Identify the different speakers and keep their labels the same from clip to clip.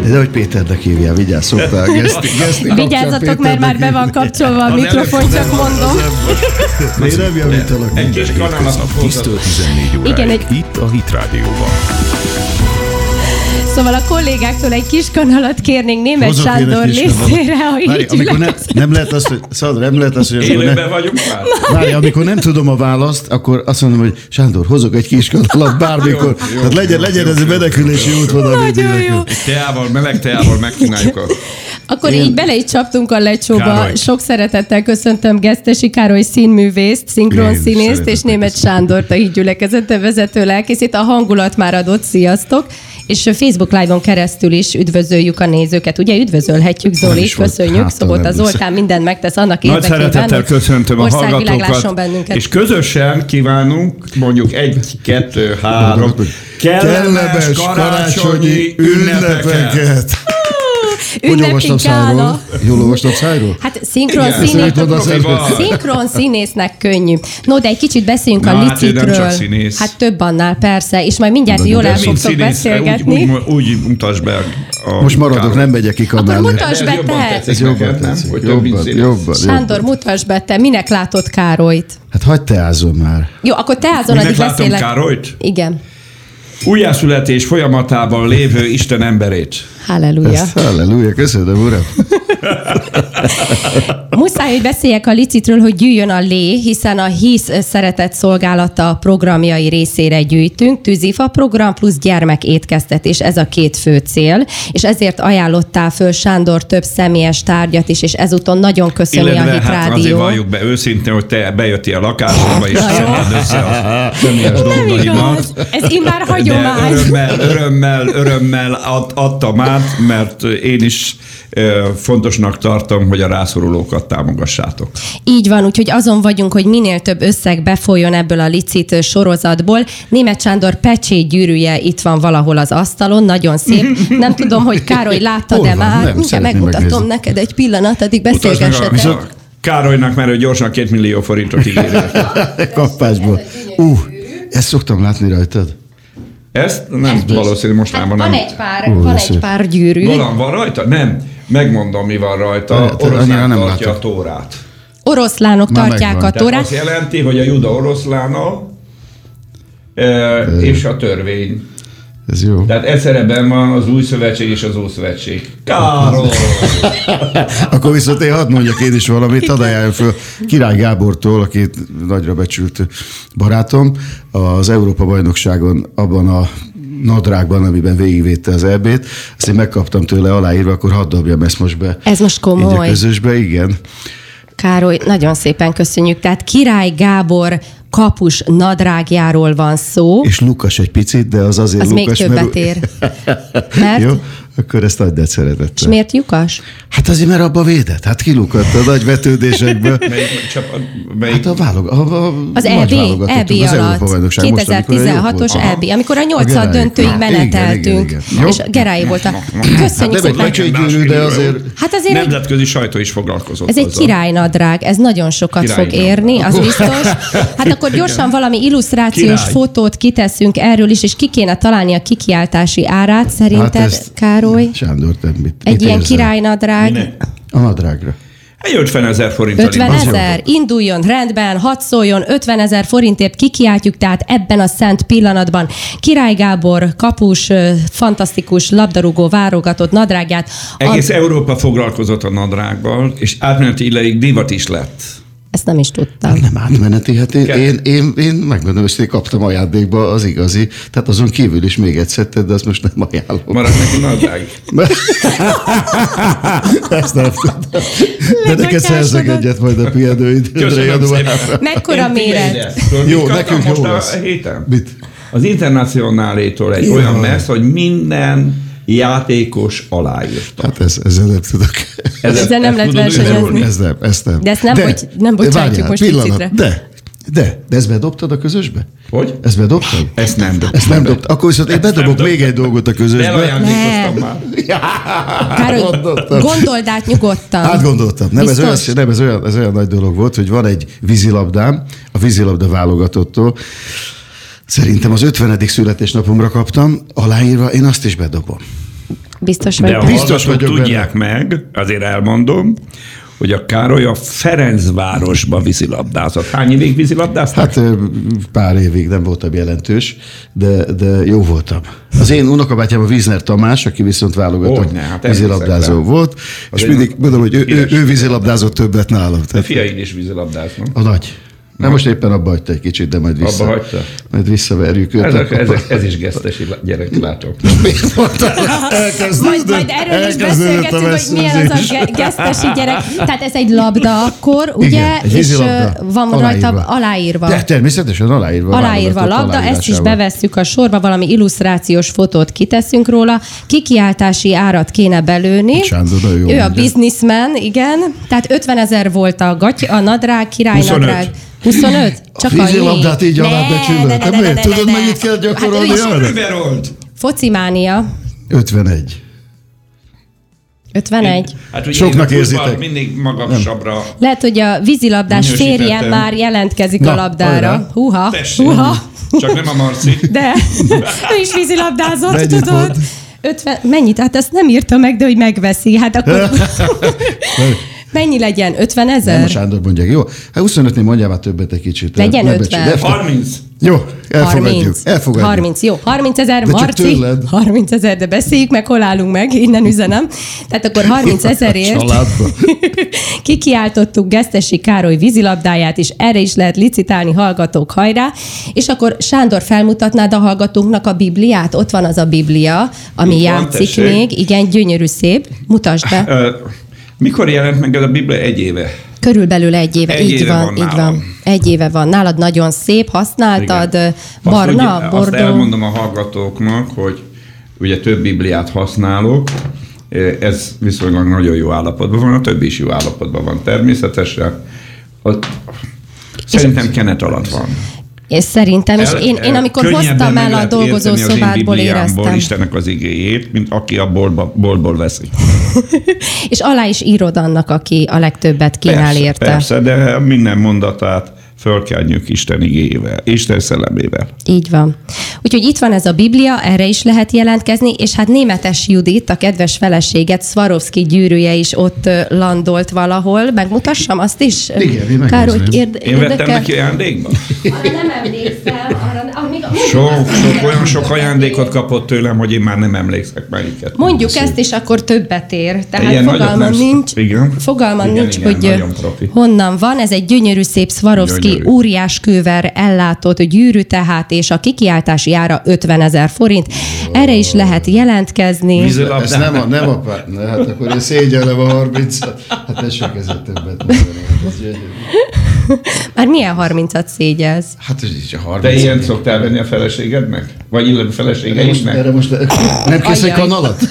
Speaker 1: De hogy Péternek hívják, vigyázz, szoktál Geszti, Geszti kapcsán
Speaker 2: Vigyázzatok, mert már be van kapcsolva a mikrofon, csak mondom.
Speaker 1: Péternek. Én nem javítalak.
Speaker 3: Egy kis kanalat a
Speaker 4: 10-től 14 óráig.
Speaker 2: Igen, egy-
Speaker 4: Itt a Hit Rádióban.
Speaker 2: Szóval a kollégáktól egy kis kanalat kérnénk német
Speaker 1: Hozok én
Speaker 2: Sándor
Speaker 1: egy kis kanalat.
Speaker 2: részére, ha
Speaker 1: Várj,
Speaker 2: így
Speaker 1: amikor
Speaker 2: ülök.
Speaker 1: nem, nem lehet azt, hogy, Szandra, nem lehet azt, hogy amikor,
Speaker 3: Élőben
Speaker 1: ne,
Speaker 3: vagyunk már.
Speaker 1: várj, amikor nem tudom a választ, akkor azt mondom, hogy Sándor, hozok egy kis kanalat bármikor.
Speaker 3: Jó, jó,
Speaker 1: Tehát legyen,
Speaker 3: jó,
Speaker 1: legyen
Speaker 3: jó,
Speaker 1: ez egy
Speaker 3: jó,
Speaker 1: menekülési
Speaker 3: jó,
Speaker 1: útvonal.
Speaker 2: Nagyon
Speaker 1: mindenkinek.
Speaker 2: jó.
Speaker 3: Egy teával, meleg teával megcsináljuk a...
Speaker 2: Akkor Én... így bele is csaptunk a lecsóba.
Speaker 3: Károly.
Speaker 2: Sok szeretettel köszöntöm Gesztesi Károly színművészt,
Speaker 1: Én is
Speaker 2: szinkronszínészt és
Speaker 1: szeretettel
Speaker 2: Német Sándort, a Híd Gyülekezete vezető lelkészét. A hangulat már adott, sziasztok! És Facebook Live-on keresztül is üdvözöljük a nézőket. Ugye üdvözölhetjük, Zoli,
Speaker 1: is volt
Speaker 2: köszönjük.
Speaker 1: hátra,
Speaker 2: Szobota
Speaker 1: nem
Speaker 2: Zoltán mindent megtesz annak
Speaker 3: Nagy
Speaker 2: érdekében,
Speaker 3: szeretettel
Speaker 2: hogy
Speaker 3: köszöntöm a
Speaker 2: országvilág lásson
Speaker 3: hallgatókat.
Speaker 2: bennünket.
Speaker 3: És közösen kívánunk mondjuk egy, kettő, három kellemes karácsonyi ünnepeket.
Speaker 1: Hogy
Speaker 2: Ünnepi
Speaker 1: olvastam
Speaker 2: gála.
Speaker 1: szájról? Jól olvastam szájról?
Speaker 2: Hát szinkron,
Speaker 3: Igen.
Speaker 2: színész,
Speaker 1: Mit mondasz erről?
Speaker 2: szinkron színésznek könnyű. No, de egy kicsit beszéljünk
Speaker 3: Na,
Speaker 2: a
Speaker 3: hát én nem
Speaker 2: licitről.
Speaker 3: csak színész.
Speaker 2: Hát több annál, persze, és majd mindjárt jól el
Speaker 3: De mint
Speaker 2: fogtok
Speaker 3: színész,
Speaker 2: beszélgetni.
Speaker 3: Úgy, úgy, úgy mutasd be a
Speaker 1: Most maradok,
Speaker 3: Károly.
Speaker 1: nem megyek ki
Speaker 2: Akkor
Speaker 1: kamellé.
Speaker 2: mutasd
Speaker 3: Ez
Speaker 2: be
Speaker 3: jobban
Speaker 2: te!
Speaker 3: tetszik
Speaker 1: Ez jobban
Speaker 3: neked, nem?
Speaker 1: tetszik.
Speaker 3: Hogy több mint
Speaker 1: Jobban,
Speaker 3: színész.
Speaker 1: jobban, jobban.
Speaker 2: Sándor, mutasd be te, minek látod Károlyt?
Speaker 1: Hát hagyd te ázzon már.
Speaker 2: Jó, akkor te azon
Speaker 3: Minek
Speaker 2: addig
Speaker 3: látom
Speaker 2: beszélek.
Speaker 3: Károlyt?
Speaker 2: Igen.
Speaker 3: Újjászületés folyamatában lévő Isten emberét.
Speaker 2: Halleluja.
Speaker 1: Ezt halleluja, köszönöm, uram.
Speaker 2: Muszáj, hogy beszéljek a licitről, hogy gyűjjön a lé, hiszen a HISZ szeretett szolgálata programjai részére gyűjtünk, tűzifa program plusz gyermek étkeztetés, ez a két fő cél, és ezért ajánlottál föl Sándor több személyes tárgyat is, és ezúton nagyon köszöni a
Speaker 3: Illetve
Speaker 2: Hit
Speaker 3: hát azért
Speaker 2: Rádió.
Speaker 3: valljuk be őszintén, hogy te bejöttél a lakásomba és
Speaker 2: Jaj.
Speaker 3: szeded össze a személyes
Speaker 2: Nem
Speaker 3: dolgaimat.
Speaker 2: igaz, ez immár
Speaker 3: De
Speaker 2: hagyomány.
Speaker 3: örömmel, örömmel, örömmel ad, adtam át, mert én is ö, fontosnak tartom, hogy a rászorulókat támogassátok.
Speaker 2: Így van, úgyhogy azon vagyunk, hogy minél több összeg befolyjon ebből a licit ö, sorozatból. Német Sándor pecsét gyűrűje itt van valahol az asztalon, nagyon szép. Nem tudom, hogy Károly látta,
Speaker 1: Hol
Speaker 2: de
Speaker 1: van? Nem,
Speaker 2: már mindjárt
Speaker 1: szeretném
Speaker 2: megmutatom
Speaker 1: megnézni.
Speaker 2: neked egy pillanat, addig
Speaker 3: Utasd meg a-
Speaker 2: beszélgessetek.
Speaker 3: a Károlynak, mert ő gyorsan két millió forintot ígérett.
Speaker 1: Kapásból. Ú, ezt szoktam látni rajtad.
Speaker 3: Ezt nem valószínű mostanában
Speaker 2: hát
Speaker 3: nem.
Speaker 2: van egy pár, van egy
Speaker 1: szép.
Speaker 2: pár gyűrű.
Speaker 3: Valam van rajta? Nem. Megmondom, mi van rajta.
Speaker 1: Hát, annyira
Speaker 3: Oroszlán
Speaker 1: nem
Speaker 3: nem tartja
Speaker 1: látok.
Speaker 3: a tórát.
Speaker 2: Oroszlánok
Speaker 1: Már
Speaker 2: tartják
Speaker 1: megvan.
Speaker 2: a
Speaker 3: Tehát
Speaker 2: torát.
Speaker 3: azt jelenti, hogy a juda oroszlána e, és a törvény.
Speaker 1: Ez jó.
Speaker 3: Tehát egyszer ebben van az új szövetség és az ószövetség. Károly!
Speaker 1: Akkor viszont én hadd mondjak én is valamit, hadd ajánljam föl Király Gábortól, akit nagyra becsült barátom, az Európa bajnokságon abban a nadrágban, amiben végigvédte az EB-t, azt én megkaptam tőle aláírva, akkor hadd dobjam ezt most be.
Speaker 2: Ez most
Speaker 1: Így a
Speaker 2: komoly.
Speaker 1: közösbe, igen.
Speaker 2: Károly, nagyon szépen köszönjük. Tehát Király Gábor kapus nadrágjáról van szó.
Speaker 1: És Lukas egy picit, de az azért
Speaker 2: Az még
Speaker 1: Lukas,
Speaker 2: többet ér. Mert?
Speaker 1: Jó? Akkor ezt adj el
Speaker 2: És
Speaker 1: szeretettel.
Speaker 2: miért lyukas?
Speaker 1: Hát azért, mert abba védett. Hát kilukadt a nagy vetődésekből.
Speaker 3: Melyik csapat? Melyik?
Speaker 1: Hát a válog, a, a
Speaker 2: Az
Speaker 1: nagy
Speaker 2: EB,
Speaker 1: válogatottunk,
Speaker 2: EB
Speaker 1: az Európa
Speaker 2: alatt,
Speaker 1: bajnokság most, amikor elég jó volt.
Speaker 2: 2016-os
Speaker 1: Aha.
Speaker 2: EB, amikor a
Speaker 1: A
Speaker 2: nyolcad
Speaker 1: Geráik.
Speaker 2: döntőig
Speaker 1: Na, igen,
Speaker 2: meneteltünk,
Speaker 1: igen, igen. Jó.
Speaker 2: és Gerályi volt a... Köszönjük
Speaker 1: nem egy
Speaker 2: szépen!
Speaker 1: pecsétgyűrű, de azért...
Speaker 2: Hát azért egy,
Speaker 3: Nemzetközi sajtó is foglalkozott
Speaker 2: ez egy
Speaker 3: azzal.
Speaker 2: királynadrág, ez nagyon sokat
Speaker 3: Királynadrág.
Speaker 2: fog érni, az biztos. Hát akkor gyorsan valami illusztrációs
Speaker 3: Király.
Speaker 2: fotót kiteszünk erről is, és ki kéne találni a kikiáltási árát,
Speaker 1: Hát
Speaker 2: szerinted,
Speaker 1: ezt-
Speaker 2: Károly?
Speaker 1: Sándor, te mit,
Speaker 2: Egy
Speaker 1: mit
Speaker 2: ilyen
Speaker 1: érzel?
Speaker 2: királynadrág.
Speaker 3: Minek?
Speaker 1: A nadrágra.
Speaker 3: Egy 50 ezer forint.
Speaker 2: 50
Speaker 3: alig.
Speaker 2: ezer, induljon, rendben, hadd szóljon, 50 ezer forintért kikiáltjuk, tehát ebben a szent pillanatban Király Gábor kapus, ö, fantasztikus labdarúgó várogatott nadrágját.
Speaker 3: Egész Európa foglalkozott a nadrággal, és átmeneti ideig divat is lett.
Speaker 2: Ezt nem is tudtam.
Speaker 1: Nem átmeneti, hát én,
Speaker 3: Kell.
Speaker 1: én, én, én megmondom, hogy én kaptam ajándékba az igazi, tehát azon kívül is még egy szettet, de azt most nem ajánlom.
Speaker 3: Maradt neki nadrág.
Speaker 1: Ezt nem tudom. De neked
Speaker 2: Lebakásodott.
Speaker 1: szerzek egyet majd a pihenőidőre
Speaker 3: Köszönöm szépen.
Speaker 1: januárra.
Speaker 2: Mekkora
Speaker 3: Én figyelj
Speaker 2: méret?
Speaker 3: ide, tudod,
Speaker 1: Jó,
Speaker 3: mit kaptam
Speaker 1: nekünk jó
Speaker 3: most a
Speaker 1: lesz.
Speaker 3: héten?
Speaker 1: Mit?
Speaker 3: Az internacionálétól egy
Speaker 1: Jaj.
Speaker 3: olyan messz, hogy minden játékos aláírta.
Speaker 1: Hát ez, ezzel nem tudok.
Speaker 2: Ezzel nem lehet
Speaker 3: tudod
Speaker 2: versenyezni.
Speaker 3: őrülni?
Speaker 1: Ez nem, ez nem.
Speaker 2: De ezt nem bocs- nem bocsátjuk most
Speaker 1: pillanat,
Speaker 2: picitre.
Speaker 1: de, de, de ezt bedobtad a közösbe?
Speaker 3: Hogy?
Speaker 1: Ezt bedobtad?
Speaker 3: Ezt nem dobtam.
Speaker 1: Ezt nem dobtad. Akkor viszont én bedobok
Speaker 3: nem
Speaker 1: még egy dolgot a közösbe.
Speaker 3: Elajándékoztam
Speaker 2: Nem.
Speaker 3: már.
Speaker 2: Károly,
Speaker 1: Gondoltam.
Speaker 2: gondold át nyugodtan.
Speaker 1: Átgondoltam. Nem, ez olyan,
Speaker 2: Biztos?
Speaker 1: nem ez, olyan, ez olyan nagy dolog volt, hogy van egy vízilabdám, a vízilabda válogatottól. Szerintem az 50. születésnapomra kaptam, aláírva, én azt is bedobom.
Speaker 2: Biztos
Speaker 3: De
Speaker 2: vagy.
Speaker 3: a
Speaker 1: Biztos
Speaker 3: biztos
Speaker 1: vagyok benne.
Speaker 3: tudják meg, azért elmondom, hogy a Károly a Ferencvárosba vízilabdázott. Hány évig vízilabdáztak?
Speaker 1: Hát ö, pár évig nem voltam jelentős, de, de jó voltam. Az én unokabátyám a Vízner Tamás, aki viszont válogatott
Speaker 3: Hogyne, hát
Speaker 1: vízilabdázó
Speaker 3: emlékszek rá.
Speaker 1: volt,
Speaker 3: Az
Speaker 1: és
Speaker 3: egy
Speaker 1: mindig mondom, hogy ő, ő,
Speaker 3: híres
Speaker 1: ő vízilabdázott többet nálam.
Speaker 3: a
Speaker 1: Tehát
Speaker 3: fiaid is vízilabdáznak.
Speaker 1: a nagy. Na most éppen abba hagyta egy kicsit, de majd vissza.
Speaker 3: Abba hagyta?
Speaker 1: Majd visszaverjük őt.
Speaker 3: Ez,
Speaker 1: akkor-
Speaker 3: a, ez, ez is gesztesi gyerek, látom.
Speaker 1: Miért mondtál?
Speaker 2: Majd,
Speaker 1: Elkezdődött-
Speaker 2: majd erről is
Speaker 1: elkezdődött a
Speaker 2: beszélgetünk, hogy milyen az
Speaker 1: veszőzés.
Speaker 2: a ge- gesztesi gyerek. Tehát ez egy labda akkor, ugye?
Speaker 1: Igen, egy
Speaker 2: és ö,
Speaker 1: vízilabda.
Speaker 2: van rajta aláírva.
Speaker 1: De természetesen aláírva.
Speaker 2: Aláírva a
Speaker 1: válogatott
Speaker 2: labda, ezt is
Speaker 1: aláírásával.
Speaker 2: bevesszük a sorba, valami illusztrációs fotót kiteszünk róla. Kikiáltási árat kéne belőni.
Speaker 1: Sándor, nagyon jó
Speaker 2: ő a
Speaker 1: mondja.
Speaker 2: bizniszmen, igen. Tehát 50 ezer volt a, gaty, a nadrág, királynadrág. 25?
Speaker 1: A
Speaker 2: Csak
Speaker 1: vízilabdát így
Speaker 2: Ne,
Speaker 1: alábecsülöd.
Speaker 2: ne, ne, ne,
Speaker 1: Hát miért?
Speaker 2: ne, ne,
Speaker 1: Tudod,
Speaker 2: ne.
Speaker 1: mennyit kell gyakorolni
Speaker 2: Hát ő is-
Speaker 1: arra?
Speaker 3: Überold!
Speaker 2: Focimánia.
Speaker 1: 51.
Speaker 2: 51.
Speaker 3: Hát ugye
Speaker 1: Soknak
Speaker 3: én a
Speaker 1: érzitek.
Speaker 3: futballt mindig magasabbra.
Speaker 2: Lehet, hogy a vízilabdás
Speaker 3: Minősítettem.
Speaker 2: férje már jelentkezik
Speaker 1: Na,
Speaker 2: a labdára.
Speaker 1: hajrá.
Speaker 2: Húha,
Speaker 3: Tessék.
Speaker 2: húha.
Speaker 3: Csak nem a Marci.
Speaker 2: De ő is vízilabdázott,
Speaker 1: Mennyit
Speaker 2: tudod?
Speaker 1: volt?
Speaker 2: 50, mennyit? Hát ezt nem írta meg, de hogy megveszi. Hát akkor mennyi legyen? 50
Speaker 1: Nem, a
Speaker 2: ezer?
Speaker 1: Sándor mondják, jó? Hát 25-nél mondjál már többet egy kicsit.
Speaker 2: Legyen
Speaker 1: Ne becsülj.
Speaker 2: 50.
Speaker 1: De-
Speaker 3: 30.
Speaker 1: Jó, elfogadjuk. Elfogadjuk.
Speaker 2: 30, jó, 30 ezer,
Speaker 1: De csak
Speaker 2: Marci,
Speaker 1: tőled.
Speaker 2: 30 ezer, de beszéljük meg, hol állunk meg, innen üzenem. Tehát akkor 30
Speaker 1: A
Speaker 2: ezerért
Speaker 1: családba.
Speaker 2: kikiáltottuk Gesztesi Károly vízilabdáját, és erre is lehet licitálni, hallgatók, hajrá. És akkor Sándor, felmutatnád a hallgatóknak a Bibliát? Ott van az a Biblia, ami
Speaker 3: Itt van,
Speaker 2: játszik
Speaker 3: tessék.
Speaker 2: még. Igen, gyönyörű, szép. Mutasd be.
Speaker 3: Ö, Mikor jelent meg ez a Biblia? Egy éve.
Speaker 2: Körülbelül egy éve,
Speaker 3: Egy
Speaker 2: így
Speaker 3: éve
Speaker 2: van,
Speaker 3: van
Speaker 2: így van.
Speaker 3: nálam.
Speaker 2: Egy éve van. Nálad nagyon szép, használtad,
Speaker 3: Igen.
Speaker 2: barna,
Speaker 3: azt, ugye,
Speaker 2: bordó.
Speaker 3: Azt elmondom a hallgatóknak, hogy ugye több Bibliát használok, ez viszonylag nagyon jó állapotban van, a többi is jó állapotban van természetesen. A, szerintem kenet alatt van.
Speaker 2: És szerintem, és
Speaker 3: El-
Speaker 2: én, én
Speaker 3: el-
Speaker 2: amikor
Speaker 3: könnyebben
Speaker 2: hoztam
Speaker 3: meg
Speaker 2: el a
Speaker 3: lehet
Speaker 2: dolgozó
Speaker 3: érteni az én
Speaker 2: szobádból,
Speaker 3: Bibliámból
Speaker 2: éreztem.
Speaker 3: Istennek az igéjét, mint aki a boltba- boltból veszi.
Speaker 2: És alá is írod annak, aki a legtöbbet kínál
Speaker 3: Persze,
Speaker 2: érte.
Speaker 3: Persze, de minden mondatát fölkelnjük Isten igéjével, Isten szellemével.
Speaker 2: Így van. Úgyhogy itt van ez a Biblia, erre is lehet jelentkezni, és hát németes Judit, a kedves feleséget, Swarovski gyűrűje is ott ö, landolt valahol. Megmutassam azt is?
Speaker 1: Igen, én megnézném.
Speaker 2: Károly, érde,
Speaker 3: Én vettem
Speaker 2: érdekel?
Speaker 3: neki ajándékba?
Speaker 2: Arra nem emlékszem. Arra, ah, még,
Speaker 3: Sok, sok, olyan sok ajándékot kapott tőlem, hogy én már nem emlékszek melyiket.
Speaker 2: Mondjuk ezt, és akkor többet ér. Tehát
Speaker 3: Ilyen nagyot
Speaker 2: fogalmam
Speaker 3: nem-
Speaker 2: nincs,
Speaker 3: igen.
Speaker 2: fogalmam
Speaker 3: Igen,
Speaker 2: nincs,
Speaker 3: igen,
Speaker 2: hogy
Speaker 3: nagyon profi.
Speaker 2: honnan van. Ez egy gyönyörű, szép Swarovski
Speaker 3: Gyönyörű.
Speaker 2: óriás kőver ellátott gyűrű tehát, és a kikiáltási ára 50 ezer forint. Erre is lehet jelentkezni.
Speaker 3: Bizony.
Speaker 1: Ez nem a, nem a pár, ne, hát akkor én szégyellem a 30 Hát tessék ezzel többet mondanom. Ez gyönyörű.
Speaker 2: Már milyen 30-at szégyelsz?
Speaker 1: Hát ez így a 30.
Speaker 3: Te ilyen szoktál venni a feleségednek? Vagy illetve
Speaker 1: most,
Speaker 3: feleségeidnek?
Speaker 1: erre most nem kész egy
Speaker 2: Ajaj.
Speaker 1: kanalat?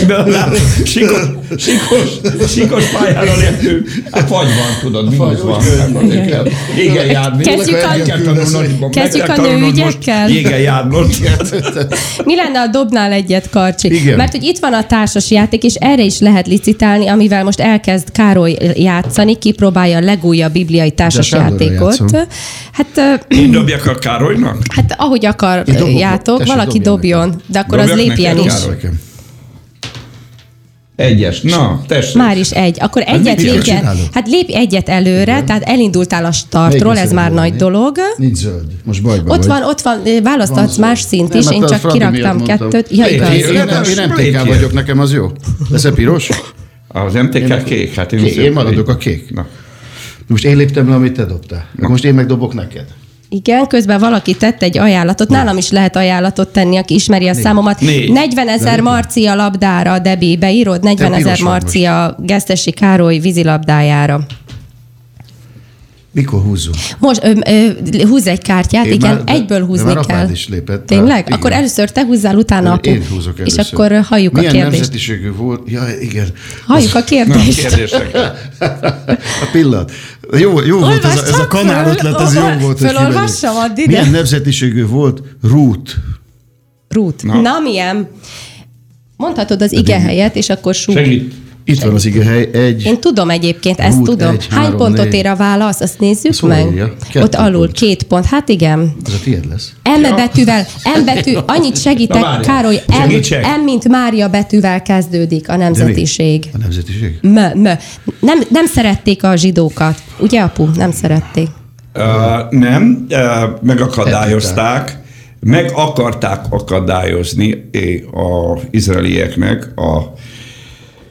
Speaker 3: Egyből lát, sikos, sikos, sikos pályára léptünk. A fagy van, tudod, mínusz van. Igen, igen járni.
Speaker 2: Kezdjük a-
Speaker 3: Meg kell tanulnod- meg
Speaker 2: Kezdjük a
Speaker 3: kell tanulnod most
Speaker 2: nőügyekkel?
Speaker 3: Igen, járnod.
Speaker 2: Mi lenne, a dobnál egyet, Karcsi?
Speaker 1: Igen.
Speaker 2: Mert hogy itt van a társas játék, és erre is lehet licitálni, amivel most elkezd Károly játszani, kipróbálja a legújabb bibliai társas
Speaker 1: Sándorral
Speaker 2: játékot.
Speaker 1: játszom.
Speaker 2: Hát ö,
Speaker 3: Én dobjak a Károlynak?
Speaker 2: Hát ahogy
Speaker 1: Én dobok.
Speaker 2: akarjátok,
Speaker 1: Tessék,
Speaker 2: valaki
Speaker 1: dobjál
Speaker 2: dobjon, de akkor az
Speaker 3: Dobjak
Speaker 2: lépjen
Speaker 3: neked,
Speaker 2: is.
Speaker 3: Károly?
Speaker 1: Nekem.
Speaker 3: Egyes. Na, tessék.
Speaker 2: Már is egy. Akkor egyet
Speaker 1: mit kell
Speaker 2: lépjen.
Speaker 1: csinálnod?
Speaker 2: Hát lépj egyet előre, tehát elindultál a startról,
Speaker 1: Melyikre
Speaker 2: ez már
Speaker 1: szeretnél
Speaker 2: nagy
Speaker 1: menni?
Speaker 2: dolog.
Speaker 1: Nincs zöld. Most bajban
Speaker 2: Ott
Speaker 1: vagy.
Speaker 2: van, ott van, ö, választhatsz
Speaker 1: Van
Speaker 2: más
Speaker 1: zöld.
Speaker 2: szint
Speaker 1: Nem,
Speaker 2: is,
Speaker 1: hát
Speaker 2: én
Speaker 1: a
Speaker 2: csak
Speaker 1: Fradi miatt
Speaker 2: kiraktam
Speaker 1: mondtam.
Speaker 2: kettőt. Ja,
Speaker 3: Én-
Speaker 2: igaz.
Speaker 1: Én, én, nem, én nem
Speaker 3: Lépjél.
Speaker 1: TK vagyok, nekem az jó. Lesz-e piros?
Speaker 3: Az MTK kék. Hát én,
Speaker 1: Kék,
Speaker 3: azért-
Speaker 1: én maradok a kék.
Speaker 3: Na.
Speaker 1: Most én léptem le, amit te dobtál. Most én megdobok neked.
Speaker 2: Igen, közben valaki tett egy ajánlatot. Nálam is lehet ajánlatot tenni, aki ismeri a számomat.
Speaker 3: Négy.
Speaker 2: 40 ezer marcia labdára, Debi, beírod? 40 ezer
Speaker 1: piros vagy
Speaker 2: marcia Gesztesi Károly vízilabdájára.
Speaker 1: Mikor húzom?
Speaker 2: Most ö, ö, húz egy kártyát,
Speaker 1: Én
Speaker 2: igen,
Speaker 1: már- de-
Speaker 2: egyből
Speaker 1: de
Speaker 2: húzni
Speaker 1: már apád
Speaker 2: kell.
Speaker 1: is lépett,
Speaker 2: Tényleg?
Speaker 1: tehát igen.
Speaker 2: Akkor először te húzzál, utána apu.
Speaker 1: Én húzok először.
Speaker 2: És akkor uh, halljuk
Speaker 1: Milyen
Speaker 2: a kérdést.
Speaker 1: nemzetiségű volt? Ja, igen.
Speaker 2: Halljuk a
Speaker 3: Na,
Speaker 2: kérdést.
Speaker 3: kérdések.
Speaker 1: A pillanat. Jó, jó volt ez a, ez a
Speaker 2: Olvastam
Speaker 1: kanál
Speaker 2: föl,
Speaker 1: ötlet, ez
Speaker 2: olva-
Speaker 1: jó volt. hogy
Speaker 2: fölolvassam
Speaker 1: kimegyek.
Speaker 2: addig, de-
Speaker 1: Milyen nemzetiségű volt? Ruth.
Speaker 2: Rút. Na.
Speaker 3: Na.
Speaker 2: milyen? Mondhatod az ige helyet, és akkor sú.
Speaker 3: Segít.
Speaker 1: Itt van az igehely, egy,
Speaker 2: Én tudom egyébként, ezt
Speaker 1: Hú,
Speaker 2: tudom.
Speaker 1: egy,
Speaker 2: Hány
Speaker 1: három,
Speaker 2: pontot
Speaker 1: négy.
Speaker 2: ér a válasz, azt nézzük
Speaker 1: Azt hol
Speaker 2: meg.
Speaker 1: írja? Kettő
Speaker 2: Ott alul
Speaker 1: pont.
Speaker 2: két pont, hát igen.
Speaker 1: ez a tiéd lesz.
Speaker 2: M betűvel, M betű, annyit segítek,
Speaker 3: Na, várjál.
Speaker 2: Károly, M,
Speaker 3: Segítsek?
Speaker 2: M, mint Mária betűvel kezdődik a
Speaker 1: De mi?
Speaker 2: nemzetiség.
Speaker 1: A nemzetiség?
Speaker 2: M, M. Nem, nem szerették a zsidókat. Ugye, apu? Nem szerették.
Speaker 3: Uh, nem, uh, megakadályozták, meg akarták akadályozni az izraelieknek a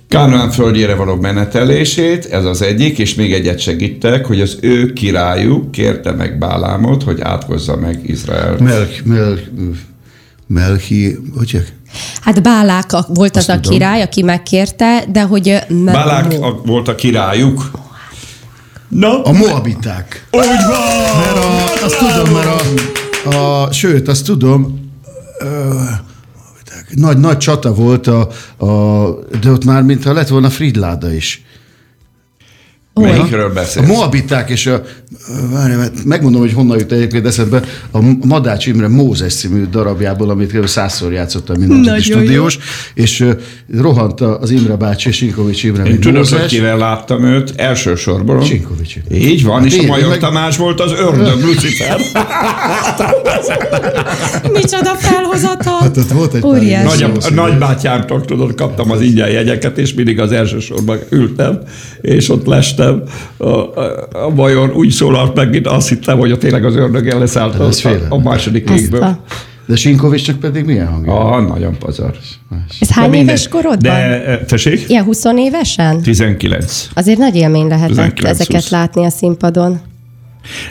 Speaker 3: Kánaán földjére való menetelését, ez az egyik, és még egyet segítek, hogy az ő királyuk kérte meg Bálámot, hogy átkozza meg Izrael.
Speaker 1: Melk, melk, melki, hogy csak?
Speaker 2: Hát Bálák a- volt az
Speaker 1: Azt
Speaker 2: a
Speaker 1: tudom.
Speaker 2: király, aki megkérte, de hogy ö, M,
Speaker 3: Bálák
Speaker 2: Mó.
Speaker 3: a, volt a királyuk. Na,
Speaker 1: A moabiták.
Speaker 3: úgy van!
Speaker 1: Mert a, azt tudom, mert a, a sőt, azt tudom, ö, nagy, nagy csata volt, a, a, de ott már mintha lett volna Fridláda is.
Speaker 3: Melyikről
Speaker 1: A
Speaker 3: beszélsz?
Speaker 1: Moabiták és a... Várj, mert megmondom, hogy honnan jut egyébként eszembe. A Madács Imre Mózes című darabjából, amit kb. százszor játszottam minden
Speaker 2: Nagyon jó.
Speaker 1: stúdiós, és ö, rohant az Imre bácsi, Sinkovics Imre,
Speaker 3: Én
Speaker 1: mint
Speaker 3: tudod, hogy
Speaker 1: Mózes.
Speaker 3: kivel láttam őt elsősorban.
Speaker 1: Csinkovics.
Speaker 3: Így van, és a
Speaker 1: Én,
Speaker 3: Major
Speaker 1: meg-
Speaker 3: Tamás volt az ördög Lucifer.
Speaker 2: Micsoda felhozatal!
Speaker 1: Hát ott volt egy pár
Speaker 2: Óriási.
Speaker 1: ilyen
Speaker 3: Nagy,
Speaker 1: Jó,
Speaker 3: a nagybátyámtól tudod, kaptam az ingyen jegyeket, és mindig az elsősorban ültem, és ott lestem. A, a, a Major úgy szólalt meg, mint azt hittem, hogy a tényleg az ördög eleszállt a,
Speaker 1: ez félelmetes.
Speaker 3: a második évből.
Speaker 2: Azt
Speaker 1: De Sinkovicsnak pedig milyen hangja?
Speaker 3: Ah, nagyon pazar.
Speaker 2: Ez hány
Speaker 3: Na mindegy.
Speaker 2: éves korodban?
Speaker 3: De, eh, tessék?
Speaker 2: Ilyen 20 évesen?
Speaker 3: 19.
Speaker 2: Azért nagy élmény lehetett
Speaker 3: 19-20.
Speaker 2: ezeket látni a színpadon.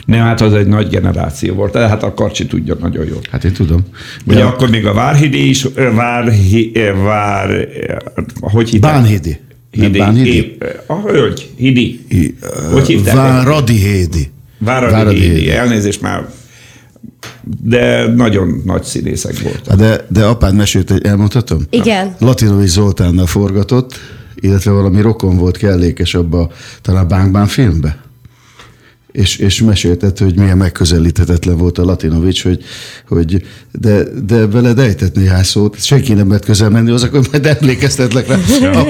Speaker 3: Nem, hát az egy nagy generáció volt, de hát a Karcsi tudja nagyon jól.
Speaker 1: Hát én tudom.
Speaker 3: Ugye
Speaker 1: De a
Speaker 3: akkor még a Várhidi is, ö, Várhi, ö, Vár, ö, hogy hívták?
Speaker 1: Bánhidi. Nem
Speaker 3: Hidi,
Speaker 1: Bánhidi?
Speaker 3: é- a hölgy, Hidi. Hogy hívták?
Speaker 1: Váradi Hédi.
Speaker 3: Váradi,
Speaker 1: Váradi
Speaker 3: Hidi.
Speaker 1: Hédi.
Speaker 3: Elnézést már. De nagyon nagy színészek voltak.
Speaker 1: Hát De, de apád mesélt, hogy elmondhatom?
Speaker 2: Igen.
Speaker 1: Latinovics Zoltánnal forgatott, illetve valami rokon volt kellékes abba, talán Bánkbán filmbe. És, és mesélted, hogy milyen megközelíthetetlen volt a Latinovics, hogy, hogy de, de veled ejtett néhány szót, senki nem mert közel menni hozzá, akkor majd emlékeztetlek rá. A,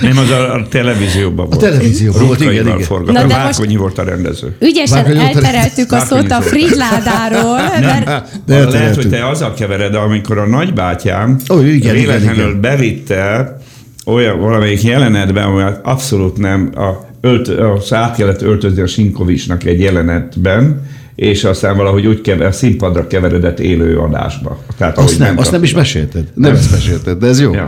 Speaker 3: Nem, az a, a televízióban volt.
Speaker 1: televízióban volt, igen,
Speaker 3: Rótkaival
Speaker 1: igen.
Speaker 3: forgatta.
Speaker 2: Na de
Speaker 3: Várkonyi volt a rendező.
Speaker 2: Ügyesen
Speaker 1: Várkonyi Zoltán-
Speaker 2: eltereltük a szót a
Speaker 3: Várkonyi Zoltán.
Speaker 2: Fridládáról, mert
Speaker 1: de
Speaker 3: De Hát, lehet,
Speaker 1: eltereltünk.
Speaker 3: hogy te azzal kevered, amikor a nagybátyám
Speaker 1: Ó, igen, igen,
Speaker 3: véletlenül
Speaker 1: igen.
Speaker 3: bevitte olyan valamelyik jelenetben, olyan abszolút nem, a, ölt, az át kellett öltözni a Sinkovicsnak egy jelenetben, és aztán valahogy úgy kever, színpadra keveredett élő adásba. Tehát,
Speaker 1: Azt nem,
Speaker 3: ment
Speaker 1: azt
Speaker 3: a-
Speaker 1: nem is mesélted. Nem ezt mesélted, de ez jó.
Speaker 3: Ja.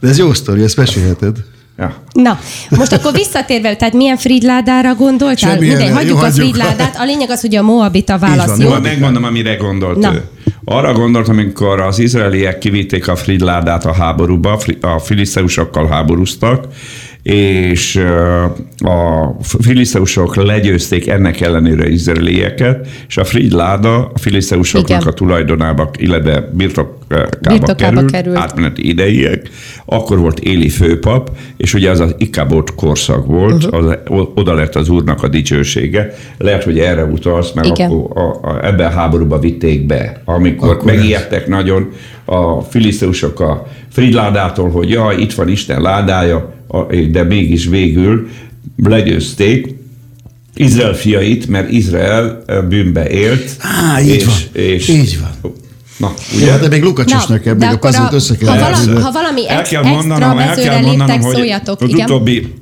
Speaker 1: De ez jó sztori, ezt mesélheted.
Speaker 3: Ja.
Speaker 2: Na, most akkor visszatérve, tehát milyen Fridládára gondoltál?
Speaker 1: Semmilyen,
Speaker 2: Mindegy,
Speaker 1: jó,
Speaker 2: hagyjuk a
Speaker 1: hagyjuk.
Speaker 2: Fridládát. A lényeg az, hogy a Moabita válasz,
Speaker 1: van,
Speaker 2: jó?
Speaker 3: Jó, megmondom, amire gondolt
Speaker 2: Na.
Speaker 3: ő. Arra gondolt, amikor az izraeliek kivitték a Fridládát a háborúba, fri- a filiszteusokkal háborúztak, és ö, a filiszteusok legyőzték ennek ellenére izraelieket, és a Fridláda a filiszteusoknak
Speaker 2: Igen.
Speaker 3: a tulajdonába, illetve birtokába
Speaker 2: Birtokába
Speaker 3: került,
Speaker 2: került.
Speaker 3: került, átmeneti ideiek, akkor volt Éli főpap, és ugye az az ikabot korszak volt, uh-huh. az, o- oda lett az úrnak a dicsősége. Lehet, hogy erre utalsz, mert
Speaker 2: Igen.
Speaker 3: akkor a, a, ebben a háborúba vitték be, amikor
Speaker 1: Akkor
Speaker 3: akkor megijedtek ez. nagyon a filiszteusok a Fridládától, hogy jaj, itt van Isten ládája, a- de mégis végül legyőzték, Izrael fiait, mert Izrael ö, bűnbe élt.
Speaker 1: Á, így van. Így van. hát
Speaker 3: Na,
Speaker 1: Ugye?
Speaker 3: ugye?
Speaker 1: Ja, de még Lukacsosnak kell, még a
Speaker 2: akkor
Speaker 1: puzzle össze kell.
Speaker 2: ha,
Speaker 1: játszani,
Speaker 2: valami,
Speaker 1: de-
Speaker 2: ha valami
Speaker 3: El
Speaker 2: ex,
Speaker 3: kell
Speaker 2: extra
Speaker 3: mondanom, el
Speaker 2: mezőre
Speaker 3: kell mondanom,
Speaker 2: léptek,
Speaker 3: hogy
Speaker 2: szóljatok.
Speaker 3: az
Speaker 2: Igen?
Speaker 3: utóbbi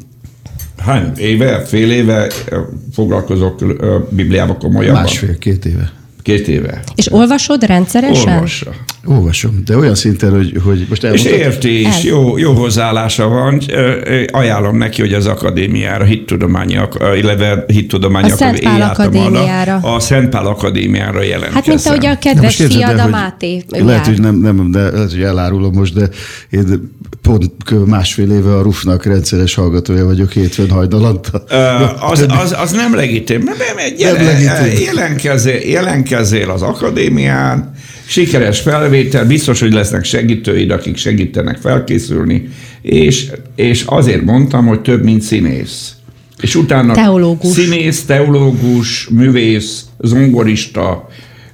Speaker 3: hány éve, fél éve ö, foglalkozok ö, Bibliával komolyabban.
Speaker 1: Másfél-két éve.
Speaker 3: Két éve.
Speaker 2: És olvasod rendszeresen?
Speaker 3: Olvassa.
Speaker 1: Olvasom, de olyan szinten, hogy, hogy most
Speaker 3: És
Speaker 1: elmondtad.
Speaker 3: érti
Speaker 2: El.
Speaker 3: is, jó, jó hozzáállása van. Ö, ö, Ajánlom neki, hogy az akadémiára, hittudományi, ak- ö, illetve hittudományi
Speaker 2: A Szent Pál
Speaker 3: jártam arra.
Speaker 2: Akadémiára.
Speaker 3: A Szent Pál Akadémiára jelentkezzen.
Speaker 2: Hát mint ahogy a
Speaker 1: Na,
Speaker 2: kedves
Speaker 1: most képzeld el,
Speaker 2: fiad, a
Speaker 1: hogy
Speaker 2: Máté. ő
Speaker 1: Lehet,
Speaker 2: jár.
Speaker 1: hogy nem, nem, de lehet, hogy elárulom most, de én pont kb. másfél éve a Rufnak rendszeres hallgatója vagyok, hétfőn hajnalanta.
Speaker 3: Ö, az, az, az nem legitim. Nem, nem, gyere,
Speaker 1: Nem legitim.
Speaker 3: Jelenkezél, jelenkezél az akadémián, sikeres felvétel, biztos, hogy lesznek segítőid, akik segítenek felkészülni, és, és azért mondtam, hogy több, mint színész. És utána
Speaker 2: Teológus.
Speaker 3: színész, teológus, művész, zongorista,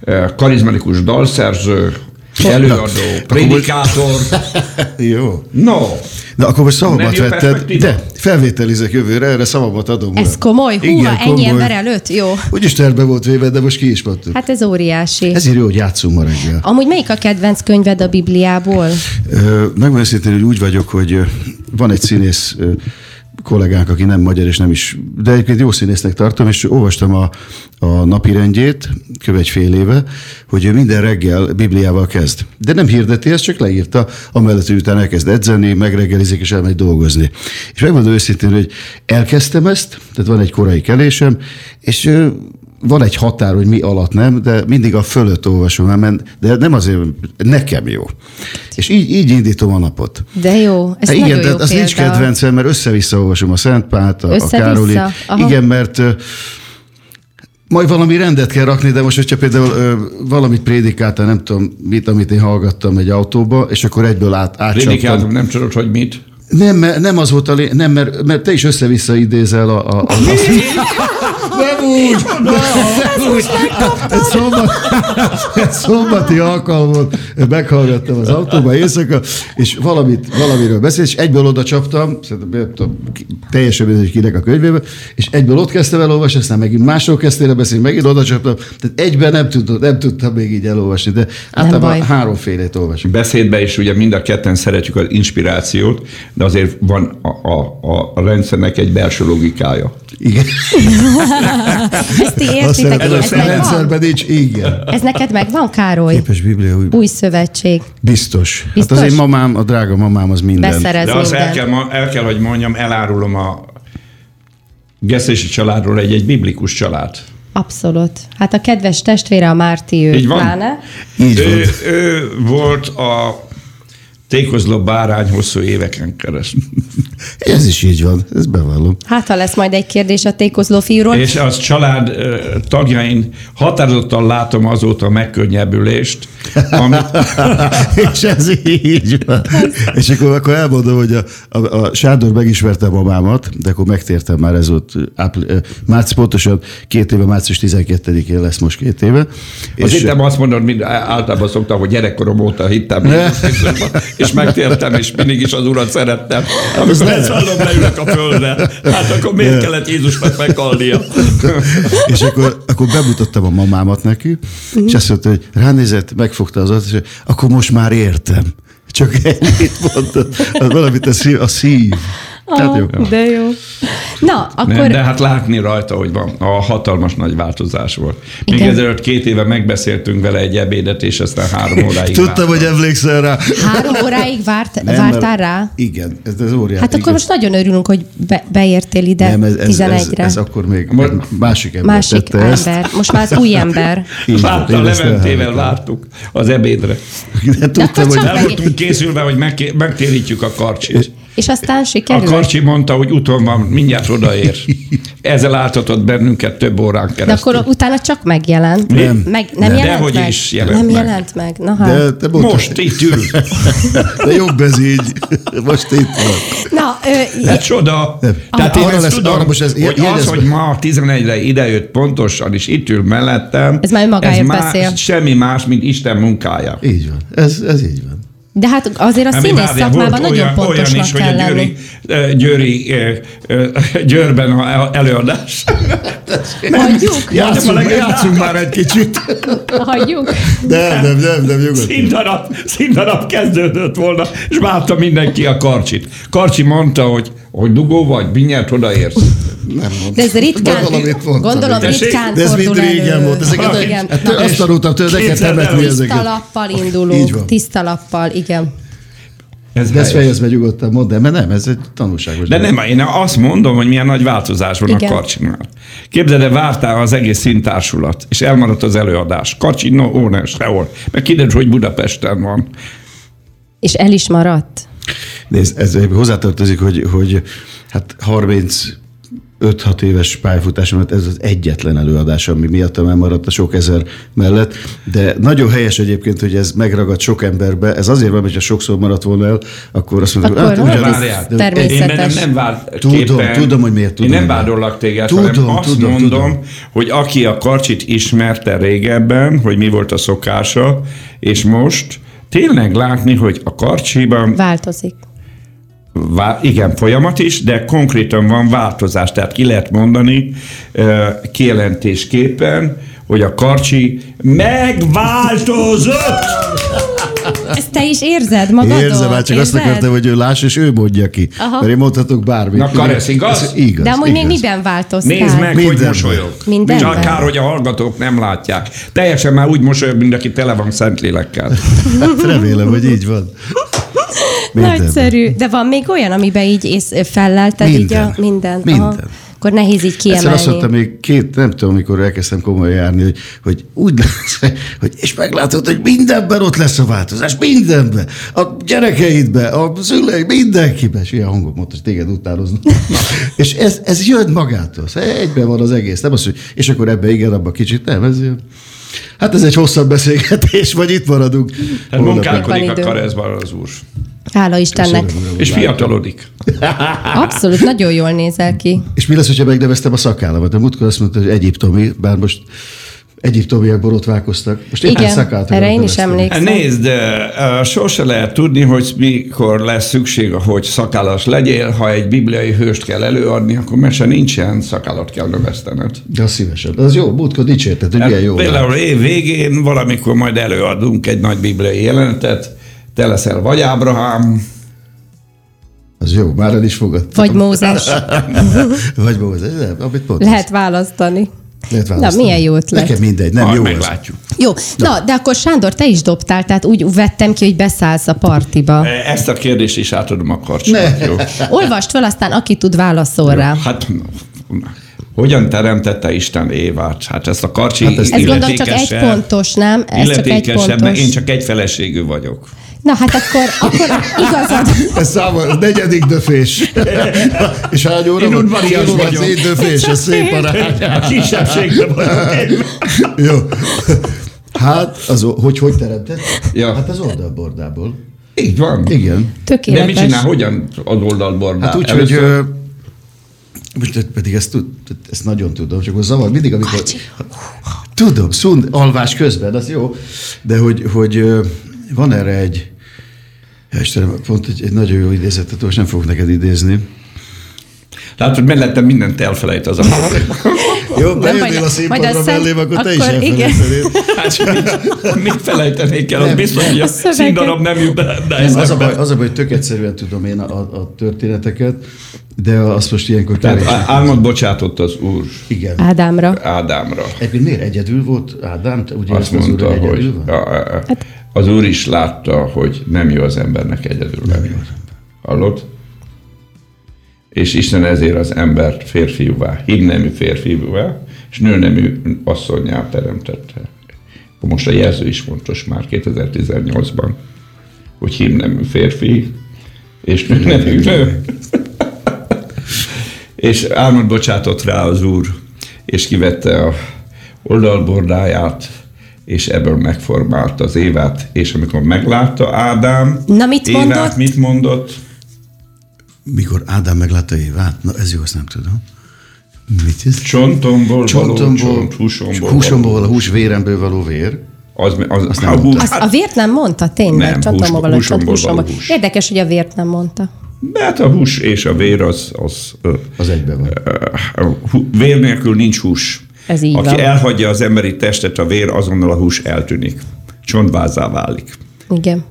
Speaker 3: ö, karizmatikus dalszerző, előadó, prédikátor.
Speaker 1: Jó.
Speaker 3: No,
Speaker 1: De akkor most
Speaker 3: Nem
Speaker 1: szavamat
Speaker 3: jó
Speaker 1: vetted,
Speaker 3: perspektíva.
Speaker 1: de felvételizek jövőre, erre szavamat adom.
Speaker 2: Ez
Speaker 1: uram.
Speaker 2: komoly? Húha,
Speaker 1: Igen,
Speaker 2: ennyi
Speaker 1: komoly.
Speaker 2: ember előtt? Jó.
Speaker 1: Úgyis terve volt véve, de most ki is mondtuk.
Speaker 2: Hát ez óriási.
Speaker 1: Ezért jó, hogy játszunk ma reggel.
Speaker 2: Amúgy melyik a kedvenc könyved a Bibliából?
Speaker 1: Ö, Megmondom őszintén, hogy úgy vagyok, hogy ö, van egy színész ö, kollégánk, aki nem magyar és nem is, de egyébként jó színésznek tartom, és olvastam a, a napi rendjét, kb. egy fél éve, hogy ő minden reggel Bibliával kezd. De nem hirdeti, ezt csak leírta, amellett, hogy utána elkezd edzeni, megreggelizik és elmegy dolgozni. És megmondom őszintén, hogy elkezdtem ezt, tehát van egy korai kelésem, és ö, van egy határ, hogy mi alatt nem, de mindig a fölött olvasom, mert de nem azért, nekem jó. És így, így indítom a napot.
Speaker 2: De jó, ez
Speaker 1: Hát
Speaker 2: nagyon
Speaker 1: igen,
Speaker 2: jó
Speaker 1: tehát az
Speaker 2: példa.
Speaker 1: nincs kedvencem, mert össze-vissza olvasom a Szentpát, a, a
Speaker 2: Össze-vissza?
Speaker 1: Károli.
Speaker 2: Aha.
Speaker 1: Igen, mert ö, majd valami rendet kell rakni, de most, hogyha például ö, valamit prédikáltál, nem tudom mit, amit én hallgattam egy autóba, és akkor egyből át, átcsaptam.
Speaker 3: prédikáltam, nem tudod, hogy mit.
Speaker 1: Nem, mert- nem az volt a lé... nem, mert, mert te is össze-vissza idézel a... a, a, a... Nem úgy! Nem úgy! Egy, szombat, egy szombati alkalmon meghallgattam az autóban éjszaka, és valamit, valamiről beszélt, és egyből oda csaptam, szerintem nem tudom, ki- teljesen mindegy, hogy kinek a könyvébe, és egyből ott kezdtem elolvasni, aztán megint másról kezdtél el beszélni, megint oda csaptam, tehát egyben nem, tudtam, nem tudtam még így elolvasni, de általában
Speaker 2: baj.
Speaker 1: háromfélét olvasom.
Speaker 3: beszédbe is ugye mind a ketten szeretjük az inspirációt, de azért van a, a, a- a rendszernek egy belső logikája.
Speaker 1: Igen.
Speaker 2: Ezt ti
Speaker 1: Azt
Speaker 2: értitek?
Speaker 1: szeretem,
Speaker 2: Ez,
Speaker 1: hogy a
Speaker 2: megvan?
Speaker 1: rendszerben nincs, igen.
Speaker 2: ez neked megvan, Károly?
Speaker 1: Képes Biblia új.
Speaker 2: Új szövetség.
Speaker 1: Biztos. Hát
Speaker 2: Biztos?
Speaker 1: az én mamám, a drága mamám az minden.
Speaker 2: Beszerez
Speaker 3: De azt el
Speaker 2: mindent.
Speaker 3: kell, ma- el kell, hogy mondjam, elárulom a geszési családról egy, egy biblikus család.
Speaker 2: Abszolút. Hát a kedves testvére a Márti, ő
Speaker 3: Így van.
Speaker 2: pláne.
Speaker 1: Így van.
Speaker 3: Ő, ő volt a tékozló bárány hosszú éveken keresztül.
Speaker 1: Ez is így van, ezt bevallom.
Speaker 2: Hát, ha lesz majd egy kérdés a tékozló fiúról.
Speaker 3: És az család ö, tagjain határozottan látom azóta a megkönnyebbülést, amit,
Speaker 1: És ez így van. És akkor, akkor elmondom, hogy a, a, a Sándor megismerte mamámat, de akkor megtértem már ez volt ápri, március, pontosan két éve, március 12-én lesz most két éve.
Speaker 3: Az hittem azt mondod, mint általában szoktam, hogy gyerekkorom óta hittem, Jézusban, és megtértem, és mindig is az urat szerettem. Amikor
Speaker 1: nem.
Speaker 3: ezt hallom, leülök a földre. Hát akkor miért kellett Jézusnak meghalnia?
Speaker 1: és akkor, akkor bemutattam a mamámat neki, és azt mondta, hogy ránézett, megfogta az arcát, és akkor most már értem. Csak ennyit mondott. Az valamit a szív. A szív. Tehát jó.
Speaker 2: Ah, de jó. Na, akkor...
Speaker 3: Nem, de hát látni rajta, hogy van. A hatalmas nagy változás volt. Még
Speaker 2: Igen.
Speaker 3: ezelőtt két éve megbeszéltünk vele egy ebédet, és aztán három óráig
Speaker 1: Tudtam,
Speaker 3: várt.
Speaker 1: hogy emlékszel rá.
Speaker 2: Három óráig várt,
Speaker 1: Nem,
Speaker 2: vártál
Speaker 1: mert-
Speaker 2: rá?
Speaker 1: Igen, ez, ez óriási.
Speaker 2: Hát akkor
Speaker 1: igaz.
Speaker 2: most nagyon örülünk, hogy be, beértél ide
Speaker 1: nem, ez, ez, ez,
Speaker 2: 11-re.
Speaker 1: ez, akkor még
Speaker 3: Most-
Speaker 1: egy másik ember
Speaker 2: Másik
Speaker 1: tette ezt. Hát,
Speaker 2: ember. Most már az új ember.
Speaker 1: Így van,
Speaker 3: Várta,
Speaker 1: én ezt
Speaker 3: Leventével
Speaker 1: elhallottam.
Speaker 3: vártuk az ebédre.
Speaker 1: De tudtam,
Speaker 2: akkor
Speaker 1: hogy
Speaker 2: csak-
Speaker 3: El voltunk készülve, hogy megké- megtérítjük a karcsit.
Speaker 2: És aztán
Speaker 3: A
Speaker 2: sikerült.
Speaker 3: Karcsi mondta, hogy úton van, mindjárt odaér. Ezzel áltatott bennünket több órán
Speaker 2: De
Speaker 3: keresztül.
Speaker 2: akkor utána csak megjelent.
Speaker 1: Nem.
Speaker 2: Meg, nem,
Speaker 1: Nem.
Speaker 2: jelent
Speaker 3: Dehogy
Speaker 2: meg?
Speaker 3: is jelent
Speaker 2: nem
Speaker 3: meg.
Speaker 2: jelent meg. Na hát.
Speaker 1: de, de mondtad,
Speaker 3: Most itt ül.
Speaker 1: De jobb ez így. Most itt van.
Speaker 2: Na, ö,
Speaker 3: De csoda. Tehát
Speaker 1: arra
Speaker 3: én azt
Speaker 1: lesz-
Speaker 3: tudom,
Speaker 1: arra most ez-
Speaker 3: hogy
Speaker 1: jegyezd
Speaker 3: az,
Speaker 1: be.
Speaker 3: hogy ma 11-re idejött pontosan, és itt ül mellettem,
Speaker 2: Ez már önmagáért
Speaker 3: ez már
Speaker 2: beszél.
Speaker 3: semmi más, mint Isten munkája.
Speaker 1: Így van. Ez, ez így van.
Speaker 2: de hát azért a
Speaker 3: Ami
Speaker 2: színész
Speaker 3: várja,
Speaker 2: szakmában
Speaker 3: volt
Speaker 2: nagyon pontosnak
Speaker 3: olyan is,
Speaker 2: kell
Speaker 3: hogy a
Speaker 2: lenni.
Speaker 3: győri, ö, győri ö, ö, győrben a előadás.
Speaker 2: Hagyjuk?
Speaker 3: Játszunk-
Speaker 1: Játszunk, játszunk már egy kicsit.
Speaker 2: Hagyjuk?
Speaker 1: Nem, nem, nem, nem, nyugodtan.
Speaker 3: Színdarab, színdarab kezdődött volna, és várta mindenki a karcsit. Karcsi mondta, hogy, hogy dugó vagy, mindjárt odaérsz.
Speaker 1: Nem mondom.
Speaker 2: De ez ritkán,
Speaker 1: De valamit mondtam.
Speaker 2: gondolom
Speaker 1: Tessék?
Speaker 2: ritkán
Speaker 1: De ez mind
Speaker 2: fordul
Speaker 1: régen
Speaker 2: elő.
Speaker 1: volt. Ezeket
Speaker 2: Igen.
Speaker 1: igen.
Speaker 2: Na,
Speaker 1: azt tanultam tőle, neked
Speaker 3: Kétszer
Speaker 1: temetni
Speaker 3: nem.
Speaker 2: Tiszta
Speaker 1: ezeket.
Speaker 2: lappal
Speaker 1: Így
Speaker 2: indulunk,
Speaker 1: van.
Speaker 2: tiszta lappal, igen.
Speaker 3: Ez
Speaker 1: De ezt
Speaker 3: helyes.
Speaker 1: fejezd be nyugodtan, mondd el, mert nem, ez egy tanulságos.
Speaker 3: De
Speaker 1: dolog.
Speaker 3: nem, én azt mondom, hogy milyen nagy változás van
Speaker 2: Igen.
Speaker 3: Igen. a karcsinál. Képzeld, el, vártál az egész színtársulat, és elmaradt az előadás. Karcsin, no, ó, nem, sehol. Mert kiderült, hogy Budapesten van.
Speaker 2: És el is maradt.
Speaker 1: Nézd, ez egyébként hozzátartozik, hogy, hogy hát 30 5-6 éves pályafutásomat ez az egyetlen előadás, ami miattam elmaradt a sok ezer mellett, de nagyon helyes egyébként, hogy ez megragad sok emberbe, ez azért van, hogyha sokszor maradt volna el, akkor azt mondjuk,
Speaker 2: Akkor
Speaker 1: hát,
Speaker 2: az
Speaker 1: ugyanaz,
Speaker 3: várjál.
Speaker 1: de-
Speaker 2: Természetesen.
Speaker 3: Én bennem nem vár
Speaker 1: Tudom,
Speaker 3: képen.
Speaker 1: tudom, hogy miért tudom.
Speaker 3: Én nem vádolak téged,
Speaker 1: Tudom,
Speaker 3: hanem azt
Speaker 1: tudom,
Speaker 3: mondom,
Speaker 1: tudom.
Speaker 3: hogy aki a karcsit ismerte régebben, hogy mi volt a szokása, és most, tényleg látni, hogy a karcsiban
Speaker 5: Változik.
Speaker 3: Vá- igen, folyamat is, de konkrétan van változás, tehát ki lehet mondani ö, kijelentésképpen, hogy a karcsi megváltozott!
Speaker 2: Ezt te is érzed magadon?
Speaker 1: Érzem, hát csak azt
Speaker 2: érzed?
Speaker 1: akartam, hogy ő láss, és ő mondja ki.
Speaker 2: Aha.
Speaker 1: Aha. Mert én mondhatok bármit.
Speaker 3: Na, Kar, ez igaz?
Speaker 1: Ez igaz
Speaker 2: De amúgy
Speaker 1: igaz.
Speaker 2: még miben változtál?
Speaker 3: Nézd meg, hogy
Speaker 1: Mindenben.
Speaker 3: mosolyog.
Speaker 2: Mindenben.
Speaker 3: Csak kár, hogy a hallgatók nem látják. Teljesen már úgy mosolyog, mint aki tele van szentlélekkel.
Speaker 1: Hát remélem, hogy így van. Mindenben.
Speaker 2: Nagyszerű. De van még olyan, amiben így ész, fellelted így a
Speaker 1: Minden.
Speaker 2: minden. Aha.
Speaker 1: Minden.
Speaker 2: Akkor nehéz így kiemelni.
Speaker 1: Egyszer azt mondtam még két, nem tudom, mikor elkezdtem komolyan járni, hogy, hogy úgy lesz, hogy és meglátod, hogy mindenben ott lesz a változás, mindenben, a gyerekeidben, a szüleid, mindenkiben, és ilyen hangom mondta, hogy téged utáloznak. és ez, ez jön magától, szóval egyben van az egész, nem az, hogy és akkor ebbe igen, abba kicsit, nem, ez jön. Hát ez egy hosszabb beszélgetés, vagy itt maradunk.
Speaker 3: Tehát
Speaker 1: Holnap-
Speaker 3: Hát munkálkodik
Speaker 2: Van
Speaker 3: a
Speaker 2: idő.
Speaker 3: karezban az úr.
Speaker 2: Hála Istennek.
Speaker 3: És fiatalodik.
Speaker 2: Abszolút, nagyon jól nézel ki.
Speaker 1: És mi lesz, hogyha megneveztem a szakállamat? A múltkor azt mondta, hogy egyiptomi, bár most egyiptomiak borotválkoztak. Most éppen
Speaker 2: Igen,
Speaker 1: szakállat
Speaker 2: erre
Speaker 1: akarok
Speaker 2: én is
Speaker 1: neveztetni.
Speaker 2: emlékszem.
Speaker 3: Hát Nézd, ö, sose lehet tudni, hogy mikor lesz szükség, hogy szakállas legyél. Ha egy bibliai hőst kell előadni, akkor mese nincsen, szakállat kell növesztened. Hát
Speaker 1: De az szívesen. Az jó, múltkor dicsérted, hogy milyen jó.
Speaker 3: Például év végén valamikor majd előadunk egy nagy bibliai jelenetet, te leszel vagy Ábrahám,
Speaker 1: Az jó, már el is fogad.
Speaker 2: Vagy Mózes.
Speaker 1: Vagy Mózes, nem, amit mondasz.
Speaker 2: Hm? Lehet választani.
Speaker 1: Lehet
Speaker 2: Na,
Speaker 1: választani.
Speaker 2: milyen jó ötlet.
Speaker 1: Nekem mindegy, nem
Speaker 3: majd
Speaker 1: jó ez.
Speaker 3: meglátjuk.
Speaker 2: Jó, na, de akkor Sándor, te is dobtál, tehát úgy vettem ki, hogy beszállsz a partiba.
Speaker 3: Ezt a kérdést is átadom a karcsnak, jó?
Speaker 2: Olvast fel, aztán aki tud, válaszol rá.
Speaker 3: Hát, hogyan teremtette Isten Évát? Hát ezt a karcsi
Speaker 1: Hát ezt-
Speaker 2: Ez gondolom csak egy
Speaker 3: illetékesen-
Speaker 2: pontos, nem? Ez csak egy
Speaker 3: illetékesen, mert
Speaker 2: pontos.
Speaker 3: én csak egy feleségű vagyok.
Speaker 2: Na hát akkor, akkor igazad.
Speaker 1: Ez számomra a negyedik döfés. És hány óra
Speaker 3: Én
Speaker 1: van?
Speaker 3: udvarias
Speaker 1: Jó,
Speaker 3: vagyok.
Speaker 1: Az én döfés, ez szép arány.
Speaker 3: A kisebbségben vagyok.
Speaker 1: Jó. Hát, az, o- hogy hogy teremtett?
Speaker 3: Ja.
Speaker 1: Hát az oldalbordából.
Speaker 3: Így van.
Speaker 1: Igen.
Speaker 3: De mit
Speaker 2: Tökéletes.
Speaker 3: csinál, hogyan az oldalbornál?
Speaker 1: Hát úgy, hogy... ö, Most ö, pedig ezt, tud, ezt nagyon tudom, csak az zavar mindig, amikor... Tudom, szund, alvás közben, az jó, de hogy, hogy ö, van erre egy... Ja, Istenem, pont egy, egy nagyon jó idézetet, most nem fogok neked idézni.
Speaker 3: Látod, mellettem mindent elfelejt az a
Speaker 1: Jó,
Speaker 2: majd-
Speaker 1: bejönnél a
Speaker 2: majd
Speaker 1: színpadra
Speaker 2: a szem-
Speaker 1: mellém, akkor te is
Speaker 2: akkor igen.
Speaker 1: elfelejtenél.
Speaker 3: Hát, Mit felejtenék el? Az biztos, hogy a,
Speaker 2: A
Speaker 3: a
Speaker 2: szöveget.
Speaker 3: színdarab nem jut be, de ez
Speaker 1: Az a, baj, az a baj, hogy tök egyszerűen tudom én a, a, a történeteket, de azt most ilyenkor
Speaker 3: Tehát
Speaker 1: kevés.
Speaker 3: á- álmat bocsátott az úr
Speaker 1: Igen.
Speaker 2: Ádámra.
Speaker 3: Ádámra.
Speaker 1: Egyébként miért egyedül volt Ádám? Te Ugye
Speaker 3: Azt
Speaker 1: ezt az úr
Speaker 3: mondta,
Speaker 1: egyedül
Speaker 3: hogy
Speaker 1: van?
Speaker 3: a, a, a, az úr is látta, hogy nem jó az embernek egyedül lenni. Hallod? És Isten ezért az embert férfiúvá, himnemű férfiúvá, és nőnemű asszonyá teremtette. Most a jelző is fontos már 2018-ban, hogy himnemű férfi, és nőnemű nő. És álmot bocsátott rá az úr, és kivette a oldalbordáját, és ebből megformálta az Évát, és amikor meglátta Ádám,
Speaker 2: Na, mit
Speaker 3: Évát
Speaker 2: mondott?
Speaker 3: mit mondott?
Speaker 1: Mikor Ádám meglátta Évát, na ez jó, azt nem tudom. Mit ez?
Speaker 3: Csontomból, való
Speaker 1: Csontomból,
Speaker 3: csont, húsomból,
Speaker 1: húsomból, a hús véremből való vér.
Speaker 3: való. Az, az, az
Speaker 1: nem
Speaker 3: hú-
Speaker 1: mondta.
Speaker 2: Azt a vért nem mondta, tényleg?
Speaker 3: Hát- Nem,
Speaker 2: Csontomból
Speaker 3: húsba-
Speaker 2: való, csont-
Speaker 3: húsomból
Speaker 2: húsomból.
Speaker 3: való hús.
Speaker 2: Érdekes, hogy a vért nem mondta.
Speaker 3: Hát a hús és a vér az... az, ö,
Speaker 1: Az egyben van.
Speaker 3: ö, hú- vér nélkül nincs hús.
Speaker 2: Ez így
Speaker 3: Aki
Speaker 2: van.
Speaker 3: elhagyja az emberi testet, a vér azonnal a hús eltűnik. Csontvázá válik.
Speaker 2: Igen.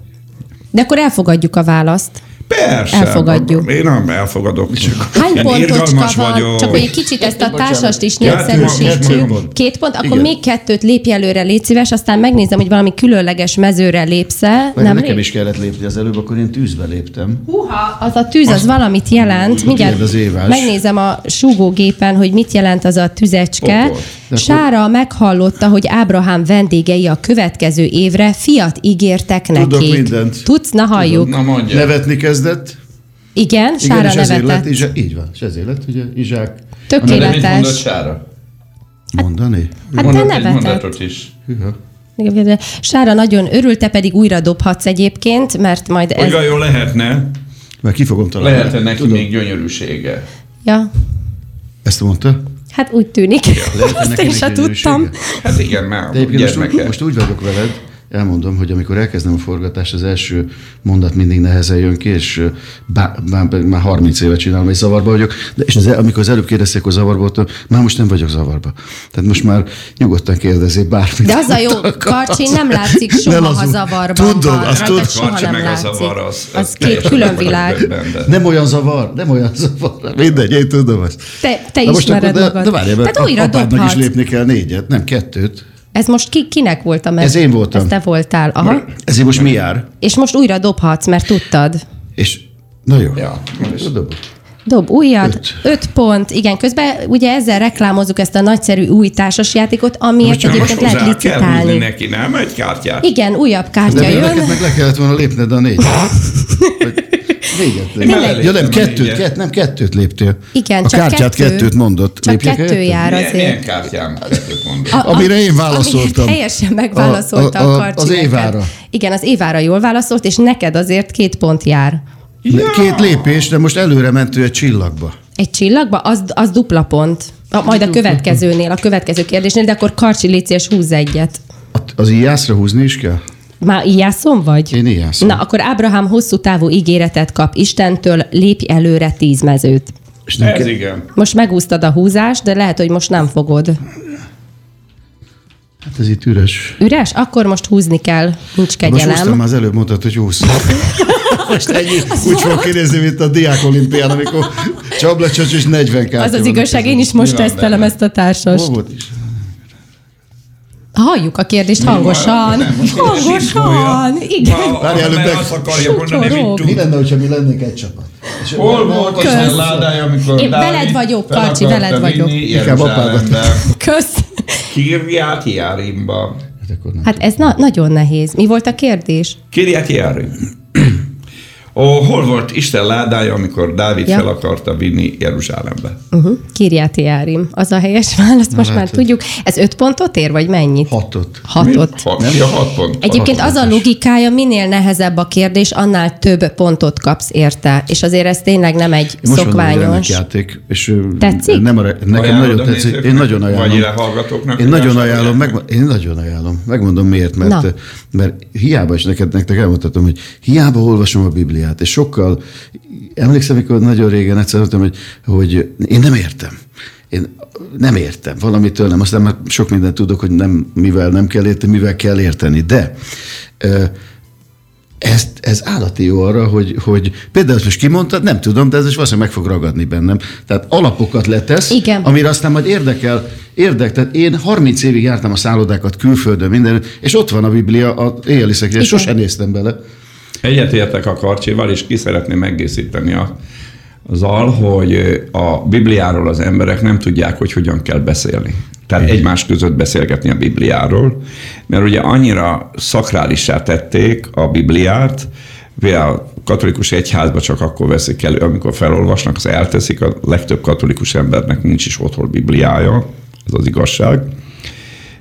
Speaker 2: De akkor elfogadjuk a választ.
Speaker 3: Persze.
Speaker 2: Elfogadjuk.
Speaker 3: Én nem elfogadok. Csak
Speaker 2: Hány
Speaker 3: Én
Speaker 2: pontocska
Speaker 3: irgalmas
Speaker 2: van?
Speaker 3: vagyok.
Speaker 2: Csak hogy egy kicsit ezt a társast is
Speaker 3: Ja, hát most
Speaker 2: népszerűsítsük.
Speaker 3: mondom.
Speaker 2: Két pont, akkor
Speaker 1: Igen.
Speaker 2: még kettőt lépj előre, légy szíves, aztán megnézem, hogy valami különleges mezőre lépsz-e.
Speaker 1: Vagy
Speaker 2: Nem
Speaker 1: nekem
Speaker 2: lép?
Speaker 1: is kellett lépni az előbb, akkor én tűzbe léptem.
Speaker 2: Húha, az a tűz, az valamit jelent. Mindjárt
Speaker 1: az évás.
Speaker 2: megnézem a súgógépen, hogy mit jelent az a tüzecske.
Speaker 3: Pokol.
Speaker 1: De akkor-
Speaker 2: Sára meghallotta, hogy Ábrahám vendégei a következő évre fiat ígértek nekik.
Speaker 1: Tudok mindent.
Speaker 2: Tudsz, na halljuk.
Speaker 3: Na mondja.
Speaker 1: Nevetni kezdett.
Speaker 2: Igen,
Speaker 1: Igen,
Speaker 2: Sára
Speaker 1: és ezért lett,
Speaker 2: nevetett. Hát-
Speaker 1: Izsák, így van, és ezért lett ugye Izsák.
Speaker 3: De mit mondott
Speaker 2: Tökéletes.
Speaker 3: Sára?
Speaker 1: Mondani?
Speaker 2: Hát te
Speaker 3: Mondott egy
Speaker 2: nevetett.
Speaker 3: mondatot is.
Speaker 1: Hűha.
Speaker 2: Sára nagyon örülte, pedig újra dobhatsz egyébként, mert majd ez...
Speaker 3: Hogy vajon lehetne,
Speaker 1: Már ki fogom találni.
Speaker 3: lehetne neki
Speaker 1: Tudom.
Speaker 3: még gyönyörűsége.
Speaker 2: Ja,
Speaker 1: Ezt mondta?
Speaker 2: hát úgy tűnik.
Speaker 1: Lehetne
Speaker 2: Azt
Speaker 1: neki
Speaker 2: én se
Speaker 1: még gyönyörűsége?
Speaker 2: tudtam.
Speaker 3: Hát igen, már
Speaker 1: De egyébként most,
Speaker 3: gyermeke.
Speaker 1: úgy- most úgy vagyok veled, elmondom, hogy amikor elkezdem a forgatást, az első mondat mindig nehezen jön ki, és bá, bá, már 30 éve csinálom, hogy zavarba vagyok, de és az, amikor az előbb kérdezték, hogy zavarba voltam, már most nem vagyok zavarba. Tehát most már nyugodtan kérdezzék bármit.
Speaker 2: De az a jó, Karcsi nem látszik soha, ha zavarban
Speaker 1: Tudom,
Speaker 2: van.
Speaker 1: azt
Speaker 2: Rajtad
Speaker 1: tudom.
Speaker 2: soha
Speaker 3: Karcsi
Speaker 2: nem
Speaker 3: meg a
Speaker 2: látszik.
Speaker 3: zavar, az-
Speaker 2: az
Speaker 3: az
Speaker 2: két
Speaker 3: teljesen
Speaker 2: külön
Speaker 3: meg vagyok
Speaker 2: világ.
Speaker 3: döbbenve.
Speaker 1: Nem olyan zavar, nem olyan zavar. Mindegy, én tudom azt.
Speaker 2: Te, te
Speaker 1: Na most
Speaker 2: ismered
Speaker 1: akkor de,
Speaker 2: magad.
Speaker 1: De várjál, mert
Speaker 2: Tehát újra
Speaker 1: apádnak is
Speaker 2: dobhatsz.
Speaker 1: lépni kell négyet, nem kettőt.
Speaker 2: Ez most ki, kinek volt a meg?
Speaker 1: Ez én voltam.
Speaker 2: Ez te voltál, aha.
Speaker 1: Ezért most mi jár?
Speaker 2: És most újra dobhatsz, mert tudtad.
Speaker 1: És na jó.
Speaker 3: Ja,
Speaker 1: Jó, dobok.
Speaker 2: Dob újat,
Speaker 1: Öt.
Speaker 2: 5 pont, igen, közben ugye ezzel reklámozzuk ezt a nagyszerű új társasjátékot, amiért
Speaker 3: Csak most
Speaker 2: egyébként lehet
Speaker 3: hozzá kell húzni
Speaker 2: licitálni.
Speaker 3: neki, nem? Egy kártyát.
Speaker 2: Igen, újabb
Speaker 1: De
Speaker 2: kártya
Speaker 1: még
Speaker 2: jön.
Speaker 1: neked meg le kellett volna lépned a négyet. Vagy Négyet léptél.
Speaker 2: Tényleg?
Speaker 1: Ja, nem,
Speaker 3: Léptem a
Speaker 1: kettőt,
Speaker 3: négyet.
Speaker 1: kett, nem kettőt léptél.
Speaker 2: Igen,
Speaker 1: a
Speaker 2: csak
Speaker 1: kártyát
Speaker 2: kettő.
Speaker 1: kettőt mondott.
Speaker 2: Csak
Speaker 1: Lépjek
Speaker 2: kettő
Speaker 1: egyet?
Speaker 2: jár
Speaker 3: Milyen, milyen
Speaker 2: azért.
Speaker 3: kártyám? Kettőt mondok.
Speaker 2: A-
Speaker 1: Amire én válaszoltam.
Speaker 2: Amit Helyesen megválaszolta
Speaker 1: A-
Speaker 2: a,
Speaker 1: a-
Speaker 2: a,
Speaker 1: a-
Speaker 2: a Karcsi
Speaker 1: az
Speaker 2: neked.
Speaker 1: Évára.
Speaker 2: Igen, az Évára jól válaszolt, és neked azért két pont jár.
Speaker 1: Ne- Két lépés, de most előre ment ő egy csillagba.
Speaker 2: Egy csillagba, az, az dupla pont. A, majd a következőnél, a következő kérdésnél, de akkor Karcsi Léci és húzz egyet.
Speaker 1: A- Az ijászra húzni is kell?
Speaker 2: Már ijászom vagy?
Speaker 1: Én ijászom.
Speaker 2: Na, akkor Ábrahám hosszú távú ígéretet kap Istentől, lépj előre tíz mezőt.
Speaker 1: És nem
Speaker 3: Ez
Speaker 1: kell.
Speaker 3: igen.
Speaker 2: Most megúsztad a húzást, de lehet, hogy most nem fogod.
Speaker 1: Hát ez itt üres.
Speaker 2: Üres? Akkor most húzni kell. Nincs
Speaker 1: Most húztam,
Speaker 2: kegyelem.
Speaker 1: már az előbb mondtad, hogy húsz. Most ennyi, úgy fog kinézni, mint a diák olimpián, amikor Csablacsacs és 40 kártya
Speaker 2: Az az
Speaker 1: van a
Speaker 2: igazság, én
Speaker 1: kezedben.
Speaker 2: is most
Speaker 3: Mi van
Speaker 2: tesztelem
Speaker 3: benne?
Speaker 2: ezt a társast.
Speaker 1: Hol volt is?
Speaker 2: Halljuk a kérdést hangosan.
Speaker 3: Nem, most
Speaker 2: Hangosan,
Speaker 3: simogatja.
Speaker 2: igen.
Speaker 3: Ma-
Speaker 1: Várjál,
Speaker 3: mert
Speaker 1: előbb
Speaker 3: azt
Speaker 1: meg-
Speaker 3: akarja mondani,
Speaker 2: Sutorog.
Speaker 3: mit
Speaker 1: Mi
Speaker 3: tud.
Speaker 1: lenne, hogyha mi lennénk egy csapat? És Hát
Speaker 3: Hol volt az
Speaker 2: Kösz.
Speaker 3: elládája, amikor
Speaker 2: Én
Speaker 3: Dávid
Speaker 2: veled vagyok,
Speaker 3: fel
Speaker 2: Karcsi,
Speaker 3: akarta
Speaker 2: veled vagyok.
Speaker 3: vinni
Speaker 1: Inkább apádat.
Speaker 3: Jeruzsálembe.
Speaker 2: Kösz.
Speaker 3: Kirját Járimba.
Speaker 1: Hát akkor nem.
Speaker 2: Hát ez na- nagyon nehéz. Mi volt a kérdés?
Speaker 3: Kirját Járim. Ó, hol volt Isten ládája, amikor Dávid
Speaker 2: Ja.
Speaker 3: fel akarta vinni Jeruzsálembe?
Speaker 2: Uh-huh. Kirjáti Járim. Az a helyes válasz, most már
Speaker 1: látod.
Speaker 2: tudjuk. Ez öt pontot ér, vagy mennyit?
Speaker 1: Hatot.
Speaker 2: Hatot.
Speaker 3: Mi? Hat, ja, hat pont.
Speaker 2: Egyébként
Speaker 3: Hat
Speaker 2: az a
Speaker 3: pontos.
Speaker 2: logikája, minél nehezebb a kérdés, annál több pontot kapsz érte. És azért ez tényleg nem egy
Speaker 1: Én most mondom, hogy remek
Speaker 2: szokványos.
Speaker 1: játék, és ö,
Speaker 2: Tetszik?
Speaker 1: Nem, arra- nekem
Speaker 3: Ajánlod
Speaker 1: nagyon
Speaker 3: a
Speaker 1: tetszik. Én
Speaker 3: nézőknek?
Speaker 1: nagyon
Speaker 3: Vagy
Speaker 1: ajánlom.
Speaker 3: ide hallgatóknak?
Speaker 1: Én nagyon
Speaker 3: Ide
Speaker 1: ajánlom,
Speaker 3: hallgatóknak?
Speaker 1: meg, én nagyon ajánlom. Megmondom miért, mert,
Speaker 2: Na.
Speaker 1: mert hiába is neked, nektek elmondhatom, hogy hiába olvasom a Bibliát, és sokkal, emlékszem, amikor nagyon régen egyszer mondtam, hogy, hogy én nem értem. Én nem értem, valamitől nem. Aztán már sok mindent tudok, hogy nem, mivel nem kell érteni, mivel kell érteni. De ö, ez, ez állati jó arra, hogy, hogy például ezt most kimondtad, nem tudom, de ez is valószínűleg meg fog ragadni bennem. Tehát alapokat letesz,
Speaker 2: Igen.
Speaker 1: amire aztán majd érdekel, érdek. Tehát én 30 évig jártam a szállodákat külföldön, minden, és ott van a Biblia, a éjjeli szekrényen,
Speaker 2: Igen.
Speaker 1: sosem néztem bele.
Speaker 3: Egyetértek a karcséval, és ki szeretném egészíteni a, azzal, hogy ö, a Bibliáról az emberek nem tudják, hogy hogyan kell beszélni. Tehát egymás között beszélgetni a Bibliáról, mert ugye annyira szakrálissá tették a Bibliát, ugye a katolikus egyházba csak akkor veszik elő, amikor felolvasnak, az elteszik, a legtöbb katolikus embernek nincs is otthon Bibliája, ez az igazság.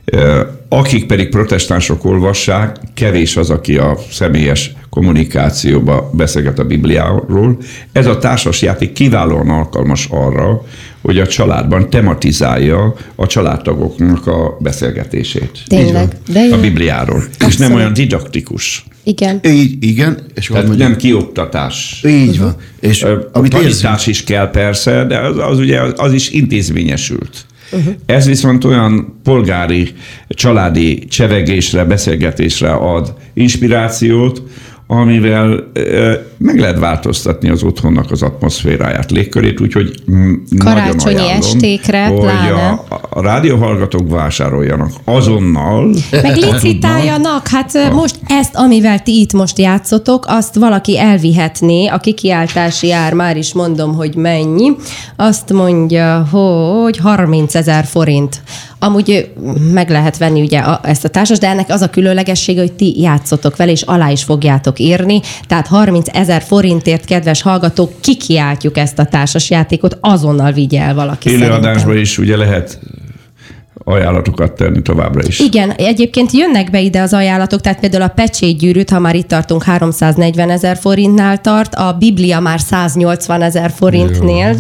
Speaker 3: Ö, Akik pedig protestánsok olvassák, kevés az, aki a személyes kommunikációba beszélget a Bibliáról. Ez a társasjáték kiválóan alkalmas arra, hogy a családban tematizálja a családtagoknak a beszélgetését.
Speaker 2: Tényleg. De jó.
Speaker 3: A Bibliáról. És nem olyan didaktikus.
Speaker 2: Hát Igen.
Speaker 1: Így, igen, és
Speaker 3: Tehát
Speaker 1: mondjuk-
Speaker 3: nem kioktatás.
Speaker 1: Így van. És
Speaker 3: Ö,
Speaker 1: amit érzünk,
Speaker 3: tanítás is kell persze, de az, az ugye az, az is intézményesült. Uh-huh. Ez viszont olyan polgári, családi csevegésre, beszélgetésre ad inspirációt, amivel ö, meg lehet változtatni az otthonnak az atmoszféráját, légkörét, úgyhogy mm, nagyon
Speaker 2: Karácsonyi
Speaker 3: ajánlom,
Speaker 2: estékre
Speaker 3: hogy
Speaker 2: pláne.
Speaker 3: a, a rádióhallgatók vásároljanak azonnal.
Speaker 2: Meg licitáljanak, hát ö, most ezt, amivel ti itt most játszotok, azt valaki elvihetné, a kikiáltási ár, már is mondom, hogy mennyi, azt mondja, hogy 30 ezer forint. Amúgy ö, meg lehet venni ugye a, ezt a társas, de ennek az a különlegessége, hogy ti játszotok vele, és alá is fogjátok írni, tehát 30 ezer forintért, kedves hallgatók, kikiáltjuk ezt a társas játékot, azonnal vigye el valaki szerintem.
Speaker 3: Élőadásban is ugye lehet ajánlatokat tenni továbbra is.
Speaker 2: Igen, egyébként jönnek be ide az ajánlatok, tehát például a pecsétgyűrűt, ha már itt tartunk, 340 ezer forintnál tart, a Biblia már 180 ezer forintnél.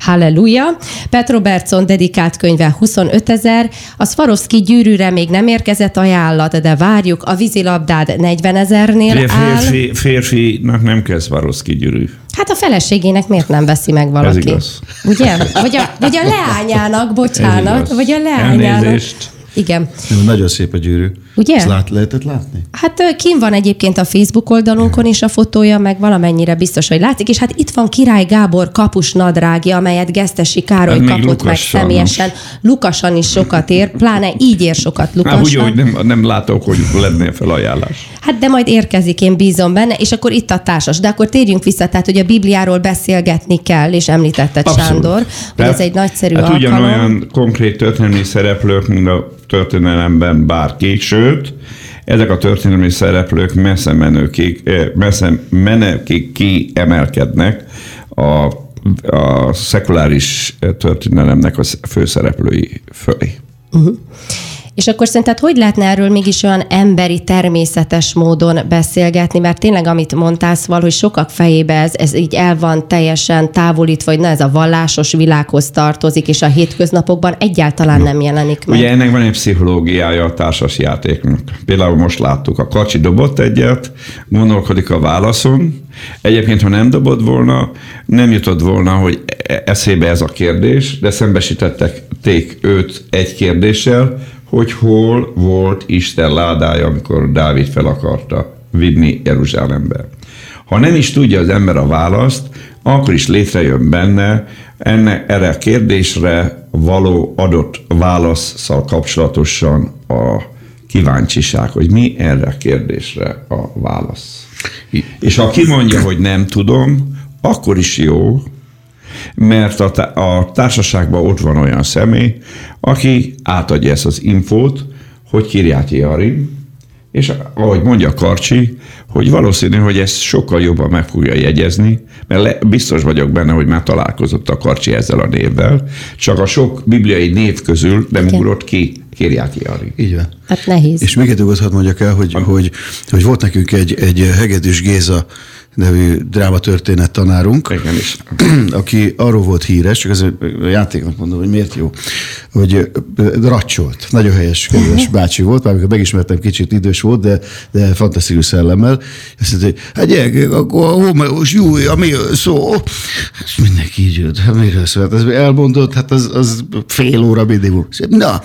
Speaker 2: Halleluja. Pet Robertson dedikált könyve 25 ezer, a Swarovski gyűrűre még nem érkezett ajánlat, de várjuk, a vízilabdád 40 ezernél áll.
Speaker 3: Férfi, férfinak nem kell Swarovski gyűrű.
Speaker 2: Hát a feleségének miért nem veszi meg valaki?
Speaker 3: Ez igaz.
Speaker 2: Ugye? Vagy a, vagy a leányának, bocsánat,
Speaker 3: igaz.
Speaker 2: vagy a leányának.
Speaker 3: Elnézést.
Speaker 2: Igen.
Speaker 1: Jó, Nagyon szép a gyűrű.
Speaker 2: Ugye?
Speaker 1: Ezt lát, lehetett látni?
Speaker 2: Hát ö, kim van egyébként a Facebook oldalunkon is a fotója, meg valamennyire biztos, hogy látszik, és hát itt van Király Gábor kapus nadrágja, amelyet Gesztesi Károly
Speaker 3: Hát még
Speaker 2: kapott meg
Speaker 3: Lukassal
Speaker 2: személyesen. Lukasan is sokat ér, pláne így ér sokat Lukasan.
Speaker 3: Hát úgy, hogy nem, nem látok, hogy lennél felajánlás.
Speaker 2: Hát de majd érkezik, én bízom benne, és akkor itt a társas. De akkor térjünk vissza, tehát hogy a Bibliáról beszélgetni kell, és említetted Abszolút. Sándor, hogy
Speaker 3: Tehát-
Speaker 2: ez egy nagyszerű
Speaker 3: hát
Speaker 2: alkalom.
Speaker 3: ugyanolyan konkrét történelmi szereplők, mint a történelemben bárki, sőt, ezek a történelmi szereplők messze, menőkig, eh, messze menőkig kiemelkednek a, a szekuláris eh, történelemnek a sz- főszereplői fölé.
Speaker 2: És akkor szerinted hogy lehetne erről mégis olyan emberi, természetes módon beszélgetni? Mert tényleg, amit mondtál, szóval, hogy sokak fejébe ez, ez így el van teljesen távolítva, hogy na ez a vallásos világhoz tartozik, és a hétköznapokban egyáltalán nem jelenik meg.
Speaker 3: Ugye ennek van egy pszichológiája a társas játéknak. Például most láttuk, a kacsi dobott egyet, gondolkodik a válaszon. Egyébként, ha nem dobott volna, nem jutott volna, hogy e- eszébe ez a kérdés, de szembesítettek ték őt egy kérdéssel, hogy hol volt Isten ládája, amikor Dávid fel akarta vinni Jeruzsálembe. Ha nem is tudja az ember a választ, akkor is létrejön benne enne, erre a kérdésre való adott válaszszal kapcsolatosan a kíváncsiság, hogy mi erre a kérdésre a válasz. És ha kimondja, hogy nem tudom, akkor is jó, mert a, tá- a társaságban ott van olyan személy, aki átadja ezt az infót, hogy Kirjáti Arim, és ahogy mondja Karcsi, hogy valószínű, hogy ezt sokkal jobban meg fogja jegyezni, mert le, biztos vagyok benne, hogy már találkozott a Karcsi ezzel a névvel, csak a sok bibliai név közül nem
Speaker 2: Igen.
Speaker 3: ugrott ki Kirjáti Arim.
Speaker 1: Így van.
Speaker 2: Hát nehéz.
Speaker 1: És még egy dolgot hadd mondjak el, hogy, hogy, hogy volt nekünk egy, egy Hegedűs Géza nevű drámatörténet tanárunk,
Speaker 3: Igen is.
Speaker 1: aki arról volt híres, csak ez a játéknak mondom, hogy miért jó, hogy ö, racsolt. Nagyon helyes, kedves bácsi volt, már amikor megismertem, kicsit idős volt, de, de fantasztikus szellemmel. Azt mondta, hogy hát gyerekek, akkor a homeós júj, ami szó. Ezt mindenki így jött, hát miről szól? Hát ez elmondott, hát az, az fél óra minimum. Na,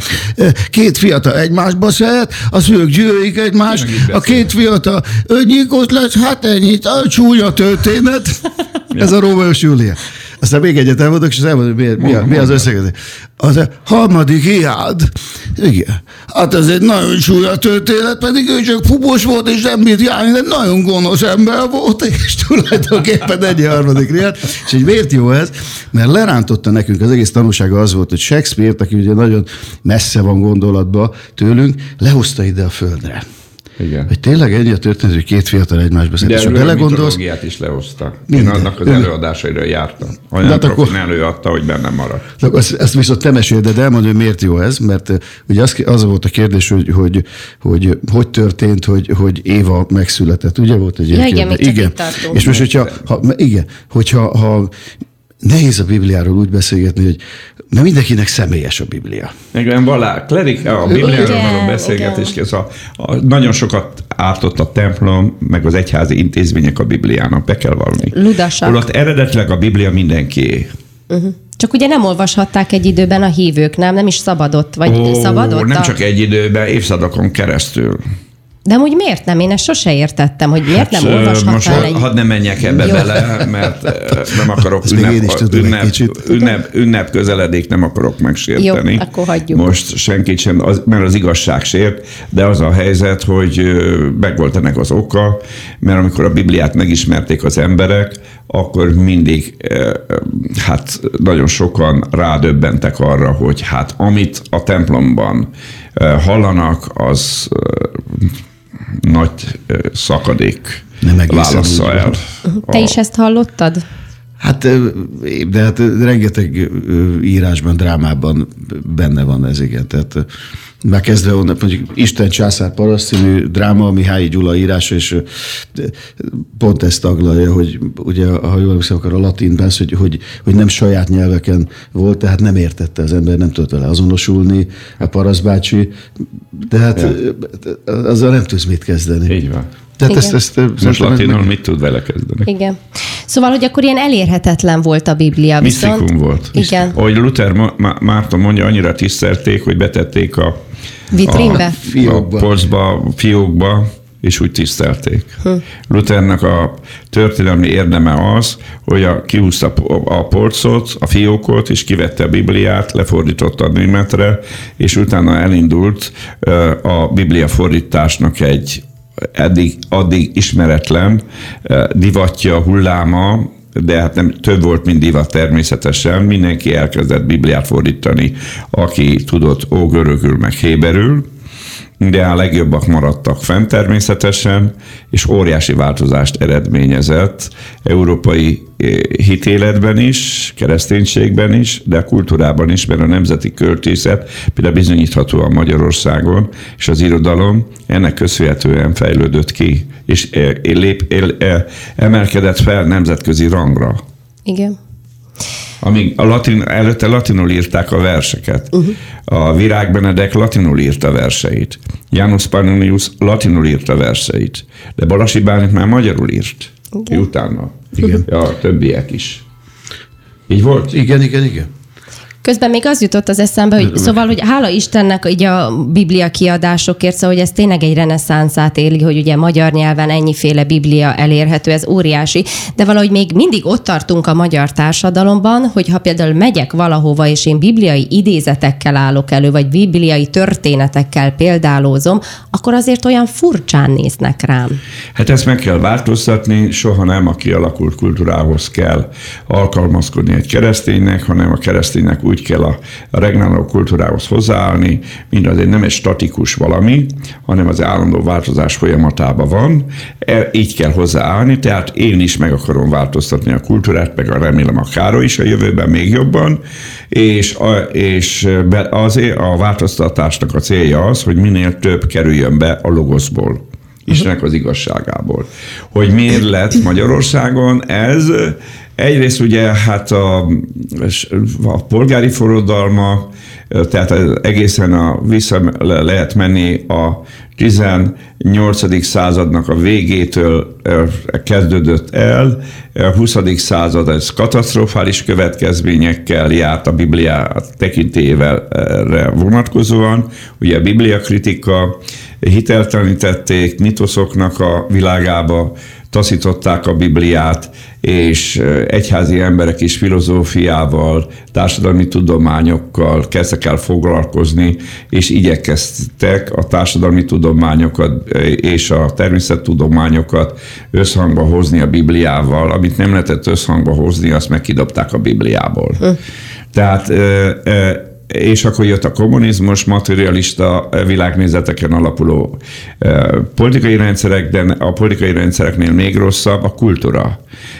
Speaker 1: két fiatal egymásba szeret, az ők gyűlik egymást, a két fiatal öngyilkos lesz, hát ennyit, a csúnya történet. Ez a Róma és Júlia. Aztán még egyet elmondok, és elmondom, mi, mi, a- mi az összegezés. Az a harmadik hiád. Igen. Hát ez egy nagyon súlyos történet, pedig ő csak fubos volt, és nem bírt járni, de nagyon gonosz ember volt, és tulajdonképpen egy harmadik riad. És így miért jó ez? Mert lerántotta nekünk, az egész tanulsága az volt, hogy Shakespeare-t, aki ugye nagyon messze van gondolatba tőlünk, lehozta ide a földre.
Speaker 3: Igen.
Speaker 1: Hogy tényleg ennyi a történet, hogy két fiatal egymásba szeret.
Speaker 3: De
Speaker 1: És ha
Speaker 3: erről a
Speaker 1: belegondolsz,
Speaker 3: mitológiát is lehozta. Én
Speaker 1: Minden.
Speaker 3: annak az
Speaker 1: Minden.
Speaker 3: előadásaira jártam.
Speaker 1: De
Speaker 3: Olyan
Speaker 1: hát
Speaker 3: profin
Speaker 1: akkor-
Speaker 3: előadta, hogy bennem maradt.
Speaker 1: Na, Ezt, ezt viszont te meséled, de elmondom, hogy miért jó ez, mert eh, ugye az, az volt a kérdés, hogy hogy, hogy, eh, hogy történt, hogy, hogy Éva megszületett. Ugye volt egy ilyen
Speaker 2: Ja, igen,
Speaker 1: kérdés?
Speaker 2: még csak itt tartunk.
Speaker 1: És most, hogyha, ha, igen, hogyha ha nehéz a Bibliáról úgy beszélgetni, hogy mert mindenkinek személyes a Biblia.
Speaker 3: Igen, valá, klerik, a Bibliáról
Speaker 2: Igen,
Speaker 3: való beszélgetés, ez a, a, nagyon sokat ártott a templom, meg az egyházi intézmények a Bibliának, be kell valami.
Speaker 2: Ludasak.
Speaker 3: Holott eredetileg a Biblia mindenkié.
Speaker 2: Csak ugye nem olvashatták egy időben a hívők, nem? Nem is szabadott, vagy
Speaker 3: Ó,
Speaker 2: szabadott?
Speaker 3: nem
Speaker 2: a-
Speaker 3: csak egy időben, évszázadokon keresztül.
Speaker 2: De úgy miért nem? Én ezt sose értettem, hogy miért nem
Speaker 3: Hát, ö,
Speaker 2: olvashattál
Speaker 3: most ha-
Speaker 2: egy...
Speaker 3: hadd ne menjek ebbe
Speaker 2: Jó.
Speaker 3: bele, mert ö, nem akarok
Speaker 1: Ezt még én is tudom egy
Speaker 3: ünnep,
Speaker 1: kicsit.
Speaker 3: ünnep, ünnep közeledék, nem akarok megsérteni.
Speaker 2: Jó, akkor hagyjuk.
Speaker 3: Most senkit sem, az, mert az igazság sért, de az a helyzet, hogy ö, megvolt ennek az oka, mert amikor a Bibliát megismerték az emberek, akkor mindig ö, ö, hát nagyon sokan rádöbbentek arra, hogy hát amit a templomban ö, hallanak, az ö, nagy ö, szakadék
Speaker 1: Nem egészen
Speaker 3: válassza
Speaker 1: úgy
Speaker 3: el.
Speaker 2: Te is ezt hallottad?
Speaker 1: Hát, ö, de hát ö, rengeteg ö, írásban, drámában benne van ez, igen. Tehát ö, megkezdve onnan, mondjuk Isten császár paraszt című dráma, Mihály Gyula írása, és pont ezt taglalja, hogy ugye, ha jól emlékszem, akkor a latin bász, hogy, hogy, hogy nem saját nyelveken volt, tehát nem értette az ember, nem tudott vele azonosulni, a paraszt bácsi, de hát ja. azzal nem tudsz mit kezdeni.
Speaker 3: Így van.
Speaker 1: Tehát
Speaker 2: Igen.
Speaker 1: ezt, ezt, ezt
Speaker 3: Most latinul mit tud vele kezdeni?
Speaker 2: Igen. Szóval, hogy akkor ilyen elérhetetlen volt a Biblia. viszont-
Speaker 3: Misztikum volt.
Speaker 2: Igen.
Speaker 3: Ahogy Luther Ma- Ma- Márton mondja, annyira tisztelték, hogy betették a,
Speaker 2: Vitrínbe?
Speaker 3: a, a
Speaker 1: Fiókba.
Speaker 3: polcba, fiókba, és úgy tisztelték. Hm. Luthernek a történelmi érdeme az, hogy a, kiúzta po- a polcot, a fiókot, és kivette a Bibliát, lefordította a németre, és utána elindult ö, a Biblia fordításnak egy eddig, addig ismeretlen ö, divatja, hulláma, de hát nem, több volt, mint divat természetesen. Mindenki elkezdett Bibliát fordítani, aki tudott ógörögül, meg héberül, de a legjobbak maradtak fent természetesen, és óriási változást eredményezett európai eh, hitéletben is, kereszténységben is, de a kultúrában is, mert a nemzeti költészet például bizonyíthatóan Magyarországon, és az irodalom ennek köszönhetően fejlődött ki, és eh, eh, lép, eh, eh, emelkedett fel nemzetközi rangra.
Speaker 2: Igen.
Speaker 3: Amíg a latin, előtte latinul írták a verseket. Uh-huh. A Virág Benedek latinul írta verseit. Janus Pannonius latinul írta verseit. De Balasi Bálint már magyarul írt. Igen. Utána. Igen. Ja, a többiek is. Így volt?
Speaker 1: Igen, igen, igen.
Speaker 2: Közben még az jutott az eszembe, hogy szóval, hogy hála Istennek így a biblia kiadásokért, szóval, hogy ez tényleg egy reneszánszát éli, hogy ugye magyar nyelven ennyiféle biblia elérhető, ez óriási, de valahogy még mindig ott tartunk a magyar társadalomban, hogy ha például megyek valahova, és én bibliai idézetekkel állok elő, vagy bibliai történetekkel példálózom, akkor azért olyan furcsán néznek rám.
Speaker 3: Hát ezt meg kell változtatni, soha nem a kialakult kultúrához kell alkalmazkodni egy kereszténynek, hanem a kereszténynek úgy kell a a regnáló kultúrához hozzáállni, mindaz egy nem egy statikus valami, hanem az állandó változás folyamatában van, E- így kell hozzáállni, tehát én is meg akarom változtatni a kultúrát, meg a remélem a Károly is a jövőben még jobban, és, a, és be, azért a változtatásnak a célja az, hogy minél több kerüljön be a logoszból. Istennek az igazságából. Hogy miért lett Magyarországon ez? Egyrészt ugye hát a, a polgári forradalma, tehát egészen a, vissza le- lehet menni a 18. századnak a végétől ö, kezdődött el. A 20. század ez katasztrofális következményekkel járt a Biblia tekintével erre vonatkozóan. Ugye a Biblia kritika hiteltelenítették, mitoszoknak a világába taszították a Bibliát, és ö, egyházi emberek is filozófiával, társadalmi tudományokkal kezdtek el foglalkozni, és igyekeztek a társadalmi tudományokat ö, és a természettudományokat összhangba hozni a Bibliával. Amit nem lehetett összhangba hozni, azt meg kidobták a Bibliából. Tehát ö, ö, és akkor jött a kommunizmus, materialista világnézeteken alapuló eh, politikai rendszerek, de a politikai rendszereknél még rosszabb a kultúra.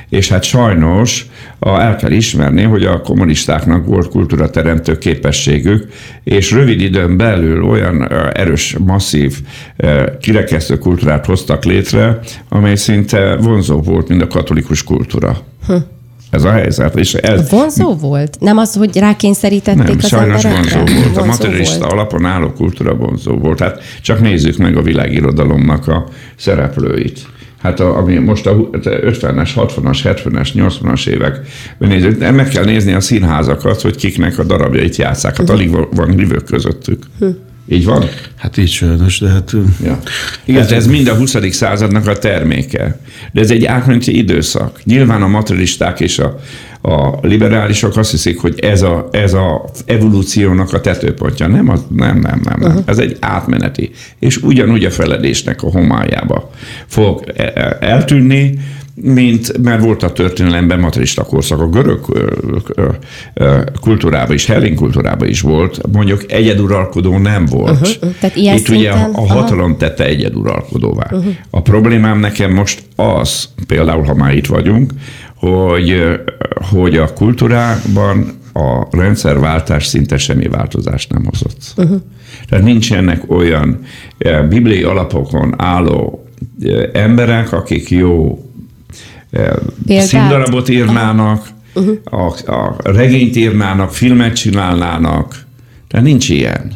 Speaker 3: És hát sajnos a, el kell ismerni, hogy a kommunistáknak volt kultúra teremtő képességük, és rövid időn belül olyan eh, erős, masszív, eh, kirekesztő kultúrát hoztak létre, amely szinte vonzó volt, mint a katolikus kultúra. Ez a helyzet, és ez
Speaker 2: Vonzó volt? Nem az, hogy rákényszerítették
Speaker 3: nem,
Speaker 2: az
Speaker 3: sajnos
Speaker 2: emberekre?
Speaker 3: vonzó volt. A
Speaker 2: Vonzó
Speaker 3: materialista
Speaker 2: volt.
Speaker 3: alapon álló kultúra vonzó volt. Hát csak nézzük meg a világirodalomnak a szereplőit. Hát a, ami most a hu- hát 50-es, 60-as, 70-es, 80-as évek. Nézzük, de meg kell nézni a színházakat, hogy kiknek a darabjait játszák.
Speaker 2: Mhm.
Speaker 3: Hát alig va- van hívők közöttük.
Speaker 2: Hm.
Speaker 3: Így van?
Speaker 1: Hát így sajnos, de hát...
Speaker 3: Ja. Igen, hát ez mind a 20. századnak a terméke. De ez egy átmeneti időszak. Nyilván a materialisták és a, a liberálisok azt hiszik, hogy ez a, ez a evolúciónak a tetőpontja. Nem, az, nem, nem, nem. nem. Uh-huh. Ez egy átmeneti. És ugyanúgy a feledésnek a homályába fog e- e- eltűnni, mint mert volt a történelemben materialista korszak, a görög ö, ö, ö, kultúrában is, hellén kultúrában is volt, mondjuk egyeduralkodó nem volt.
Speaker 2: Uh-huh. Tehát ilyen
Speaker 3: Itt ugye a,
Speaker 2: szinten-
Speaker 3: a
Speaker 2: Aha.
Speaker 3: hatalom hatalom tette egyeduralkodóvá. Uh-huh. A problémám nekem most az, például ha már itt vagyunk, hogy, hogy a kultúrában a rendszerváltás szinte semmi változást nem hozott. Uh-huh. Tehát nincsenek olyan eh, bibliai alapokon álló eh, emberek, akik jó eh,
Speaker 2: Példát?
Speaker 3: színdarabot írnának, a, a regényt írnának, filmet csinálnának. Tehát nincs ilyen.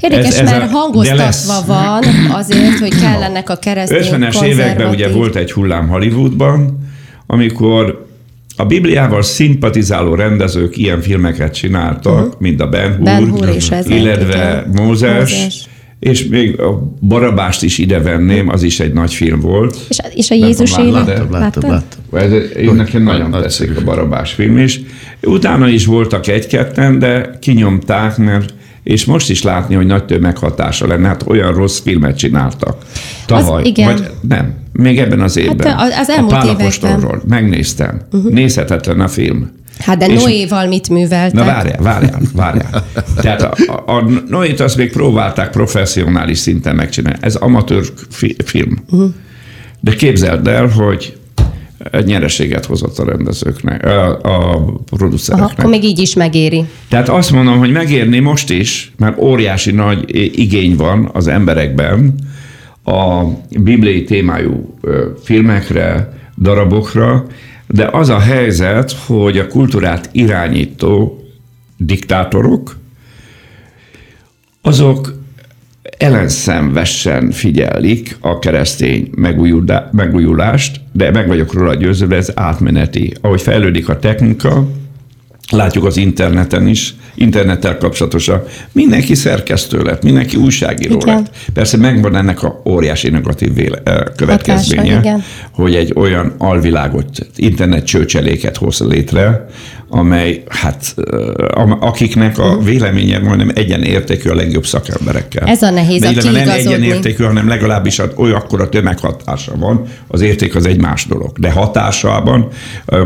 Speaker 2: Érdekes,
Speaker 3: Ez-
Speaker 2: ez,
Speaker 3: ez
Speaker 2: ez mert
Speaker 3: a- de
Speaker 2: hangoztatva
Speaker 3: lesz.
Speaker 2: van azért, hogy kellenek a keresztény
Speaker 3: 50-es években ugye
Speaker 2: konzervatív-
Speaker 3: volt egy hullám Hollywoodban, amikor a Bibliával szimpatizáló rendezők ilyen filmeket csináltak, uh-huh. mint a Ben Hur,
Speaker 2: Mhm. Ben Hur is ez
Speaker 3: illetve
Speaker 2: egyik, igen.
Speaker 3: Mózes,
Speaker 2: Mózes.
Speaker 3: és még a Barabást is ide venném, az is egy nagy film volt.
Speaker 2: És, és a
Speaker 3: Nem
Speaker 2: Jézus
Speaker 3: tudom,
Speaker 2: élet?
Speaker 3: láttad?
Speaker 1: Láttam, láttam, láttam.
Speaker 3: Ez, én nekem nagyon
Speaker 1: nagy-
Speaker 3: tetszik a Barabás film is. Utána is voltak egy-ketten, de kinyomták, mert és most is látni, hogy nagy tömeghatása lenne. Hát olyan rossz filmet csináltak. Tavaly.
Speaker 2: igen.
Speaker 3: Vagy nem, még ebben az évben.
Speaker 2: a- az elmúlt
Speaker 3: a Pál
Speaker 2: években. Mhm.
Speaker 3: Apostolról. Megnéztem. Uh-huh. Nézhetetlen a film.
Speaker 2: Hát de
Speaker 3: És-
Speaker 2: Noéval mit műveltek?
Speaker 3: Na várjál, várjál, várjál. Tehát a, a, a Noét azt még próbálták professzionális szinten megcsinálni. Ez amatőr fi, film. Uh-huh. De képzeld el, hogy egy nyereséget hozott a rendezőknek, a, a
Speaker 2: Aha,
Speaker 3: producereknek.
Speaker 2: akkor még így is megéri.
Speaker 3: Tehát azt mondom, hogy megérni most is, mert óriási nagy igény van az emberekben a bibliai témájú ö, filmekre, darabokra, de az a helyzet, hogy a kultúrát irányító diktátorok, azok ellenszenvesen figyelik a keresztény megújulda- megújulást, de meg vagyok róla győződve, ez átmeneti. Ahogy fejlődik a technika, látjuk az interneten is, internettel kapcsolatosan, mindenki szerkesztő lett, mindenki újságíró
Speaker 2: Igen.
Speaker 3: lett. Persze megvan ennek a óriási negatív véle, eh, következménye,
Speaker 2: Hatása, igen.
Speaker 3: hogy egy olyan alvilágot, internet csőcseléket hoz létre, amely, hát, ö, am- akiknek a
Speaker 2: Mhm.
Speaker 3: véleménye majdnem egyenértékű a legjobb szakemberekkel.
Speaker 2: Ez a nehéz,
Speaker 3: De
Speaker 2: a
Speaker 3: illetve nem
Speaker 2: kiigazodni.
Speaker 3: egyenértékű, hanem legalábbis hát a- olyan akkora tömeghatása van, az érték az egy más dolog. De hatásában ö,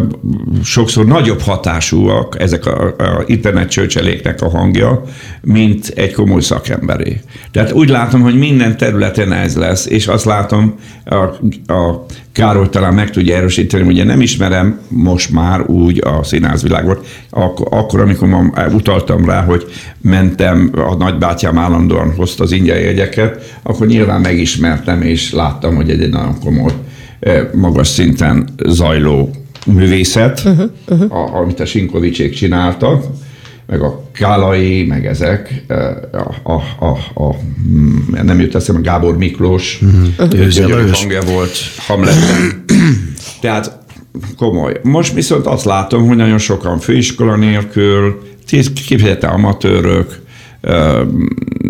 Speaker 3: sokszor nagyobb hatásúak ezek a, a internet csőcseléknek a hangja, mint egy komoly szakemberé. Tehát úgy látom, hogy minden területen ez lesz, és azt látom, a, a Károly talán meg tudja erősíteni, ugye nem ismerem most már úgy a színházvilágot, Ak- akkor, amikor ma utaltam rá, hogy mentem, a nagybátyám állandóan hozta az ingyen jegyeket, akkor nyilván megismertem, és láttam, hogy egy, egy nagyon komoly, eh, magas szinten zajló művészet, uh-huh, uh-huh. A, amit a Sinkovicsék csináltak, meg a Kálai, meg ezek, eh, a, a, a, a mm, nem jut eszembe, Gábor Miklós, uh-huh.
Speaker 1: Győzel Lajos.
Speaker 3: hangja volt Hamletben. Tehát komoly. Most viszont azt látom, hogy nagyon sokan főiskola nélkül, tíz- kifejezetten amatőrök, ö,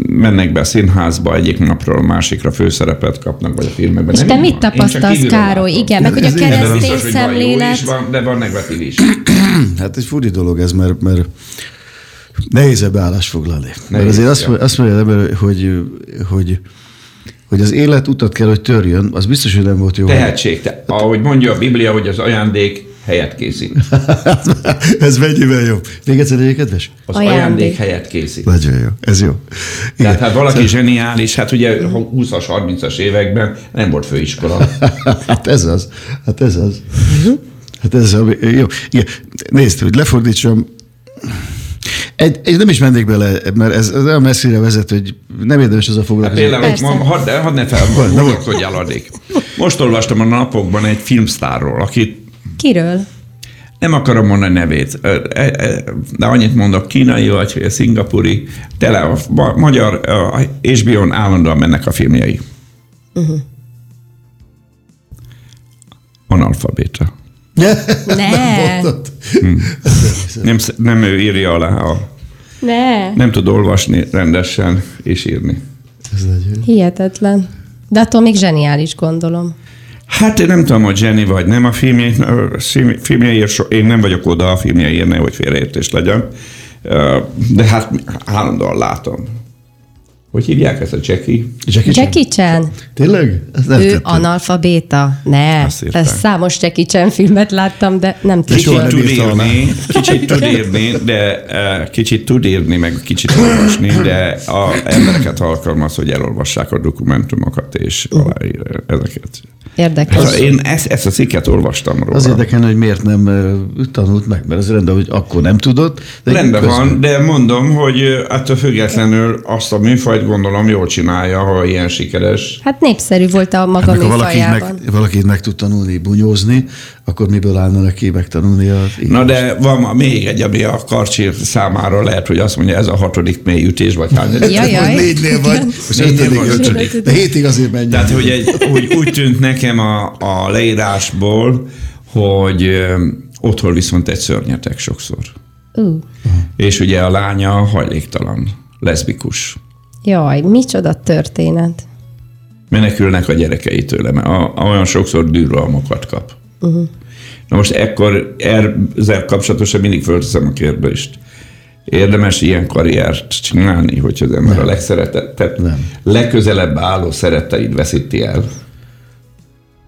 Speaker 3: mennek be a színházba, egyik napról a másikra főszerepet kapnak, vagy a filmekben.
Speaker 2: És
Speaker 3: Nem
Speaker 2: te
Speaker 3: így
Speaker 2: mit
Speaker 3: van. Én csak
Speaker 2: tapasztalsz,
Speaker 3: kívülről
Speaker 2: Károly?
Speaker 3: látom.
Speaker 2: Igen, meg hogy a
Speaker 1: Ez így van.
Speaker 3: Ebben
Speaker 2: keresztény
Speaker 3: biztos, hogy van jó
Speaker 2: szemlélet...
Speaker 3: is van, de van negatív is.
Speaker 1: Hát egy furi dolog ez, mert, mert nehéz ebbe állást foglalni. Mert
Speaker 3: Nehéz,
Speaker 1: azért azt,
Speaker 3: ja.
Speaker 1: azt mondja az ember, hogy, hogy, hogy az élet utat kell, hogy törjön, az biztos, hogy nem volt jó.
Speaker 3: Tehetség. Te, ahogy mondja a Biblia, hogy az ajándék helyet készít.
Speaker 1: Ez mennyivel jobb. Még egyszer egy kedves?
Speaker 3: Az
Speaker 2: Ajándék.
Speaker 3: ajándék, helyet készít.
Speaker 1: Nagyon jó. Ez jó.
Speaker 3: Tehát hát valaki zseniális, hát ugye 20-as, 30-as években nem volt főiskola.
Speaker 1: Hát ez az. Hát ez az. Hát ez az. ami- Jó. Igen. Nézd, hogy lefordítsam. Egy, egy, nem is mennék bele, mert ez, ez olyan messzire vezet, hogy nem érdemes az a foglalkozni.
Speaker 3: Például, hogy
Speaker 2: Persze.
Speaker 3: ma- hadd, hadd ne felmondkodjál addig. Most olvastam a napokban egy filmsztárról, akit
Speaker 2: Kiről?
Speaker 3: nem akarom mondani nevét, ö, e- e- de annyit mondok, kínai vagy vagy szingapuri, tele a ma- magyar, és Bion állandóan mennek a filmjei. Uh-huh. Analfabéta.
Speaker 2: Ne!
Speaker 1: Mondtad?
Speaker 3: Hmm. Nem, sz- nem ő írja alá, a,
Speaker 2: Ne!
Speaker 3: nem tud olvasni rendesen és írni.
Speaker 1: Ez nagyon jó.
Speaker 2: Hihetetlen. De attól még zseniális, gondolom.
Speaker 3: Hát én nem tudom, hogy Jenny vagy nem a filmjeit, a szín- filmjeiért, so- én nem vagyok oda a filmjeiért, nehogy félreértés legyen, Ö, de hát állandóan látom. Hogy hívják ezt a Jackie?
Speaker 1: Jackie Chan?
Speaker 2: Jackie Chan,
Speaker 1: Tényleg? Ez nem
Speaker 2: ő
Speaker 1: tettem.
Speaker 2: analfabéta. Ne,
Speaker 3: Azt írták.
Speaker 2: Ez számos Jackie Chan filmet láttam, de nem
Speaker 1: soha
Speaker 3: Kicsit
Speaker 1: nem
Speaker 2: tudom.
Speaker 3: tud
Speaker 1: írta alá.
Speaker 3: írni, kicsit tud írni, de eh, kicsit tud írni, meg kicsit olvasni, de a embereket alkalmaz, hogy elolvassák a dokumentumokat és aláír ezeket.
Speaker 2: Érdekes.
Speaker 3: Hát, én ezt, ezt a cikket olvastam róla.
Speaker 1: Az érdekelne, hogy miért nem ö, tanult meg, mert az rendben, hogy akkor nem tudod. De
Speaker 3: Rendben
Speaker 1: közben-
Speaker 3: van, de mondom, hogy ö, ettől függetlenül azt a műfajt gondolom jól csinálja, ha ilyen sikeres.
Speaker 2: Hát népszerű volt a maga
Speaker 1: Hát,
Speaker 2: hát,
Speaker 1: mikor valaki így
Speaker 2: műfajában.
Speaker 1: meg, valaki így meg tud tanulni, bunyózni, akkor miből állna neki megtanulni a...
Speaker 3: Na de van ma még egy, ami a karcsír számára lehet, hogy azt mondja, ez a hatodik mélyütés, vagy hányadik.
Speaker 2: Ja, ja. Jaj.
Speaker 6: Most négynél vagy, most
Speaker 3: Négynél
Speaker 6: ötödik,
Speaker 3: vagy,
Speaker 6: ötödik.
Speaker 3: ötödik.
Speaker 6: De hétig azért menj.
Speaker 3: Tehát, hogy egy, úgy, úgy tűnt nekem a, a leírásból, hogy ö, otthon viszont egy szörnyetek sokszor.
Speaker 2: Ú,
Speaker 3: És ugye a lánya hajléktalan, leszbikus.
Speaker 2: jaj, micsoda történet.
Speaker 3: menekülnek a gyerekei tőle, mert a, a, olyan sokszor dűralmakat kap. Uh-huh. Na most ekkor er- ezzel kapcsolatosan mindig fölteszem a kérdést. Érdemes ilyen karriert csinálni, hogy az ember Nem. a legszeretettebb,
Speaker 1: Nem.
Speaker 3: legközelebb álló szeretteid veszíti el?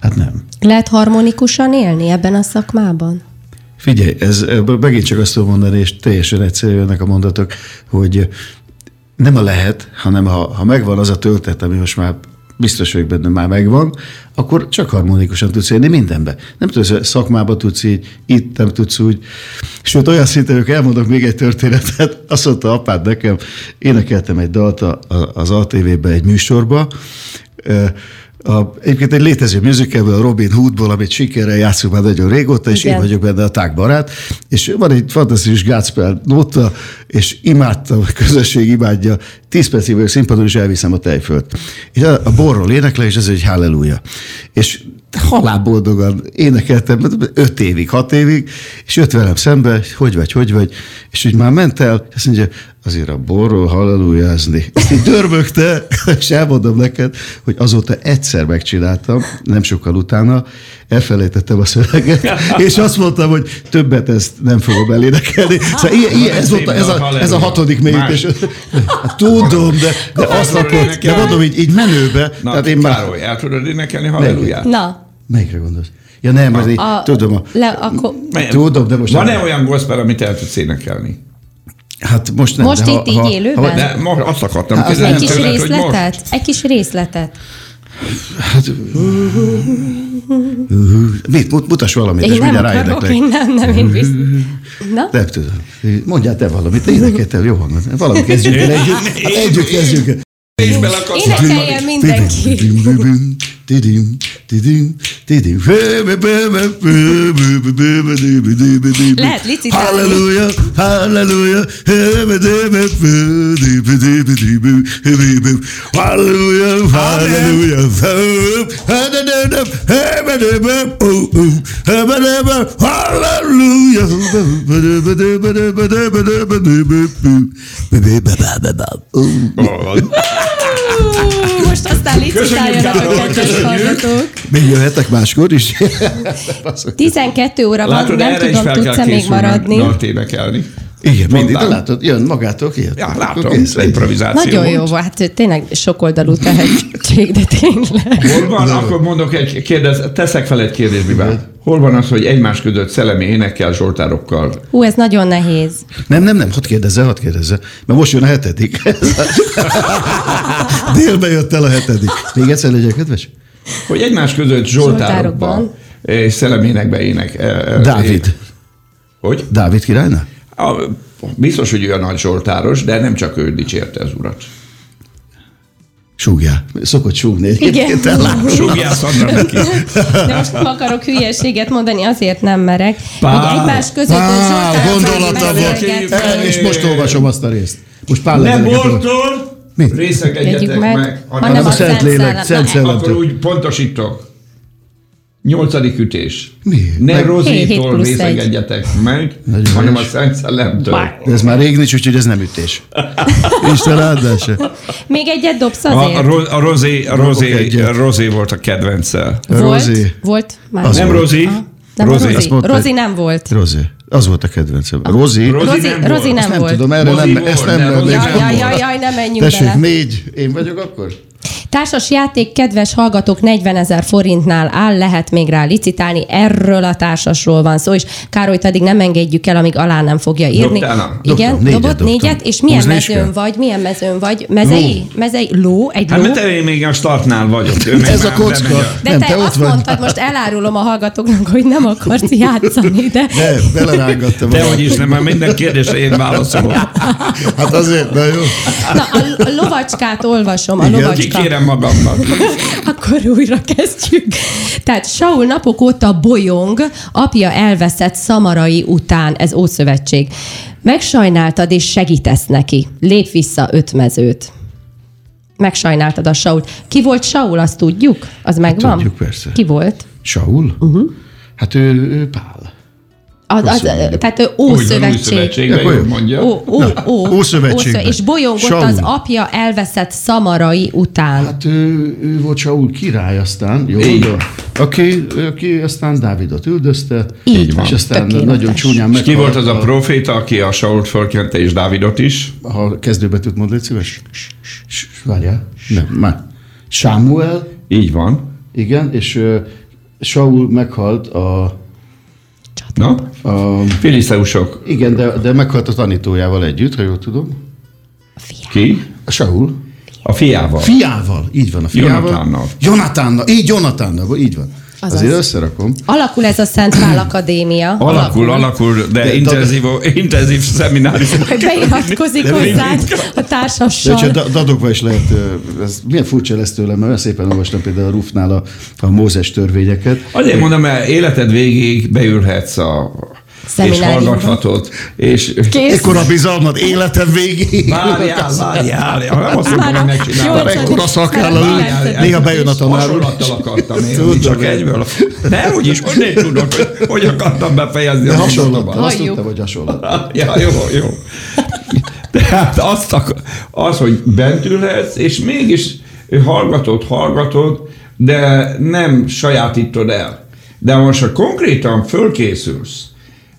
Speaker 1: Hát nem.
Speaker 2: Lehet harmonikusan élni ebben a szakmában?
Speaker 1: Figyelj, ez ebből megint csak azt tudom mondani, és teljesen egyszerű ennek a mondatok, hogy nem a lehet, hanem ha, ha megvan az a töltet, ami most már biztos vagyok benne, már megvan, akkor csak harmonikusan tudsz élni mindenbe. Nem tudsz, hogy szakmába tudsz így, itt nem tudsz úgy. Sőt, olyan szinten, hogy elmondok még egy történetet, azt mondta apád nekem, énekeltem egy dalt a- a- az ATV-be egy műsorba, Ö, a, egyébként egy létező musicalből, a Robin Hoodból, amit sikerrel játszunk már nagyon régóta, és
Speaker 2: Igen.
Speaker 1: én vagyok benne a tágbarát, és van egy fantasztikus Gátszpel nóta, és imádtam, a közösség imádja, tíz percig vagyok színpadon, és elviszem a tejfölt. És a, a borról énekle, és ez egy halleluja. És halálboldogan énekeltem, öt évig, hat évig, és jött velem szembe, hogy hogy vagy, hogy vagy, és úgy már ment el, és azt mondja, azért a borról hallelujázni. Ezt így dörmögte, és elmondom neked, hogy azóta egyszer megcsináltam, nem sokkal utána, elfelejtettem a szöveget, és azt mondtam, hogy többet ezt nem fogom elénekelni. Szóval ilyen, ilyen, ez, volt, a- ez, a, ez a hatodik mélyítés. Tudom, de, de azt akkor, de mondom így, így menőbe,
Speaker 3: Na,
Speaker 1: tehát én már...
Speaker 3: Károly, el tudod énekelni halleluját?
Speaker 2: Na,
Speaker 1: Melyikre gondolsz? Ja nem, az így,
Speaker 2: a,
Speaker 1: tudom, a,
Speaker 2: Le, akkor,
Speaker 3: Mely-
Speaker 1: tudom, de most
Speaker 3: Van-e
Speaker 1: nem.
Speaker 3: olyan gospel, amit el tudsz énekelni?
Speaker 1: Hát most nem.
Speaker 2: Most
Speaker 1: de
Speaker 2: itt így élőben?
Speaker 3: De ma azt akartam
Speaker 1: Hát az
Speaker 3: kérdezni
Speaker 2: egy kis
Speaker 3: tőled, hogy most.
Speaker 2: részletet? Egy kis részletet.
Speaker 1: hát- Mit, mut- mutass valamit,
Speaker 2: Én
Speaker 1: és
Speaker 2: nem
Speaker 1: mindjárt
Speaker 2: akarok,
Speaker 1: ráéneklek.
Speaker 2: én nem, nem, én biztos. Na,
Speaker 1: Nem tudom. Mondjál te valamit, énekelj te, jó hangod. Valami kezdjük el együtt. Hát együtt kezdjük el.
Speaker 3: Én is belakadtam.
Speaker 2: énekeljen mindenki.
Speaker 1: Tidim, tidim, tidim.
Speaker 2: Lehet licitálni.
Speaker 1: Halleluja, halleluja. Halleluja, halleluja. Halleluja.
Speaker 2: Ú, most aztán licitáljanak a kedves hallgatók.
Speaker 1: Még jöhetek máskor is.
Speaker 2: 12 óra van,
Speaker 3: Látod,
Speaker 2: nem
Speaker 3: erre is
Speaker 2: tudom,
Speaker 3: fel
Speaker 2: tudsz-e
Speaker 3: kell
Speaker 2: még
Speaker 3: készülni,
Speaker 2: maradni.
Speaker 3: dalt énekelni.
Speaker 1: Igen, mindig, de
Speaker 3: Mondtam.
Speaker 1: látod, jön magától ki.
Speaker 3: Ja, látom, improvizáció.
Speaker 2: Nagyon jó volt, hát tényleg sokoldalú tehetség, de tényleg.
Speaker 3: Hol van, akkor mondok egy kérdez, teszek fel egy kérdést, Bibán. Hol van az, hogy egymás között szellemi énekkel, zsoltárokkal?
Speaker 2: Hú, ez nagyon nehéz.
Speaker 1: Nem, nem, nem, hadd kérdezze, hadd kérdezze. Mert most jön a hetedik. Délbe jött el a hetedik. Még egyszer legyek kedves?
Speaker 3: Hogy egymás között zsoltárokban
Speaker 2: Zsoltárokban.
Speaker 3: és szellemi énekben ének. eh, eh,
Speaker 1: Dávid.
Speaker 3: ének. Hogy?
Speaker 1: Dávid királynál?
Speaker 3: A, biztos, hogy ő a nagy zsoltáros, de nem csak ő dicsérte az urat.
Speaker 1: Súgjál. Szokott súgni
Speaker 2: Igen.
Speaker 1: egyébként. te látod.
Speaker 3: Súgjál Szandra neki.
Speaker 2: De most nem akarok hülyeséget mondani, azért nem merek.
Speaker 3: Pál.
Speaker 2: Hogy egymás között
Speaker 1: Pál,
Speaker 2: Zsoltán
Speaker 1: gondolata
Speaker 2: Pali
Speaker 1: volt.
Speaker 2: beszélgetni.
Speaker 1: El, És most olvasom azt a részt. Most Pál
Speaker 3: Nem
Speaker 1: Leveleket olvasom.
Speaker 3: bortól
Speaker 1: Mit?
Speaker 3: részegedjetek
Speaker 2: Tegyük meg,
Speaker 3: meg, meg
Speaker 2: hanem
Speaker 1: Hanem a
Speaker 2: a Szent
Speaker 1: Szentlélek,
Speaker 2: Szellem.
Speaker 1: Szent
Speaker 2: Na,
Speaker 3: Akkor
Speaker 1: Szellemtől.
Speaker 3: úgy pontosítok. Nyolcadik ütés.
Speaker 1: Mi?
Speaker 3: Ne
Speaker 1: Meg-
Speaker 2: Hét
Speaker 3: Rozitól
Speaker 2: plusz egy.
Speaker 3: részegedjetek meg,
Speaker 1: Nagyon
Speaker 3: hanem a
Speaker 1: helyes.
Speaker 3: Szent Szellemtől.
Speaker 1: De ez már rég nincs, úgyhogy ez nem ütés. Isten áldása.
Speaker 2: Még egyet dobsz
Speaker 3: A, a,
Speaker 2: azért?
Speaker 3: ro- a rozé, a rozé,
Speaker 1: Dobok egyet.
Speaker 3: a rozé volt a kedvence.
Speaker 1: Rozi.
Speaker 2: Volt, volt már.
Speaker 1: Az
Speaker 3: Nem
Speaker 1: volt.
Speaker 3: rozé,
Speaker 2: Nem, a
Speaker 3: rozé.
Speaker 1: Azt
Speaker 2: Rozi.
Speaker 1: mondta,
Speaker 2: Rozi
Speaker 1: hogy-
Speaker 2: nem volt.
Speaker 1: Rozi. Az volt a kedvencem. Rozi.
Speaker 3: Rozi
Speaker 2: Rozi,
Speaker 3: nem
Speaker 2: Rozi
Speaker 3: volt.
Speaker 1: Ezt
Speaker 2: nem
Speaker 1: nem
Speaker 2: volt.
Speaker 1: tudom, erre
Speaker 3: Mozi
Speaker 1: nem, ezt
Speaker 3: volt,
Speaker 1: nem
Speaker 3: de Rozi
Speaker 1: emlékszem.
Speaker 2: Jaj, jaj, jaj, ne menjünk
Speaker 1: Tessék,
Speaker 2: bele.
Speaker 1: négy, én vagyok akkor?
Speaker 2: Társas játék, kedves hallgatók, 40 ezer forintnál áll, lehet még rá licitálni, erről a társasról van szó, és Károlyt addig nem engedjük el, amíg alá nem fogja írni.
Speaker 3: Dobtál?
Speaker 2: Igen,
Speaker 1: Dobtam,
Speaker 2: dobott
Speaker 1: négyet
Speaker 2: négyet,
Speaker 1: dobtam.
Speaker 2: és milyen
Speaker 1: Húzni is
Speaker 2: mezőn
Speaker 1: kell?
Speaker 2: vagy, milyen mezőn vagy, mezei, mezei, ló, egy
Speaker 3: Hát
Speaker 2: ló.
Speaker 3: mert én még a startnál vagyok. Ő meg
Speaker 1: Ez a
Speaker 3: már
Speaker 1: kocka.
Speaker 3: bemegy a-
Speaker 2: De
Speaker 1: Nem,
Speaker 2: te,
Speaker 1: te ott
Speaker 2: azt
Speaker 1: vagy.
Speaker 2: mondtad, most elárulom a hallgatóknak, hogy nem akarsz játszani, de...
Speaker 1: Ne, belerángattam.
Speaker 3: De hogy is, nem, mert minden kérdésre én válaszolok.
Speaker 1: Hát azért, na jó.
Speaker 2: Na, a, a lovacskát olvasom, a
Speaker 1: Igen.
Speaker 2: lovacska.
Speaker 3: Kikérem magamnak.
Speaker 2: Akkor újra kezdjük. Tehát Saul napok óta bolyong, apja elveszett szamarai után, ez Ószövetség. Megsajnáltad és segítesz neki. Lép vissza öt mezőt. Megsajnáltad a Saul. Ki volt Saul, azt tudjuk? Az megvan?
Speaker 1: Hát Tudjuk, persze.
Speaker 2: Ki volt?
Speaker 1: Saul?
Speaker 2: Uh-huh.
Speaker 1: Hát ő, ő Pál.
Speaker 2: Az, az,
Speaker 1: Köszönjük.
Speaker 2: tehát ő
Speaker 3: Úgy van, új
Speaker 2: Ószövetség.
Speaker 3: szövetségben,
Speaker 1: Akkor
Speaker 3: jól
Speaker 1: jó.
Speaker 3: mondja.
Speaker 2: Ó, ó, ó,
Speaker 1: Ószövetségben.
Speaker 2: Ószö- És bolyongott
Speaker 1: Saul.
Speaker 2: az apja elveszett szamarai után.
Speaker 1: Hát ő, ő volt Saul király aztán, jó
Speaker 3: Így.
Speaker 1: mondom? Aki, aki aztán Dávidot üldözte,
Speaker 2: Így
Speaker 1: és
Speaker 2: van.
Speaker 1: aztán
Speaker 2: Tökéletes.
Speaker 1: nagyon csúnyán
Speaker 3: És
Speaker 1: meg.
Speaker 3: ki volt az a proféta, aki a Sault fölkente és Dávidot is?
Speaker 1: Ha kezdőbetűt mond, légy szíves. S- Várjál. Nem, már. Sámuel,
Speaker 3: Így van.
Speaker 1: igen, és ö, Saul meghalt a
Speaker 3: Na?
Speaker 1: a-
Speaker 3: Filiszteusok.
Speaker 1: igen, de, de meghalt a tanítójával együtt, ha jól tudom.
Speaker 3: Ki?
Speaker 1: A Saul.
Speaker 3: A fiával.
Speaker 1: Fiával, így van, a fiával.
Speaker 3: Jonatánnal.
Speaker 1: Jonatánnal, így Jonatánnal, így van.
Speaker 2: Azaz.
Speaker 1: Azért összerakom.
Speaker 2: Alakul ez a Szent Pál Akadémia.
Speaker 3: Alakul, alakul, de intenzív, intenzív szeminárium.
Speaker 2: Hogy beiratkozik hozzád a
Speaker 1: De hogyha
Speaker 2: társassal.
Speaker 1: da- dadogva is lehet, ö, ez milyen furcsa lesz tőlem, mert olyan szépen olvastam például a Rufnál a, a Mózes törvényeket.
Speaker 3: Azért mondom, mert életed végig beülhetsz a és
Speaker 2: Szemináriumba.
Speaker 3: hallgathatod, és
Speaker 2: Kész.
Speaker 1: Ekkora bizalmad életem végig.
Speaker 3: várjál, várjál, nem azt mondom, hogy megcsinálod.
Speaker 1: Már ekkora szakállal
Speaker 3: Várjál,
Speaker 1: ül,
Speaker 3: várjál.
Speaker 1: néha bejön a tanár úr.
Speaker 3: Hasonlattal akartam élni,
Speaker 1: Tudom
Speaker 3: csak
Speaker 1: én.
Speaker 3: egyből. De úgy is, hogy nem tudod, hogy, hogy akartam befejezni a
Speaker 1: De hasonlattal,
Speaker 3: mondatomat.
Speaker 1: azt
Speaker 2: Halljuk.
Speaker 1: tudtam, hogy hasonlat.
Speaker 3: Ja, jó, jó. Tehát azt akar, az, hogy bent ülhetsz, és mégis hallgatod, hallgatod, de nem sajátítod el. De most, ha konkrétan fölkészülsz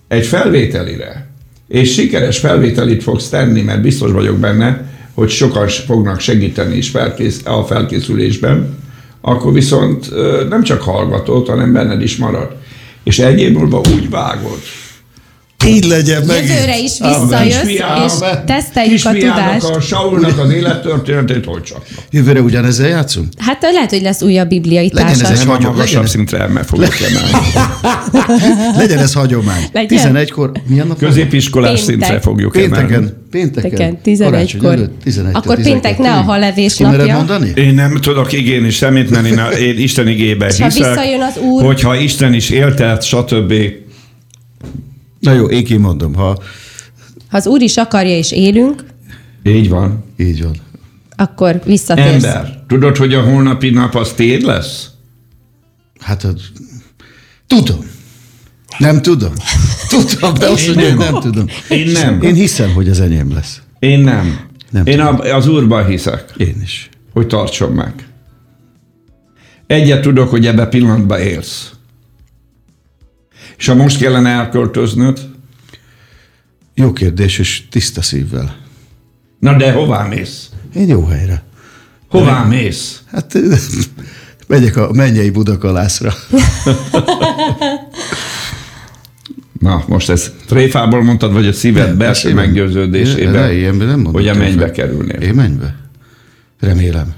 Speaker 3: egy felvételire, és sikeres felvételit fogsz tenni, mert biztos vagyok benne, hogy sokan fognak segíteni is felkész, a felkészülésben, akkor viszont ö, nem csak hallgatod, hanem benned is marad. És egy év múlva úgy vágod,
Speaker 1: Így legyen megint.
Speaker 2: Jövőre is
Speaker 1: Amen.
Speaker 2: visszajössz,
Speaker 3: Kisfiám,
Speaker 2: és
Speaker 1: amen.
Speaker 2: teszteljük a
Speaker 3: Kisfiának
Speaker 2: tudást.
Speaker 3: a Saulnak az élettörténetét hogy csak.
Speaker 1: Jövőre ugyanezzel játszunk?
Speaker 2: Hát lehet, hogy lesz újabb bibliai
Speaker 1: Legyen ez
Speaker 2: társas.
Speaker 1: egy-
Speaker 3: Vagy
Speaker 1: Vagy a
Speaker 3: magasabb
Speaker 1: magasabb
Speaker 3: szintre emel fogok emelni.
Speaker 1: Legyen ez hagyomány.
Speaker 2: Legyen.
Speaker 1: 11-kor, milyen nap? van?
Speaker 3: Középiskolás
Speaker 2: Péntek.
Speaker 3: szintre fogjuk emelni.
Speaker 1: Pénteken. Pénteken.
Speaker 2: Pénteken,
Speaker 1: Karácsony
Speaker 2: 11-kor.
Speaker 1: előtt, 11-től
Speaker 2: Akkor péntek
Speaker 1: 12-ig.
Speaker 2: ne a halevés
Speaker 1: Ki mered
Speaker 2: napja.
Speaker 1: mondani?
Speaker 3: Én nem tudok igéni semmit, mert én, a- én Isten igébe
Speaker 2: És ha
Speaker 3: hiszek.
Speaker 2: visszajön az Úr?
Speaker 3: Hogyha Isten is éltet, stb.
Speaker 1: Na jó, én kimondom, ha
Speaker 2: Ha az Úr is akarja és élünk,
Speaker 3: Így van.
Speaker 1: így van.
Speaker 2: akkor visszatérsz.
Speaker 3: Ember, tudod, hogy a holnapi nap az téd lesz?
Speaker 1: Hát, hát tudom. Nem tudom. Tudom, de azt mondja, hogy nem tudom.
Speaker 3: Én nem.
Speaker 1: Én hiszem, hogy az enyém lesz.
Speaker 3: Én nem.
Speaker 1: Nem
Speaker 3: én
Speaker 1: tudom.
Speaker 3: a, az Úrban hiszek,
Speaker 1: Én is.
Speaker 3: hogy tartson meg. Egyet tudok, hogy ebbe pillanatban élsz. És ha most kellene elköltöznöd,
Speaker 1: Jó kérdés, és tiszta szívvel.
Speaker 3: na de hová mész?
Speaker 1: Én jó helyre.
Speaker 3: Hová mész?
Speaker 1: Hát megyek a mennyei budakalászra.
Speaker 3: Na, most ez tréfából mondtad, vagy a szíved
Speaker 1: Nem,
Speaker 3: belső
Speaker 1: persze,
Speaker 3: meggyőződésében,
Speaker 1: De, de, ilyen, nem mondom
Speaker 3: hogy a mennybe
Speaker 1: tréfát.
Speaker 3: kerülnél.
Speaker 1: Én mennybe? Remélem.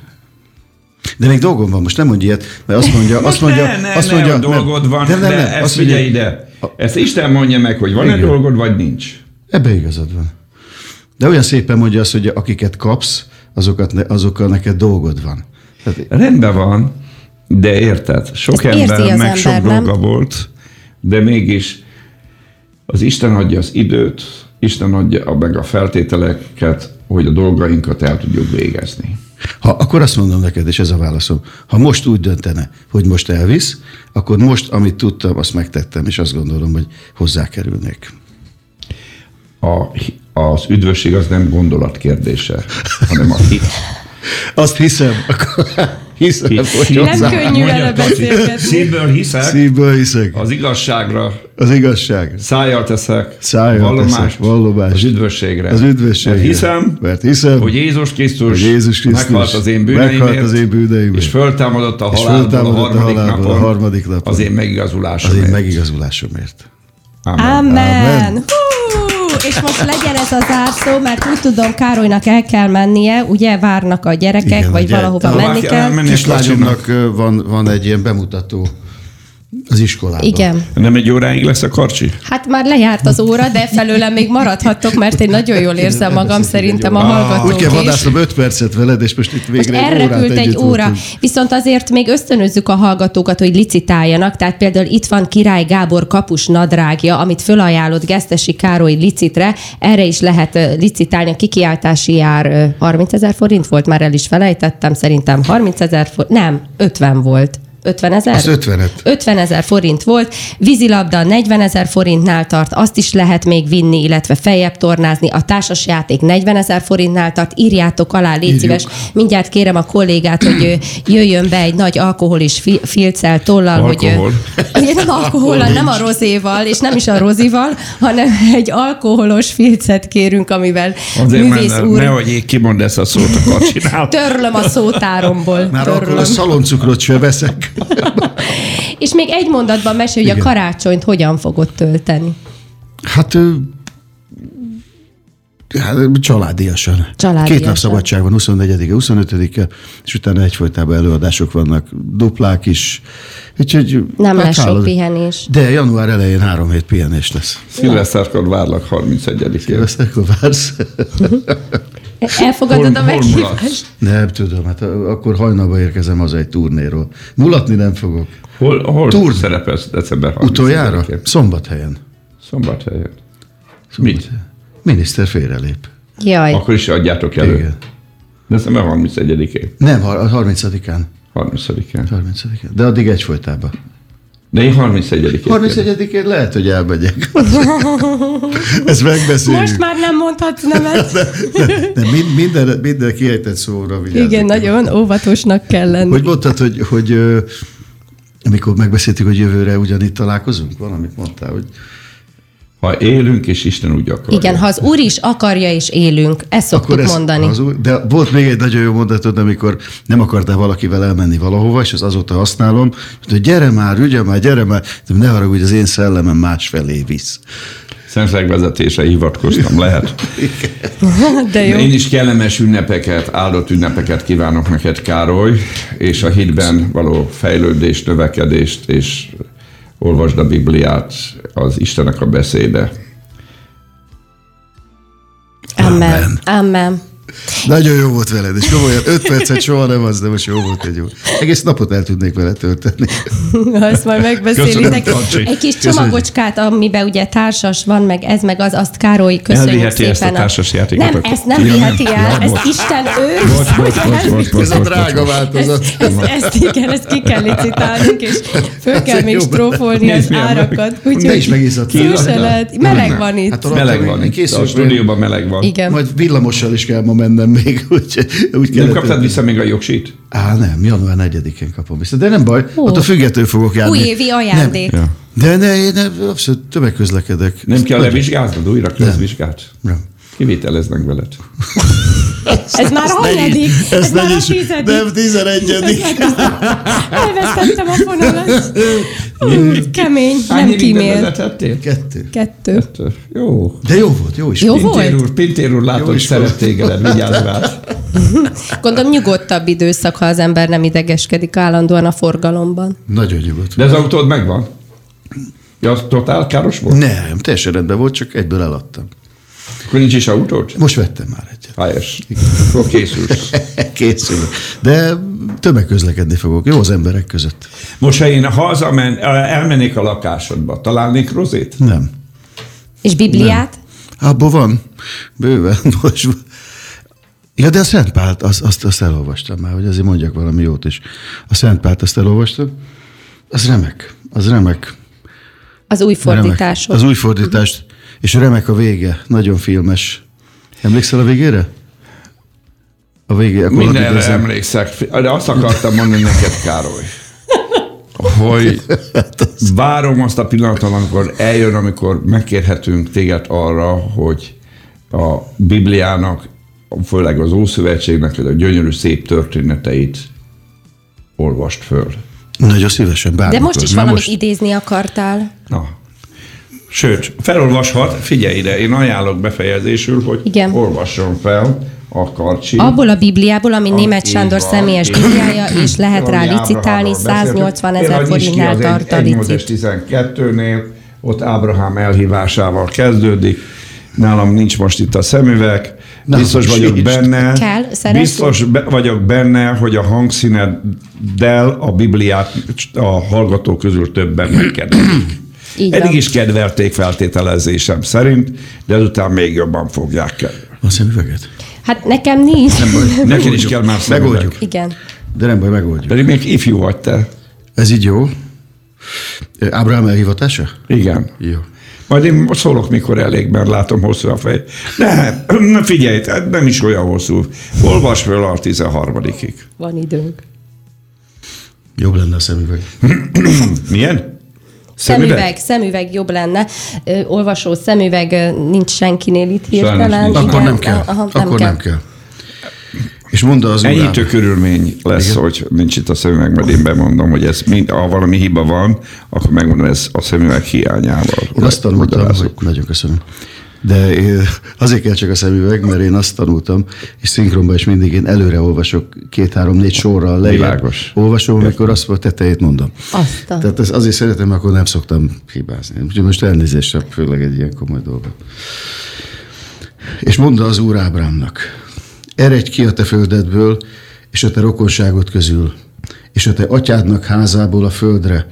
Speaker 1: De még dolgom van, most nem mondj ilyet, mert azt mondja, azt mondja,
Speaker 3: ne, ne,
Speaker 1: azt
Speaker 3: ne,
Speaker 1: mondja,
Speaker 3: a dolgod van, de, de ezt figyelj ide. Ezt Isten mondja meg, hogy van-e
Speaker 1: Igen.
Speaker 3: dolgod, vagy nincs.
Speaker 1: Ebbe igazad van. De olyan szépen mondja azt, hogy akiket kapsz, azokat ne, azokkal neked dolgod van. Hát, Tehát
Speaker 3: Rendben van, de érted, sok
Speaker 2: Ezt érzi
Speaker 3: ember
Speaker 2: az
Speaker 3: meg sok
Speaker 2: ember, nem?
Speaker 3: dolga volt, de mégis az Isten adja az időt, Isten adja a- meg a feltételeket, hogy a dolgainkat el tudjuk végezni.
Speaker 1: Ha, akkor azt mondom neked, és ez a válaszom, ha most úgy döntene, hogy most elvisz, akkor most, amit tudtam, azt megtettem, és azt gondolom, hogy hozzákerülnék.
Speaker 3: A, az üdvösség az nem gondolat kérdése, hanem a hit.
Speaker 1: Azt hiszem,
Speaker 3: Hát,
Speaker 1: akkor hiszem, hogy
Speaker 2: Nem
Speaker 1: hozzá.
Speaker 2: könnyű vele
Speaker 3: Mondjad, Tati.
Speaker 2: beszélgetni.
Speaker 3: Szívből hiszek,
Speaker 1: Szívből hiszek.
Speaker 3: az igazságra
Speaker 1: Az igazság.
Speaker 3: szájjal teszek,
Speaker 1: Szájjal
Speaker 3: vallomást,
Speaker 1: teszek, vallomást.
Speaker 3: az üdvösségre.
Speaker 1: Az üdvösség.
Speaker 3: Mert hiszem,
Speaker 1: mert hiszem,
Speaker 3: hogy Jézus Krisztus,
Speaker 1: Hm. hogy Jézus Krisztus
Speaker 3: meghalt az én
Speaker 1: meghalt
Speaker 3: bűneimért,
Speaker 1: az én bűneimért,
Speaker 3: és föltámadott a
Speaker 1: és
Speaker 3: halálból a
Speaker 1: föltámadott a
Speaker 3: harmadik,
Speaker 1: halálból a
Speaker 3: napon,
Speaker 1: harmadik napon.
Speaker 3: az én megigazulásom.
Speaker 1: az én megigazulásomért.
Speaker 2: Amen.
Speaker 1: Amen.
Speaker 2: Hú! És most legyen ez a zárszó, mert úgy tudom, Károlynak el kell mennie, ugye várnak a gyerekek,
Speaker 1: Igen, a
Speaker 2: vagy
Speaker 1: gyerek-
Speaker 2: valahova
Speaker 1: Hová
Speaker 2: menni kell.
Speaker 1: Kislányomnak ö, van, van egy ilyen bemutató az iskolában.
Speaker 2: Igen.
Speaker 3: Nem egy óráig lesz a karcsi?
Speaker 2: Hát már lejárt az óra, de felőlem még maradhattok, mert én nagyon jól érzem magam, szerintem a
Speaker 3: Ah.
Speaker 1: Úgy kell
Speaker 2: hallgatók is.
Speaker 1: vadásznom öt percet veled, és most itt
Speaker 2: Most
Speaker 1: végre egy órát
Speaker 2: elrepült egy
Speaker 1: együtt
Speaker 2: óra,
Speaker 1: voltunk.
Speaker 2: viszont azért még ösztönözzük a hallgatókat, hogy licitáljanak. Tehát például itt van Király Gábor kapus nadrágja, amit fölajánlott Gesztesi Károly licitre. Erre is lehet ö, licitálni. A kikiáltási ár ö, 30 ezer forint volt, már el is felejtettem, szerintem 30 ezer forint, nem, 50 volt. 50 ezer?
Speaker 1: Az 55.
Speaker 2: 50 ezer forint volt, vízilabda 40 ezer forintnál tart, azt is lehet még vinni, illetve feljebb tornázni, a társasjáték 40 ezer forintnál tart, írjátok alá, légy
Speaker 1: Írjuk.
Speaker 2: szíves, mindjárt kérem a kollégát, hogy ő jöjjön be egy nagy alkohol és fi- filccel, tollal,
Speaker 3: Alkohol.
Speaker 2: hogy ő- Ugye nem alkohollal, nem a rozéval, és nem is a rozival, hanem egy alkoholos filcet kérünk, amivel
Speaker 3: Azért már
Speaker 2: művész
Speaker 3: ne-
Speaker 2: úr...
Speaker 3: nehogy én kimond ezt a szót a karcsinál.
Speaker 2: Törlöm a szótáromból.
Speaker 1: Már akkor
Speaker 2: törlöm.
Speaker 1: a szaloncukrot se veszek.
Speaker 2: És még egy mondatban mesélj, hogy a
Speaker 1: Igen.
Speaker 2: karácsonyt hogyan fogod tölteni.
Speaker 1: Hát ő... Hát, családiasan.
Speaker 2: Családiasan.
Speaker 1: Két nap szabadság van, 24-e, 25-e, és utána egyfolytában előadások vannak, duplák is. Úgyhogy,
Speaker 2: Nem
Speaker 1: hát
Speaker 2: lesz sok
Speaker 1: hálad-
Speaker 2: pihenés.
Speaker 1: De január elején három hét pihenés lesz.
Speaker 3: Szilveszterkor várlak 31-én.
Speaker 1: Ezt akkor vársz?
Speaker 2: Elfogadod a
Speaker 3: Hol- hol
Speaker 2: meghívást?
Speaker 3: mulatsz?
Speaker 1: Nem tudom, hát akkor hajnalba érkezem haza egy turnéról. Mulatni nem fogok.
Speaker 3: Hol, hol
Speaker 1: Túr.
Speaker 3: szerepelsz december 31-én?
Speaker 1: Utoljára? Szombathelyen.
Speaker 3: Szombathelyen. Mit?
Speaker 1: Szombathelyen. Miniszter félrelép.
Speaker 2: Jaj,
Speaker 3: Akkor is adjátok elő.
Speaker 1: Igen.
Speaker 3: December 31-én.
Speaker 1: Nem, har- a 30-án.
Speaker 3: 30-án.
Speaker 1: 30-án. De addig egyfolytában.
Speaker 3: De én 31-én.
Speaker 1: 31-én lehet, hogy elmegyek. Ezt megbeszéljük.
Speaker 2: most már nem mondhatsz nemet.
Speaker 1: De mind, minden, minden kiejtett szóra vigyázzunk.
Speaker 2: Igen, nagyon óvatosnak kell lenni.
Speaker 1: Hogy mondtad, hogy, hogy ö, amikor megbeszéltük, hogy jövőre ugyanitt találkozunk? Valamit mondtál, hogy
Speaker 3: Ha élünk, és Isten úgy akarja.
Speaker 2: Igen, ha az Úr is akarja és élünk, ezt szoktuk
Speaker 1: ezt-
Speaker 2: mondani.
Speaker 1: Az, úr- de volt még egy nagyon jó mondatod, amikor nem akartál valakivel elmenni valahova, és az azóta használom, és hogy gyere már, ügye már, gyere már, de ne haragudj, az én szellemem másfelé visz.
Speaker 3: Szentleg vezetése hivatkoztam, lehet.
Speaker 2: De jó.
Speaker 3: Én is kellemes ünnepeket, áldott ünnepeket kívánok neked, Károly, és a hitben való fejlődést, növekedést, és olvasd a Bibliát, az Istenek a beszéde.
Speaker 2: Amen. Amen.
Speaker 1: Nagyon jó volt veled, és komolyan 5 percet soha nem az, de most jó volt egy jó. Egész napot el tudnék vele tölteni.
Speaker 2: Ha Ezt majd megbeszélitek.
Speaker 3: Köszönöm, Tancsi.
Speaker 2: Egy kis csomagocskát, amiben ugye társas van, meg ez, meg az, azt Károly, köszönjük
Speaker 3: Elviheti
Speaker 2: szépen.
Speaker 3: ezt a társas játékot.
Speaker 2: Nem, ezt nem
Speaker 3: Ja,
Speaker 2: viheti
Speaker 3: nem.
Speaker 2: el.
Speaker 3: Ja,
Speaker 2: Ezt
Speaker 3: bocs.
Speaker 2: Isten őriz,
Speaker 3: Bocs,
Speaker 2: hogy
Speaker 3: bocs,
Speaker 2: elviheti.
Speaker 3: bocs, bocs, bocs.
Speaker 1: Ez a drága változat.
Speaker 2: Ezt, ezt, ezt, igen, ezt ki kell licitálnunk, és föl kell
Speaker 1: Azért
Speaker 2: még
Speaker 1: jó,
Speaker 2: strófolni az
Speaker 3: Nézd, milyen
Speaker 2: árakat. Úgyhogy
Speaker 1: Te is megizzadtál.
Speaker 2: szó se
Speaker 3: Izzadtál?
Speaker 2: lehet. Meleg
Speaker 3: Nem.
Speaker 2: van itt.
Speaker 1: Hát a-
Speaker 3: Meleg van, itt,
Speaker 1: Készülj
Speaker 3: a stúdióban meleg van.
Speaker 2: Igen.
Speaker 1: Majd villamossal is kell ma mennem még, úgy, úgy
Speaker 3: Nem
Speaker 1: kellett-
Speaker 3: kaptad vissza még a jogsit?
Speaker 1: Á, nem, január 4-én kapom vissza. De nem baj,
Speaker 2: Ó.
Speaker 1: ott a függetlenül fogok járni.
Speaker 2: Újévi ajándék.
Speaker 1: Nem. De ne, én nem, abszolút tömegközlekedek.
Speaker 3: Nem kell
Speaker 1: Nagyon-
Speaker 3: levizsgáznod, újra közvizsgált.
Speaker 1: Nem.
Speaker 3: Kiviteleznek veled.
Speaker 2: Ez már a hanyadik. Ez
Speaker 1: ne
Speaker 2: már a
Speaker 1: is-
Speaker 2: tizedik.
Speaker 1: Nem, tizenegyedik.
Speaker 2: Elvesztettem a fonalat. Hú, Kemény, nem
Speaker 3: Annyi mindent
Speaker 2: kímél.
Speaker 3: vezetettél?
Speaker 1: Kettő.
Speaker 2: Kettő.
Speaker 3: Jó.
Speaker 1: De jó volt, jó is
Speaker 2: Jó
Speaker 1: volt.
Speaker 2: volt?
Speaker 3: Pintér úr, Pintér úr látom,
Speaker 1: Jó
Speaker 3: hogy
Speaker 1: is
Speaker 3: szeret téged, vigyázz rá.
Speaker 2: Gondolom nyugodtabb időszak, ha az ember nem idegeskedik állandóan a forgalomban.
Speaker 1: Nagyon jó volt.
Speaker 3: De az autód megvan? Ja, az totál káros volt?
Speaker 1: Nem, teljesen rendben volt, csak egyből eladtam.
Speaker 3: Akkor nincs is autód?
Speaker 1: Most vettem már egyet.
Speaker 3: Helyes. Akkor készülsz.
Speaker 1: Készülök. De tömegközlekedni fogok. Jó az emberek között.
Speaker 3: Most, ha én hazamen, elmennék a lakásodba, találnék rozét?
Speaker 1: Nem.
Speaker 2: És Bibliát?
Speaker 1: Abból van. Bőven. Most van. Ja, de a Szent Pált, azt, azt, azt elolvastam már, hogy azért mondjak valami jót is. A Szent Pált, azt elolvastam. Az remek. Az remek.
Speaker 2: Az új
Speaker 1: remek.
Speaker 2: fordítások.
Speaker 1: Az új fordítást. És remek a vége. Nagyon filmes. Emlékszel a végére? a végén. Akkor
Speaker 3: Mindenre
Speaker 1: addig ezen-
Speaker 3: emlékszek. De azt akartam mondani neked, Károly, hogy várom azt a pillanatot, amikor eljön, amikor megkérhetünk téged arra, hogy a Bibliának, főleg az Ószövetségnek a gyönyörű szép történeteit olvast föl.
Speaker 1: Nagyon szívesen
Speaker 2: De
Speaker 1: bármikor.
Speaker 2: most is
Speaker 1: Na
Speaker 2: valamit
Speaker 1: most-
Speaker 2: idézni akartál.
Speaker 3: Na. Sőt, felolvashat, figyelj ide, én ajánlok befejezésül, hogy
Speaker 2: Igen.
Speaker 3: olvasson fel a karcsi.
Speaker 2: Abból a Bibliából, ami német
Speaker 3: Így
Speaker 2: Sándor
Speaker 3: van,
Speaker 2: személyes
Speaker 3: így van.
Speaker 2: bibliája, és lehet rá
Speaker 3: Valami
Speaker 2: licitálni,
Speaker 3: Ábrahámról beszéltünk.
Speaker 2: 180 ezer
Speaker 3: Például nyisd ki
Speaker 2: forintnál
Speaker 3: az
Speaker 2: tart a
Speaker 3: egy- 1.8-es
Speaker 2: licit.
Speaker 3: 12-nél, ott Ábrahám elhívásával kezdődik, Nálam nincs most itt a szemüveg,
Speaker 1: Nálam
Speaker 3: biztos
Speaker 1: is
Speaker 3: vagyok
Speaker 1: nincs.
Speaker 3: benne,
Speaker 2: Kell? Szeretnéd?
Speaker 3: biztos be, vagyok benne, hogy a hangszíneddel a Bibliát a hallgatók közül többen megkedvelik.
Speaker 2: Így
Speaker 3: Eddig
Speaker 2: van.
Speaker 3: is kedvelték feltételezésem szerint, de ezután még jobban fogják kedvelni.
Speaker 1: A szemüveget.
Speaker 2: Hát nekem nincs.
Speaker 3: Neked is kell már
Speaker 1: Megoldjuk.
Speaker 3: szemüveg.
Speaker 2: Igen.
Speaker 1: De nem baj, megoldjuk.
Speaker 3: Pedig még ifjú vagy te.
Speaker 1: Ez így jó? Ö, Ábrahám elhivatása?
Speaker 3: Igen.
Speaker 1: Jó.
Speaker 3: Majd én szólok, mikor elég, mert látom hosszú a fej. De na figyelj, tehát nem is olyan hosszú. Olvas föl a 13-ig.
Speaker 2: Van időnk.
Speaker 1: Jobb lenne a szemüveg.
Speaker 3: Milyen?
Speaker 2: Szemüveg, szemüveg jobb lenne. Ö, olvasó szemüveg ö, nincs senkinél itt hirtelen.
Speaker 3: nincs.
Speaker 2: Igen,
Speaker 1: Akkor nem kell.
Speaker 2: Aha,
Speaker 1: Akkor nem, kell. És mondd az
Speaker 3: Enyhítő
Speaker 1: urám.
Speaker 3: körülmény lesz, Igen. hogy nincs itt a szemüveg, mert én bemondom, hogy ez mind, ha valami hiba van, akkor megmondom, ez a szemüveg hiányával.
Speaker 1: Én azt tanultam,
Speaker 3: Magyarázok.
Speaker 1: hogy... Nagyon köszönöm. De én, azért kell csak a szemüveg, mert én azt tanultam, és szinkronban is mindig én előre olvasok két-három-négy sorral lejjebb.
Speaker 3: Világos.
Speaker 1: Olvasom, amikor azt a tetejét mondom.
Speaker 2: Azt a-
Speaker 1: Tehát ez azért szeretem, mert akkor nem szoktam hibázni. Úgyhogy most elnézésre, főleg egy ilyen komoly dolga. És mondta az Úr Ábrámnak, eredj ki a te földedből, és a te rokonságot közül, és a te atyádnak házából a földre,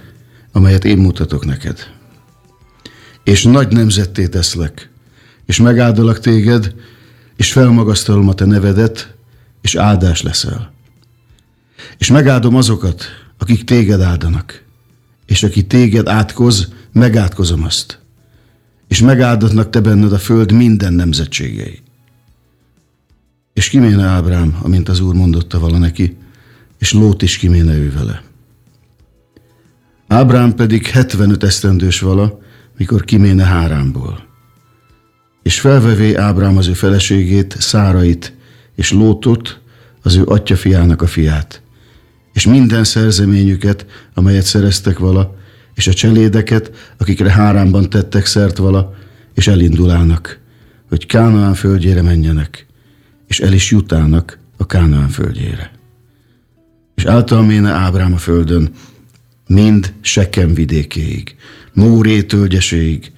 Speaker 1: amelyet én mutatok neked. És nagy nemzetté teszlek, és megáldalak téged, és felmagasztalom a te nevedet, és áldás leszel. És megáldom azokat, akik téged áldanak, és aki téged átkoz, megátkozom azt és megáldatnak te benned a föld minden nemzetségei. És kiméne Ábrám, amint az úr mondotta vala neki, és Lót is kiméne ő vele. Ábrám pedig 75 esztendős vala, mikor kiméne Hárámból. És felvevé Ábrám az ő feleségét, Szárait, és Lótot, az ő atya fiának a fiát, és minden szerzeményüket, amelyet szereztek vala, és a cselédeket, akikre hárámban tettek szert vala, és elindulának, hogy Kánaán földjére menjenek, és el is jutának a Kánaán földjére. És általméne Ábrám a földön, mind Sekem vidékéig, Móré tölgyeséig,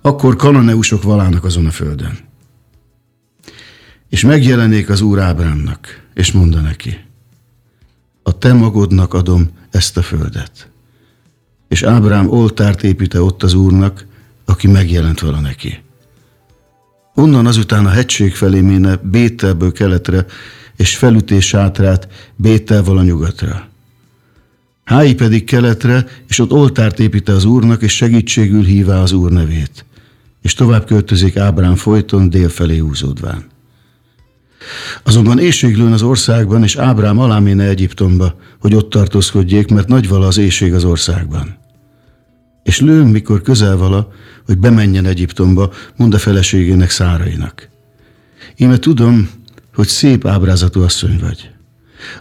Speaker 1: akkor kananeusok valának azon a földön. És megjelenék az úr Ábrámnak, és mondta neki – a te magodnak adom ezt a földet. És Ábrám oltárt építe ott az úrnak, aki megjelent vala neki. Onnan azután a hegység felé méne Bételből keletre, és felütés sátrát Bételval a nyugatra. Hái pedig keletre, és ott oltárt építe az úrnak, és segítségül hívá az úr nevét. És tovább költözik Ábrám folyton dél felé húzódván. Azonban éjség lőn az országban, és Ábrám aláméne Egyiptomba, hogy ott tartózkodjék, mert nagy vala az éjség az országban. És lőn, mikor közel vala, hogy bemenjen Egyiptomba, mond a feleségének szárainak. Íme tudom, hogy szép ábrázatú asszony vagy.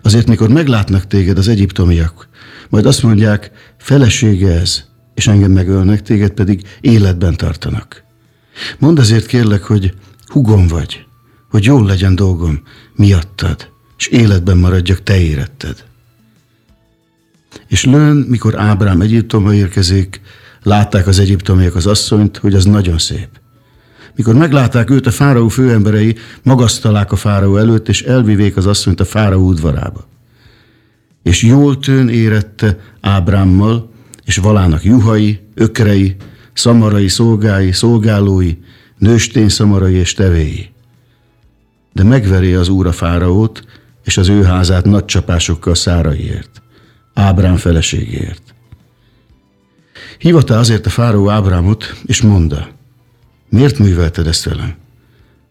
Speaker 1: Azért, mikor meglátnak téged az egyiptomiak, majd azt mondják, felesége ez, és engem megölnek, téged pedig életben tartanak. Mondd azért kérlek, hogy hugom vagy, hogy jól legyen dolgom miattad, és életben maradjak te éretted. És lőn, mikor Ábrám Egyiptomba érkezik, látták az egyiptomiak az asszonyt, hogy az nagyon szép. Mikor meglátták őt, a fáraó főemberei magasztalák a fáraó előtt, és elvivék az asszonyt a fáraó udvarába és jól tőn érette Ábrámmal, és valának juhai, ökrei, szamarai szolgái, szolgálói, nőstény szamarai és tevéi. De megveri az úr a fáraót, és az ő házát nagy csapásokkal száraiért, Ábrám feleségéért. Hívata azért a fáraó Ábrámot, és mondta, miért művelted ezt velem?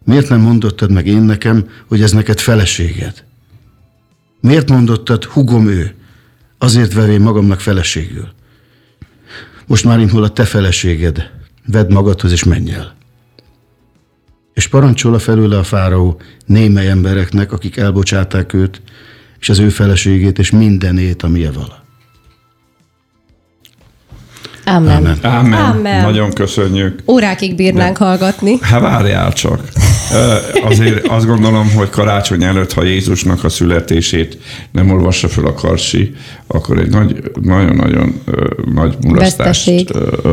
Speaker 1: Miért nem mondottad meg én nekem, hogy ez neked feleséged? Miért mondottad, hugom ő? Azért verém magamnak feleségül. Most már hol a te feleséged. Vedd magadhoz és menj el. És parancsola felőle a fáraó némely embereknek, akik elbocsáták őt, és az ő feleségét, és mindenét, amilyen vala.
Speaker 2: Amen.
Speaker 1: Amen.
Speaker 3: Ámen.
Speaker 2: Ámen.
Speaker 3: Nagyon köszönjük.
Speaker 2: Órákig bírnánk hallgatni.
Speaker 3: Hát várjál csak. Ö, Azért azt gondolom, hogy karácsony előtt, ha Jézusnak a születését nem olvassa föl a karsi, akkor egy nagy, nagyon-nagyon ö, nagy mulasztást
Speaker 2: Veszteség.
Speaker 3: ö,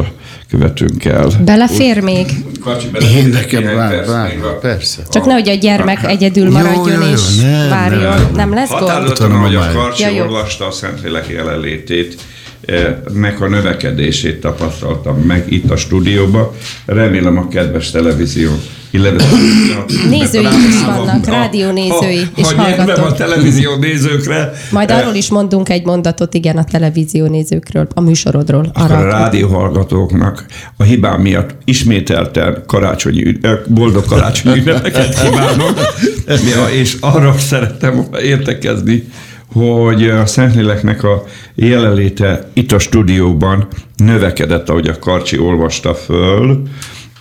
Speaker 3: követünk el.
Speaker 2: Belefér még?
Speaker 3: Karcsi,
Speaker 1: Én
Speaker 3: belefér
Speaker 1: nekem
Speaker 3: egy
Speaker 1: vár,
Speaker 3: perc még
Speaker 1: vár,
Speaker 3: a-
Speaker 1: persze.
Speaker 2: Csak nehogy a gyermek egyedül maradjon
Speaker 1: jó, jó,
Speaker 2: és
Speaker 1: nem,
Speaker 2: várjon. Nem,
Speaker 1: nem.
Speaker 2: lesz gond?
Speaker 3: Határozottan, hogy a
Speaker 1: Tanulmány.
Speaker 3: Karcsi
Speaker 2: Ja, jó.
Speaker 3: olvasta a Szentlélek jelenlétét, eh, nek a növekedését tapasztaltam meg itt a stúdióban. Remélem a kedves televízió, illetve
Speaker 2: Nézői is vannak,
Speaker 3: Ha-
Speaker 2: rádió nézői
Speaker 3: ha-
Speaker 2: és
Speaker 3: ha nyelvem
Speaker 2: hallgatók.
Speaker 3: a televízió nézőkre,
Speaker 2: Majd
Speaker 3: eh,
Speaker 2: arról is mondunk egy mondatot, igen, a televízió nézőkről, a műsorodról.
Speaker 3: akkor a
Speaker 2: akartam.
Speaker 3: rádióhallgatóknak a hibám miatt ismételten karácsonyi, ün- ö, boldog karácsonyi ünnepeket kívánok, ja, és arra szerettem értekezni, hogy a Szentléleknek a jelenléte itt a stúdióban növekedett, ahogy a Karcsi olvasta föl,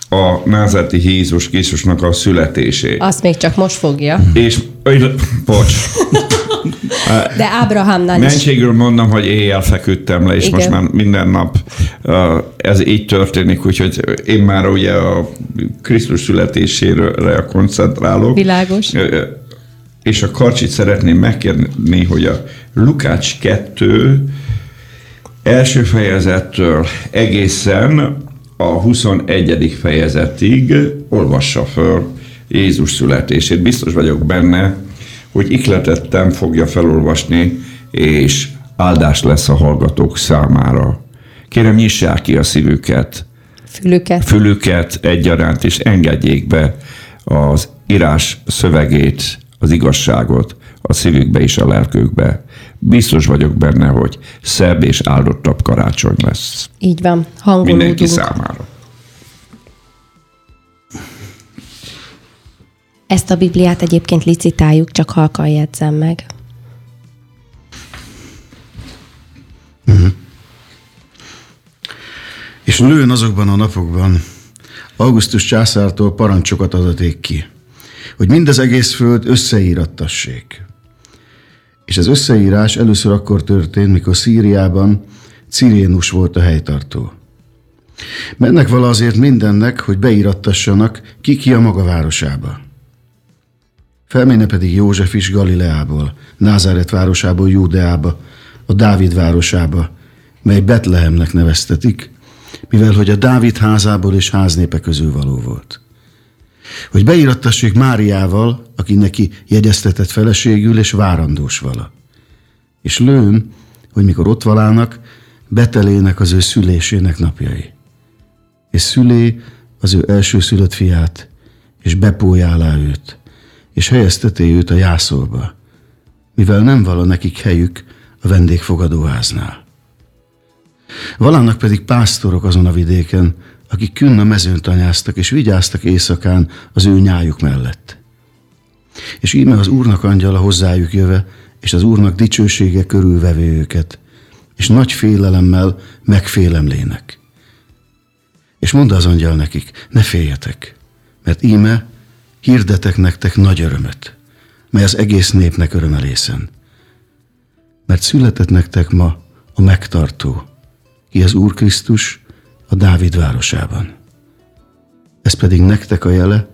Speaker 3: a názeti Jézus Jézusnak a születését.
Speaker 2: Azt még csak most fogja.
Speaker 3: És, ö, bocs,
Speaker 2: De Ábrahámnál is.
Speaker 3: Mentségül mondom, hogy éjjel feküdtem le, és
Speaker 2: Igen.
Speaker 3: most már minden nap ö, ez így történik, úgyhogy én már ugye a Krisztus születésére koncentrálok.
Speaker 2: Világos.
Speaker 3: Ö, ö, És a karcsit szeretném megkérni, hogy a Lukács 2 első fejezettől egészen a 21. fejezetig olvassa föl Jézus születését. Biztos vagyok benne, hogy ikletettem fogja felolvasni, és áldás lesz a hallgatók számára. Kérem, nyissák ki a szívüket,
Speaker 2: Fülüket.
Speaker 3: fülüket egyaránt, és engedjék be az írás szövegét, az igazságot a szívükbe és a lelkükbe. Biztos vagyok benne, hogy szebb és áldottabb karácsony lesz
Speaker 2: Így van. Hangolódunk.
Speaker 3: mindenki számára.
Speaker 2: Ezt a Bibliát egyébként licitáljuk, csak halkan jegyzem meg.
Speaker 1: És nőn azokban a napokban Augustus császártól parancsokat adaték ki, hogy mind az egész föld összeírattassék. És az összeírás először akkor történt, mikor Szíriában Cirénus volt a helytartó. Mennek vala azért mindennek, hogy beírattassanak ki ki a maga városába. Felméne pedig József is Galileából, Názáret városából Júdeába, a Dávid városába, mely Betlehemnek neveztetik, mivel hogy a Dávid házából és háznépe közül való volt. Hogy beírattassék Máriával, aki neki jegyeztetett feleségül és várandós vala. És lőn, hogy mikor ott valának, betelének az ő szülésének napjai. És szülé az ő elsőszülött fiát, és bepójálá őt, és helyezteté őt a jászolba, mivel nem vala nekik helyük a vendégfogadóháznál. Valának pedig pásztorok azon a vidéken, akik künn a mezőn tanyáztak, és vigyáztak éjszakán az ő nyájuk mellett. És íme az Úrnak angyala hozzájuk jöve, és az Úrnak dicsősége körülvevé őket, és nagy félelemmel megfélemlének. És mondta az angyal nekik, ne féljetek, mert íme hirdetek nektek nagy örömet, mely az egész népnek örömelészen. Mert született nektek ma a megtartó, ki az Úr Krisztus a Dávid városában. Ez pedig nektek a jele,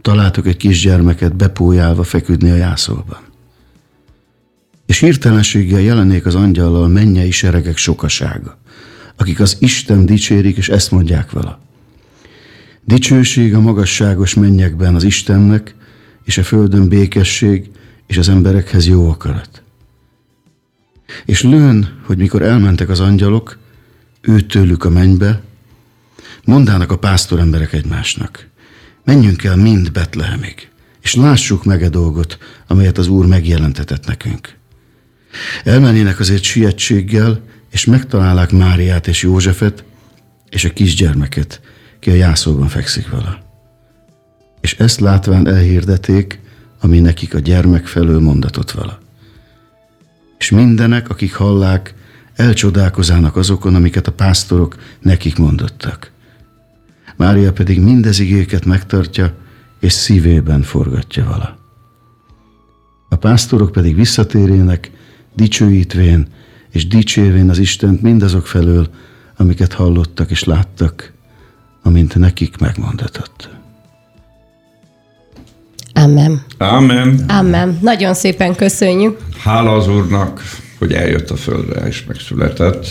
Speaker 1: találtok egy kisgyermeket bepójálva feküdni a jászolban. És hirtelenséggel jelenék az angyallal mennyei seregek sokasága, akik az Isten dicsérik, és ezt mondják vele. Dicsőség a magasságos mennyekben az Istennek, és a földön békesség, és az emberekhez jó akarat. És lőn, hogy mikor elmentek az angyalok, ő tőlük a mennybe, mondának a pásztor emberek egymásnak, menjünk el mind Betlehemig, és lássuk meg a dolgot, amelyet az Úr megjelentetett nekünk. Elmennének azért sietséggel, és megtalálák Máriát és Józsefet, és a kisgyermeket, ki a jászolban fekszik vele. És ezt látván elhirdeték, ami nekik a gyermek felől mondatott vala. és mindenek, akik hallák, elcsodálkozának azokon, amiket a pásztorok nekik mondottak. Mária pedig mindez igéket megtartja, és szívében forgatja vala. A pásztorok pedig visszatérének, dicsőítvén és dicsérvén az Istent mindazok felől, amiket hallottak és láttak, amint nekik megmondatott.
Speaker 2: Amen.
Speaker 3: Amen.
Speaker 2: Amen. Nagyon szépen köszönjük.
Speaker 3: Hála az Úrnak, hogy eljött a földre és megszületett,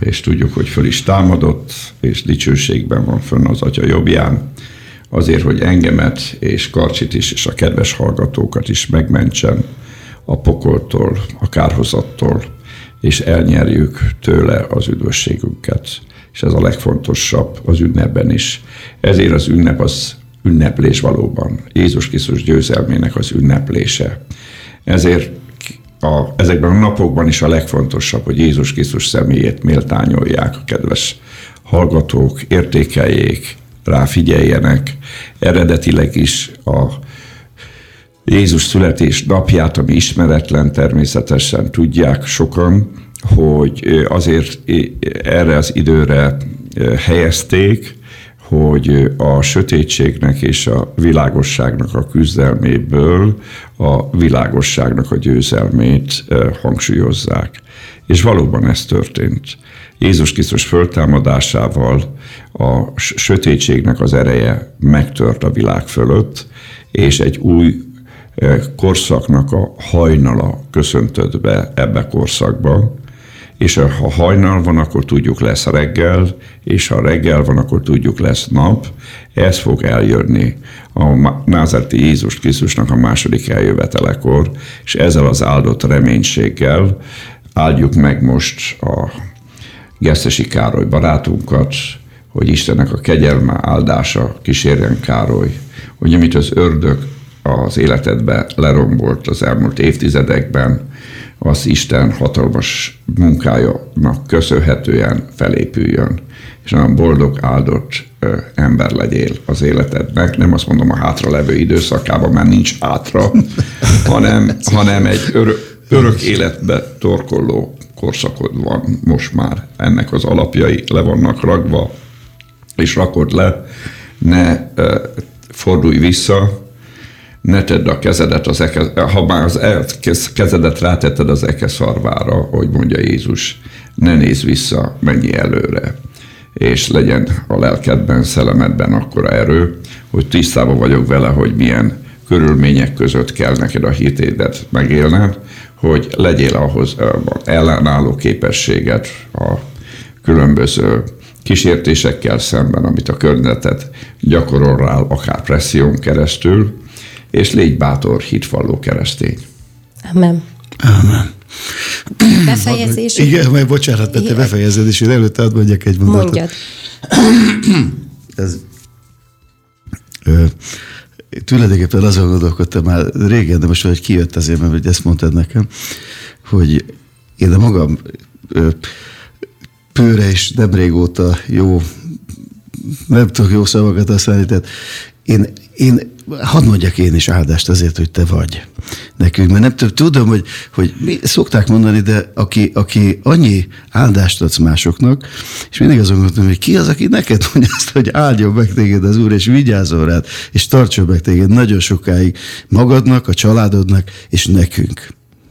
Speaker 3: és tudjuk, hogy föl is támadott, és dicsőségben van fönn az Atya jobbján, azért, hogy engemet és Karcsit is, és a kedves hallgatókat is megmentsen a pokoltól, a kárhozattól, és elnyerjük tőle az üdvösségünket. És ez a legfontosabb az ünnepben is. Ezért az ünnep az ünneplés valóban. Jézus Krisztus győzelmének az ünneplése. Ezért a, ezekben a napokban is a legfontosabb, hogy Jézus Krisztus személyét méltányolják a kedves hallgatók, értékeljék, ráfigyeljenek. Eredetileg is a Jézus születés napját, ami ismeretlen természetesen tudják sokan, hogy azért erre az időre helyezték, hogy a sötétségnek és a világosságnak a küzdelméből a világosságnak a győzelmét hangsúlyozzák. És valóban ez történt. Jézus Krisztus föltámadásával a sötétségnek az ereje megtört a világ fölött, és egy új e, korszaknak a hajnala köszöntött be ebbe korszakba, és ha hajnal van, akkor tudjuk lesz reggel, és ha reggel van, akkor tudjuk lesz nap. Ez fog eljönni a názerti Jézus Krisztusnak a második eljövetelekor, és ezzel az áldott reménységgel áldjuk meg most a Gesztesi Károly barátunkat, hogy Istennek a kegyelme áldása kísérjen Károly, hogy amit az ördög az életedbe lerombolt az elmúlt évtizedekben, az Isten hatalmas munkájának köszönhetően felépüljön, és olyan boldog, áldott ö, ember legyél az életednek. Nem azt mondom a hátra levő időszakában, már nincs hátra, hanem, hanem egy örök, örök életbe torkolló korszakod van most már. Ennek az alapjai le vannak ragva, és rakod le, ne ö, fordulj vissza, ne tedd a kezedet az eke, ha már az el, kezedet rátetted az eke szarvára, hogy mondja Jézus, ne nézz vissza, menj előre és legyen a lelkedben, szellemedben akkora erő, hogy tisztában vagyok vele, hogy milyen körülmények között kell neked a hitédet megélned, hogy legyél ahhoz ellenálló képességet a különböző kísértésekkel szemben, amit a környezetet gyakorol rá, akár presszión keresztül, és légy bátor, hitvalló keresztény.
Speaker 2: Amen.
Speaker 1: Amen.
Speaker 2: Befejezés.
Speaker 1: Igen, mert bocsánat, mert te
Speaker 2: Igen.
Speaker 1: befejezed, és én előtte hadd mondjak egy mondatot.
Speaker 2: Mondjad.
Speaker 1: Ez, ö, tulajdonképpen azon gondolkodtam már régen, de most, hogy kijött azért, mert hogy ezt mondtad nekem, hogy én a magam ö, pőre és nem régóta jó, nem tudok jó szavakat használni, tehát én, én hadd mondjak én is áldást azért, hogy te vagy nekünk, mert nem több tudom, hogy, hogy mi szokták mondani, de aki, aki annyi áldást adsz másoknak, és mindig azon gondolom, hogy ki az, aki neked mondja azt, hogy áldjon meg téged az Úr, és vigyázzon rád, és tartson meg téged nagyon sokáig magadnak, a családodnak, és nekünk.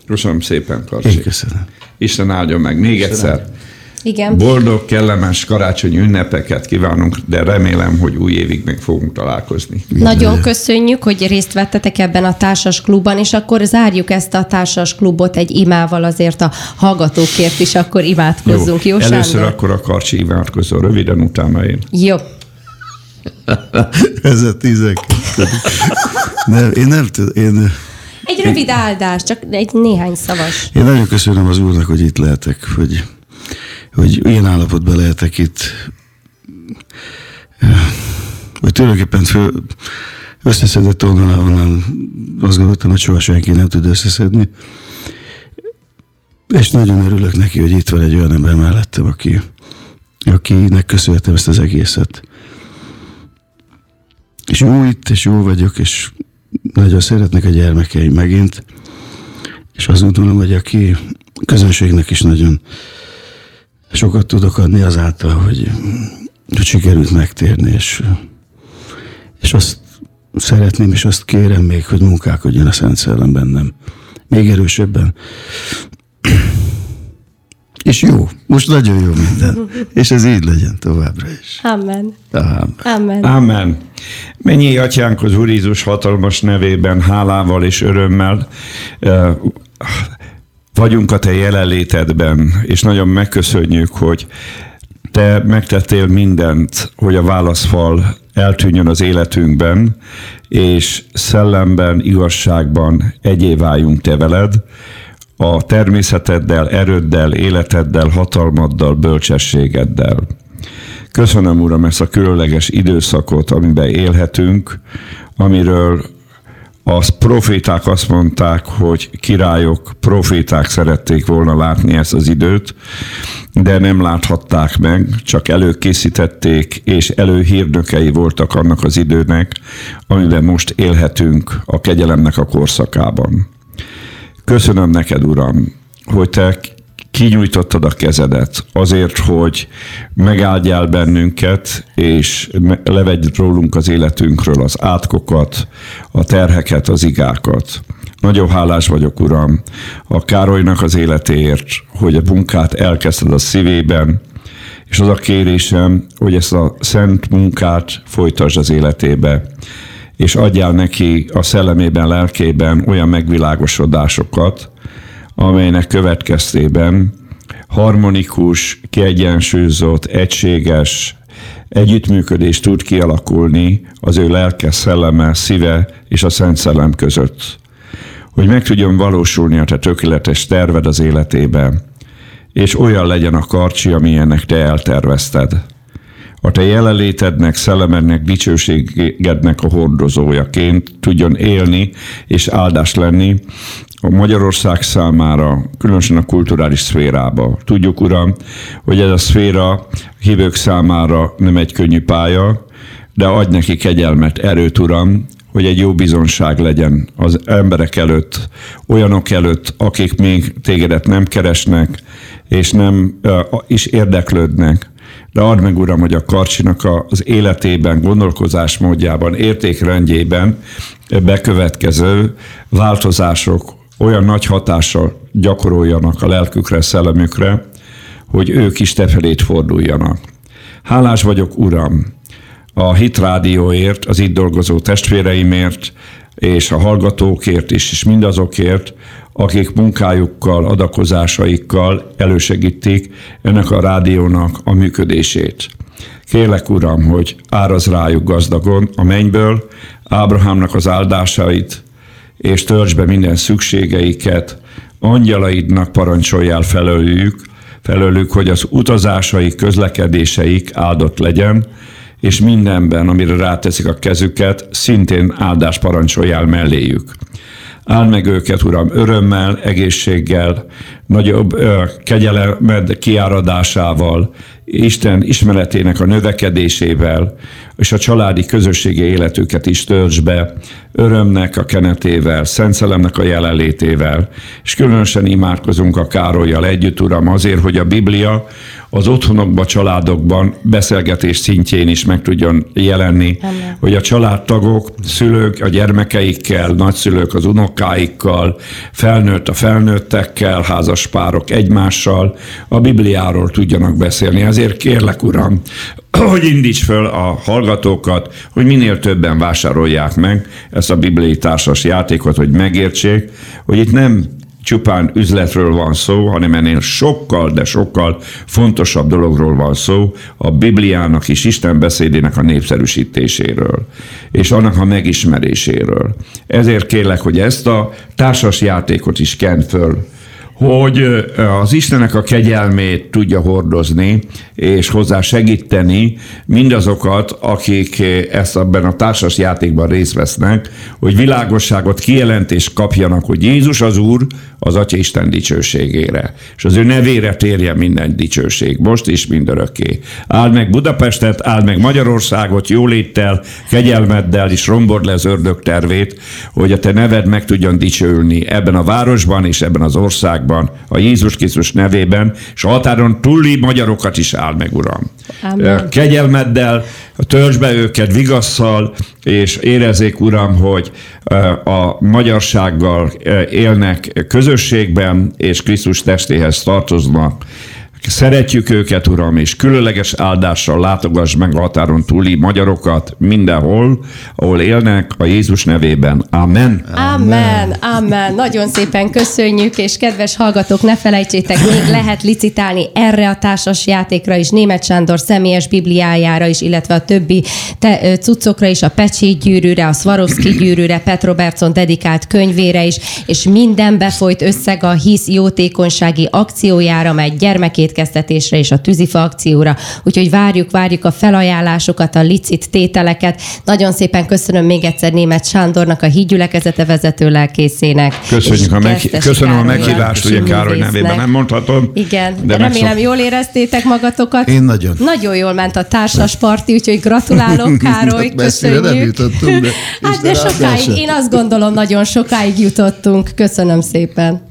Speaker 3: Köszönöm szépen,
Speaker 1: Én
Speaker 3: Karcsi.
Speaker 1: köszönöm.
Speaker 3: Isten áldjon meg még egyszer.
Speaker 2: Igen.
Speaker 3: Boldog, kellemes karácsonyi ünnepeket kívánunk, de remélem, hogy új évig meg fogunk találkozni.
Speaker 2: Nagyon köszönjük, hogy részt vettetek ebben a társas klubban, és akkor zárjuk ezt a társas klubot egy imával azért a hallgatókért is, akkor imádkozzunk. Jó, Jó
Speaker 3: Először
Speaker 2: Sándor?
Speaker 3: akkor a Karcsi imádkozó, röviden utána én.
Speaker 2: Jó.
Speaker 1: Ez a tízek. Nem, én nem tudom, én
Speaker 2: Egy rövid áldás, csak egy néhány szavas.
Speaker 1: Én nagyon köszönöm az úrnak, hogy itt lehetek, hogy, hogy ilyen állapotban lehetek itt. Eh, Hogy tulajdonképpen föl, összeszedett onnan, onnan azt gondoltam, hogy soha senki nem tud összeszedni. És nagyon örülök neki, hogy itt van egy olyan ember mellettem, aki, akinek köszönhetem ezt az egészet. És jó itt, és jó vagyok, és nagyon szeretnek a gyermekeim megint és azt gondolom, hogy aki közönségnek is nagyon sokat tudok adni azáltal, hogy, hogy sikerült megtérni, és, és azt szeretném, és azt kérem még, hogy munkálkodjon a Szent Szellem bennem. Még erősebben. És jó, most nagyon jó minden. És ez így legyen továbbra is.
Speaker 2: Amen.
Speaker 1: Amen.
Speaker 2: Amen.
Speaker 3: Ámen. Mennyi atyánk az Úr Jézus hatalmas nevében, hálával és örömmel eh, vagyunk a te jelenlétedben, és nagyon megköszönjük, hogy te megtettél mindent, hogy a válaszfal eltűnjön az életünkben, és szellemben, igazságban egyé váljunk te veled, a természeteddel, erőddel, életeddel, hatalmaddal, bölcsességeddel. Köszönöm, Uram, ezt a különleges időszakot, amiben élhetünk, amiről az proféták azt mondták, hogy királyok, proféták szerették volna látni ezt az időt, de nem láthatták meg, csak előkészítették, és előhírnökei voltak annak az időnek, amiben most élhetünk a kegyelemnek a korszakában. Köszönöm neked, Uram, hogy te kinyújtottad a kezedet azért, hogy megáldjál bennünket, és levegy rólunk az életünkről az átkokat, a terheket, az igákat. Nagyon hálás vagyok, Uram, a Károlynak az életéért, hogy a munkát elkezdted a szívében, és az a kérésem, hogy ezt a szent munkát folytasd az életébe, és adjál neki a szellemében, lelkében olyan megvilágosodásokat, amelynek következtében harmonikus, kiegyensúlyozott, egységes együttműködés tud kialakulni az ő lelke, szelleme, szíve és a Szent Szellem között. Hogy meg tudjon valósulni a te tökéletes terved az életében, és olyan legyen a karcsi, amilyennek te eltervezted. A te jelenlétednek, szellemednek, dicsőségednek a hordozójaként tudjon élni és áldás lenni a Magyarország számára, különösen a kulturális szférába. Tudjuk, Uram, hogy ez a szféra a hívők számára nem egy könnyű pálya, de adj neki kegyelmet, erőt, Uram, hogy egy jó bizonság legyen az emberek előtt, olyanok előtt, akik még tégedet nem keresnek, és nem is érdeklődnek. De add meg, Uram, hogy a karcsinak az életében, gondolkozásmódjában, értékrendjében bekövetkező változások olyan nagy hatással gyakoroljanak a lelkükre, szellemükre, hogy ők is te felét forduljanak. Hálás vagyok, Uram, a Hitrádióért, az itt dolgozó testvéreimért, és a hallgatókért is, és mindazokért, akik munkájukkal, adakozásaikkal elősegítik ennek a rádiónak a működését. Kérlek, Uram, hogy áraz rájuk gazdagon a mennyből, Ábrahámnak az áldásait, és töltsd be minden szükségeiket, angyalaidnak parancsoljál felőlük, felőlük, hogy az utazásaik, közlekedéseik áldott legyen, és mindenben, amire ráteszik a kezüket, szintén áldás parancsoljál melléjük. Áld meg őket, Uram, örömmel, egészséggel, nagyobb ö, kegyelemed kiáradásával, Isten ismeretének a növekedésével, és a családi közösségi életüket is töltsd be örömnek a kenetével, szentszelemnek a jelenlétével, és különösen imádkozunk a Károlyjal együtt, Uram, azért, hogy a Biblia az otthonokban, családokban beszélgetés szintjén is meg tudjon jelenni, Amen. hogy a családtagok, szülők a gyermekeikkel, nagyszülők az unokáikkal, felnőtt a felnőttekkel, házas párok egymással a Bibliáról tudjanak beszélni. Ezért kérlek, Uram, hogy indíts föl a hallgatókat, hogy minél többen vásárolják meg ezt a bibliai társas játékot, hogy megértsék, hogy itt nem csupán üzletről van szó, hanem ennél sokkal, de sokkal fontosabb dologról van szó, a Bibliának és Isten beszédének a népszerűsítéséről, és annak a megismeréséről. Ezért kérlek, hogy ezt a társas játékot is kent föl, hogy az Istenek a kegyelmét tudja hordozni, és hozzá segíteni mindazokat, akik ezt abban a társas játékban részt vesznek, hogy világosságot, kijelentést kapjanak, hogy Jézus az Úr az Atya Isten dicsőségére, és az ő nevére térje minden dicsőség, most is mindörökké. Áld meg Budapestet, áld meg Magyarországot jóléttel, kegyelmeddel, és rombord le az ördög tervét, hogy a te neved meg tudjon dicsőülni ebben a városban és ebben az országban, a Jézus Krisztus nevében, és a határon túli magyarokat is áld meg, Uram.
Speaker 2: Amen.
Speaker 3: Kegyelmeddel, töltsd be őket vigasszal, és érezzék, Uram, hogy a magyarsággal élnek közösségben, és Krisztus testéhez tartoznak. Szeretjük őket, Uram, és különleges áldással látogass meg a határon túli magyarokat mindenhol, ahol élnek a Jézus nevében. Amen.
Speaker 2: Amen, amen. Nagyon szépen köszönjük, és kedves hallgatók, ne felejtsétek, még lehet licitálni erre a társas játékra is, Német Sándor személyes bibliájára is, illetve a többi te, ö, cuccokra is, a Pecsény gyűrűre, a Swarovski gyűrűre, Pet Robertson dedikált könyvére is, és minden befolyt összeg a hisz jótékonysági akciójára megy, gyermekétkeztetésre és a tűzifa akcióra. Úgyhogy várjuk, várjuk a felajánlásokat, a licit tételeket. Nagyon szépen köszönöm még egyszer Német Sándornak, a hídgyülekezete vezető lelkészének.
Speaker 3: Köszönjük
Speaker 2: és
Speaker 3: a meg,
Speaker 2: Kersztesi
Speaker 3: köszönöm a
Speaker 2: Károlynak,
Speaker 3: meghívást, ugye Károly
Speaker 2: művésznek.
Speaker 3: nevében nem mondhatom.
Speaker 2: Igen, de
Speaker 3: de
Speaker 2: remélem
Speaker 3: megszok-
Speaker 2: jól éreztétek magatokat.
Speaker 5: Én nagyon.
Speaker 2: Nagyon jól ment a társas parti, úgyhogy gratulálok, Károly,
Speaker 5: Hát messzire
Speaker 2: köszönjük.
Speaker 5: nem jutottunk, de
Speaker 2: hát de
Speaker 5: Isten
Speaker 2: sokáig,
Speaker 5: áldása.
Speaker 2: én azt gondolom, nagyon sokáig jutottunk. Köszönöm szépen.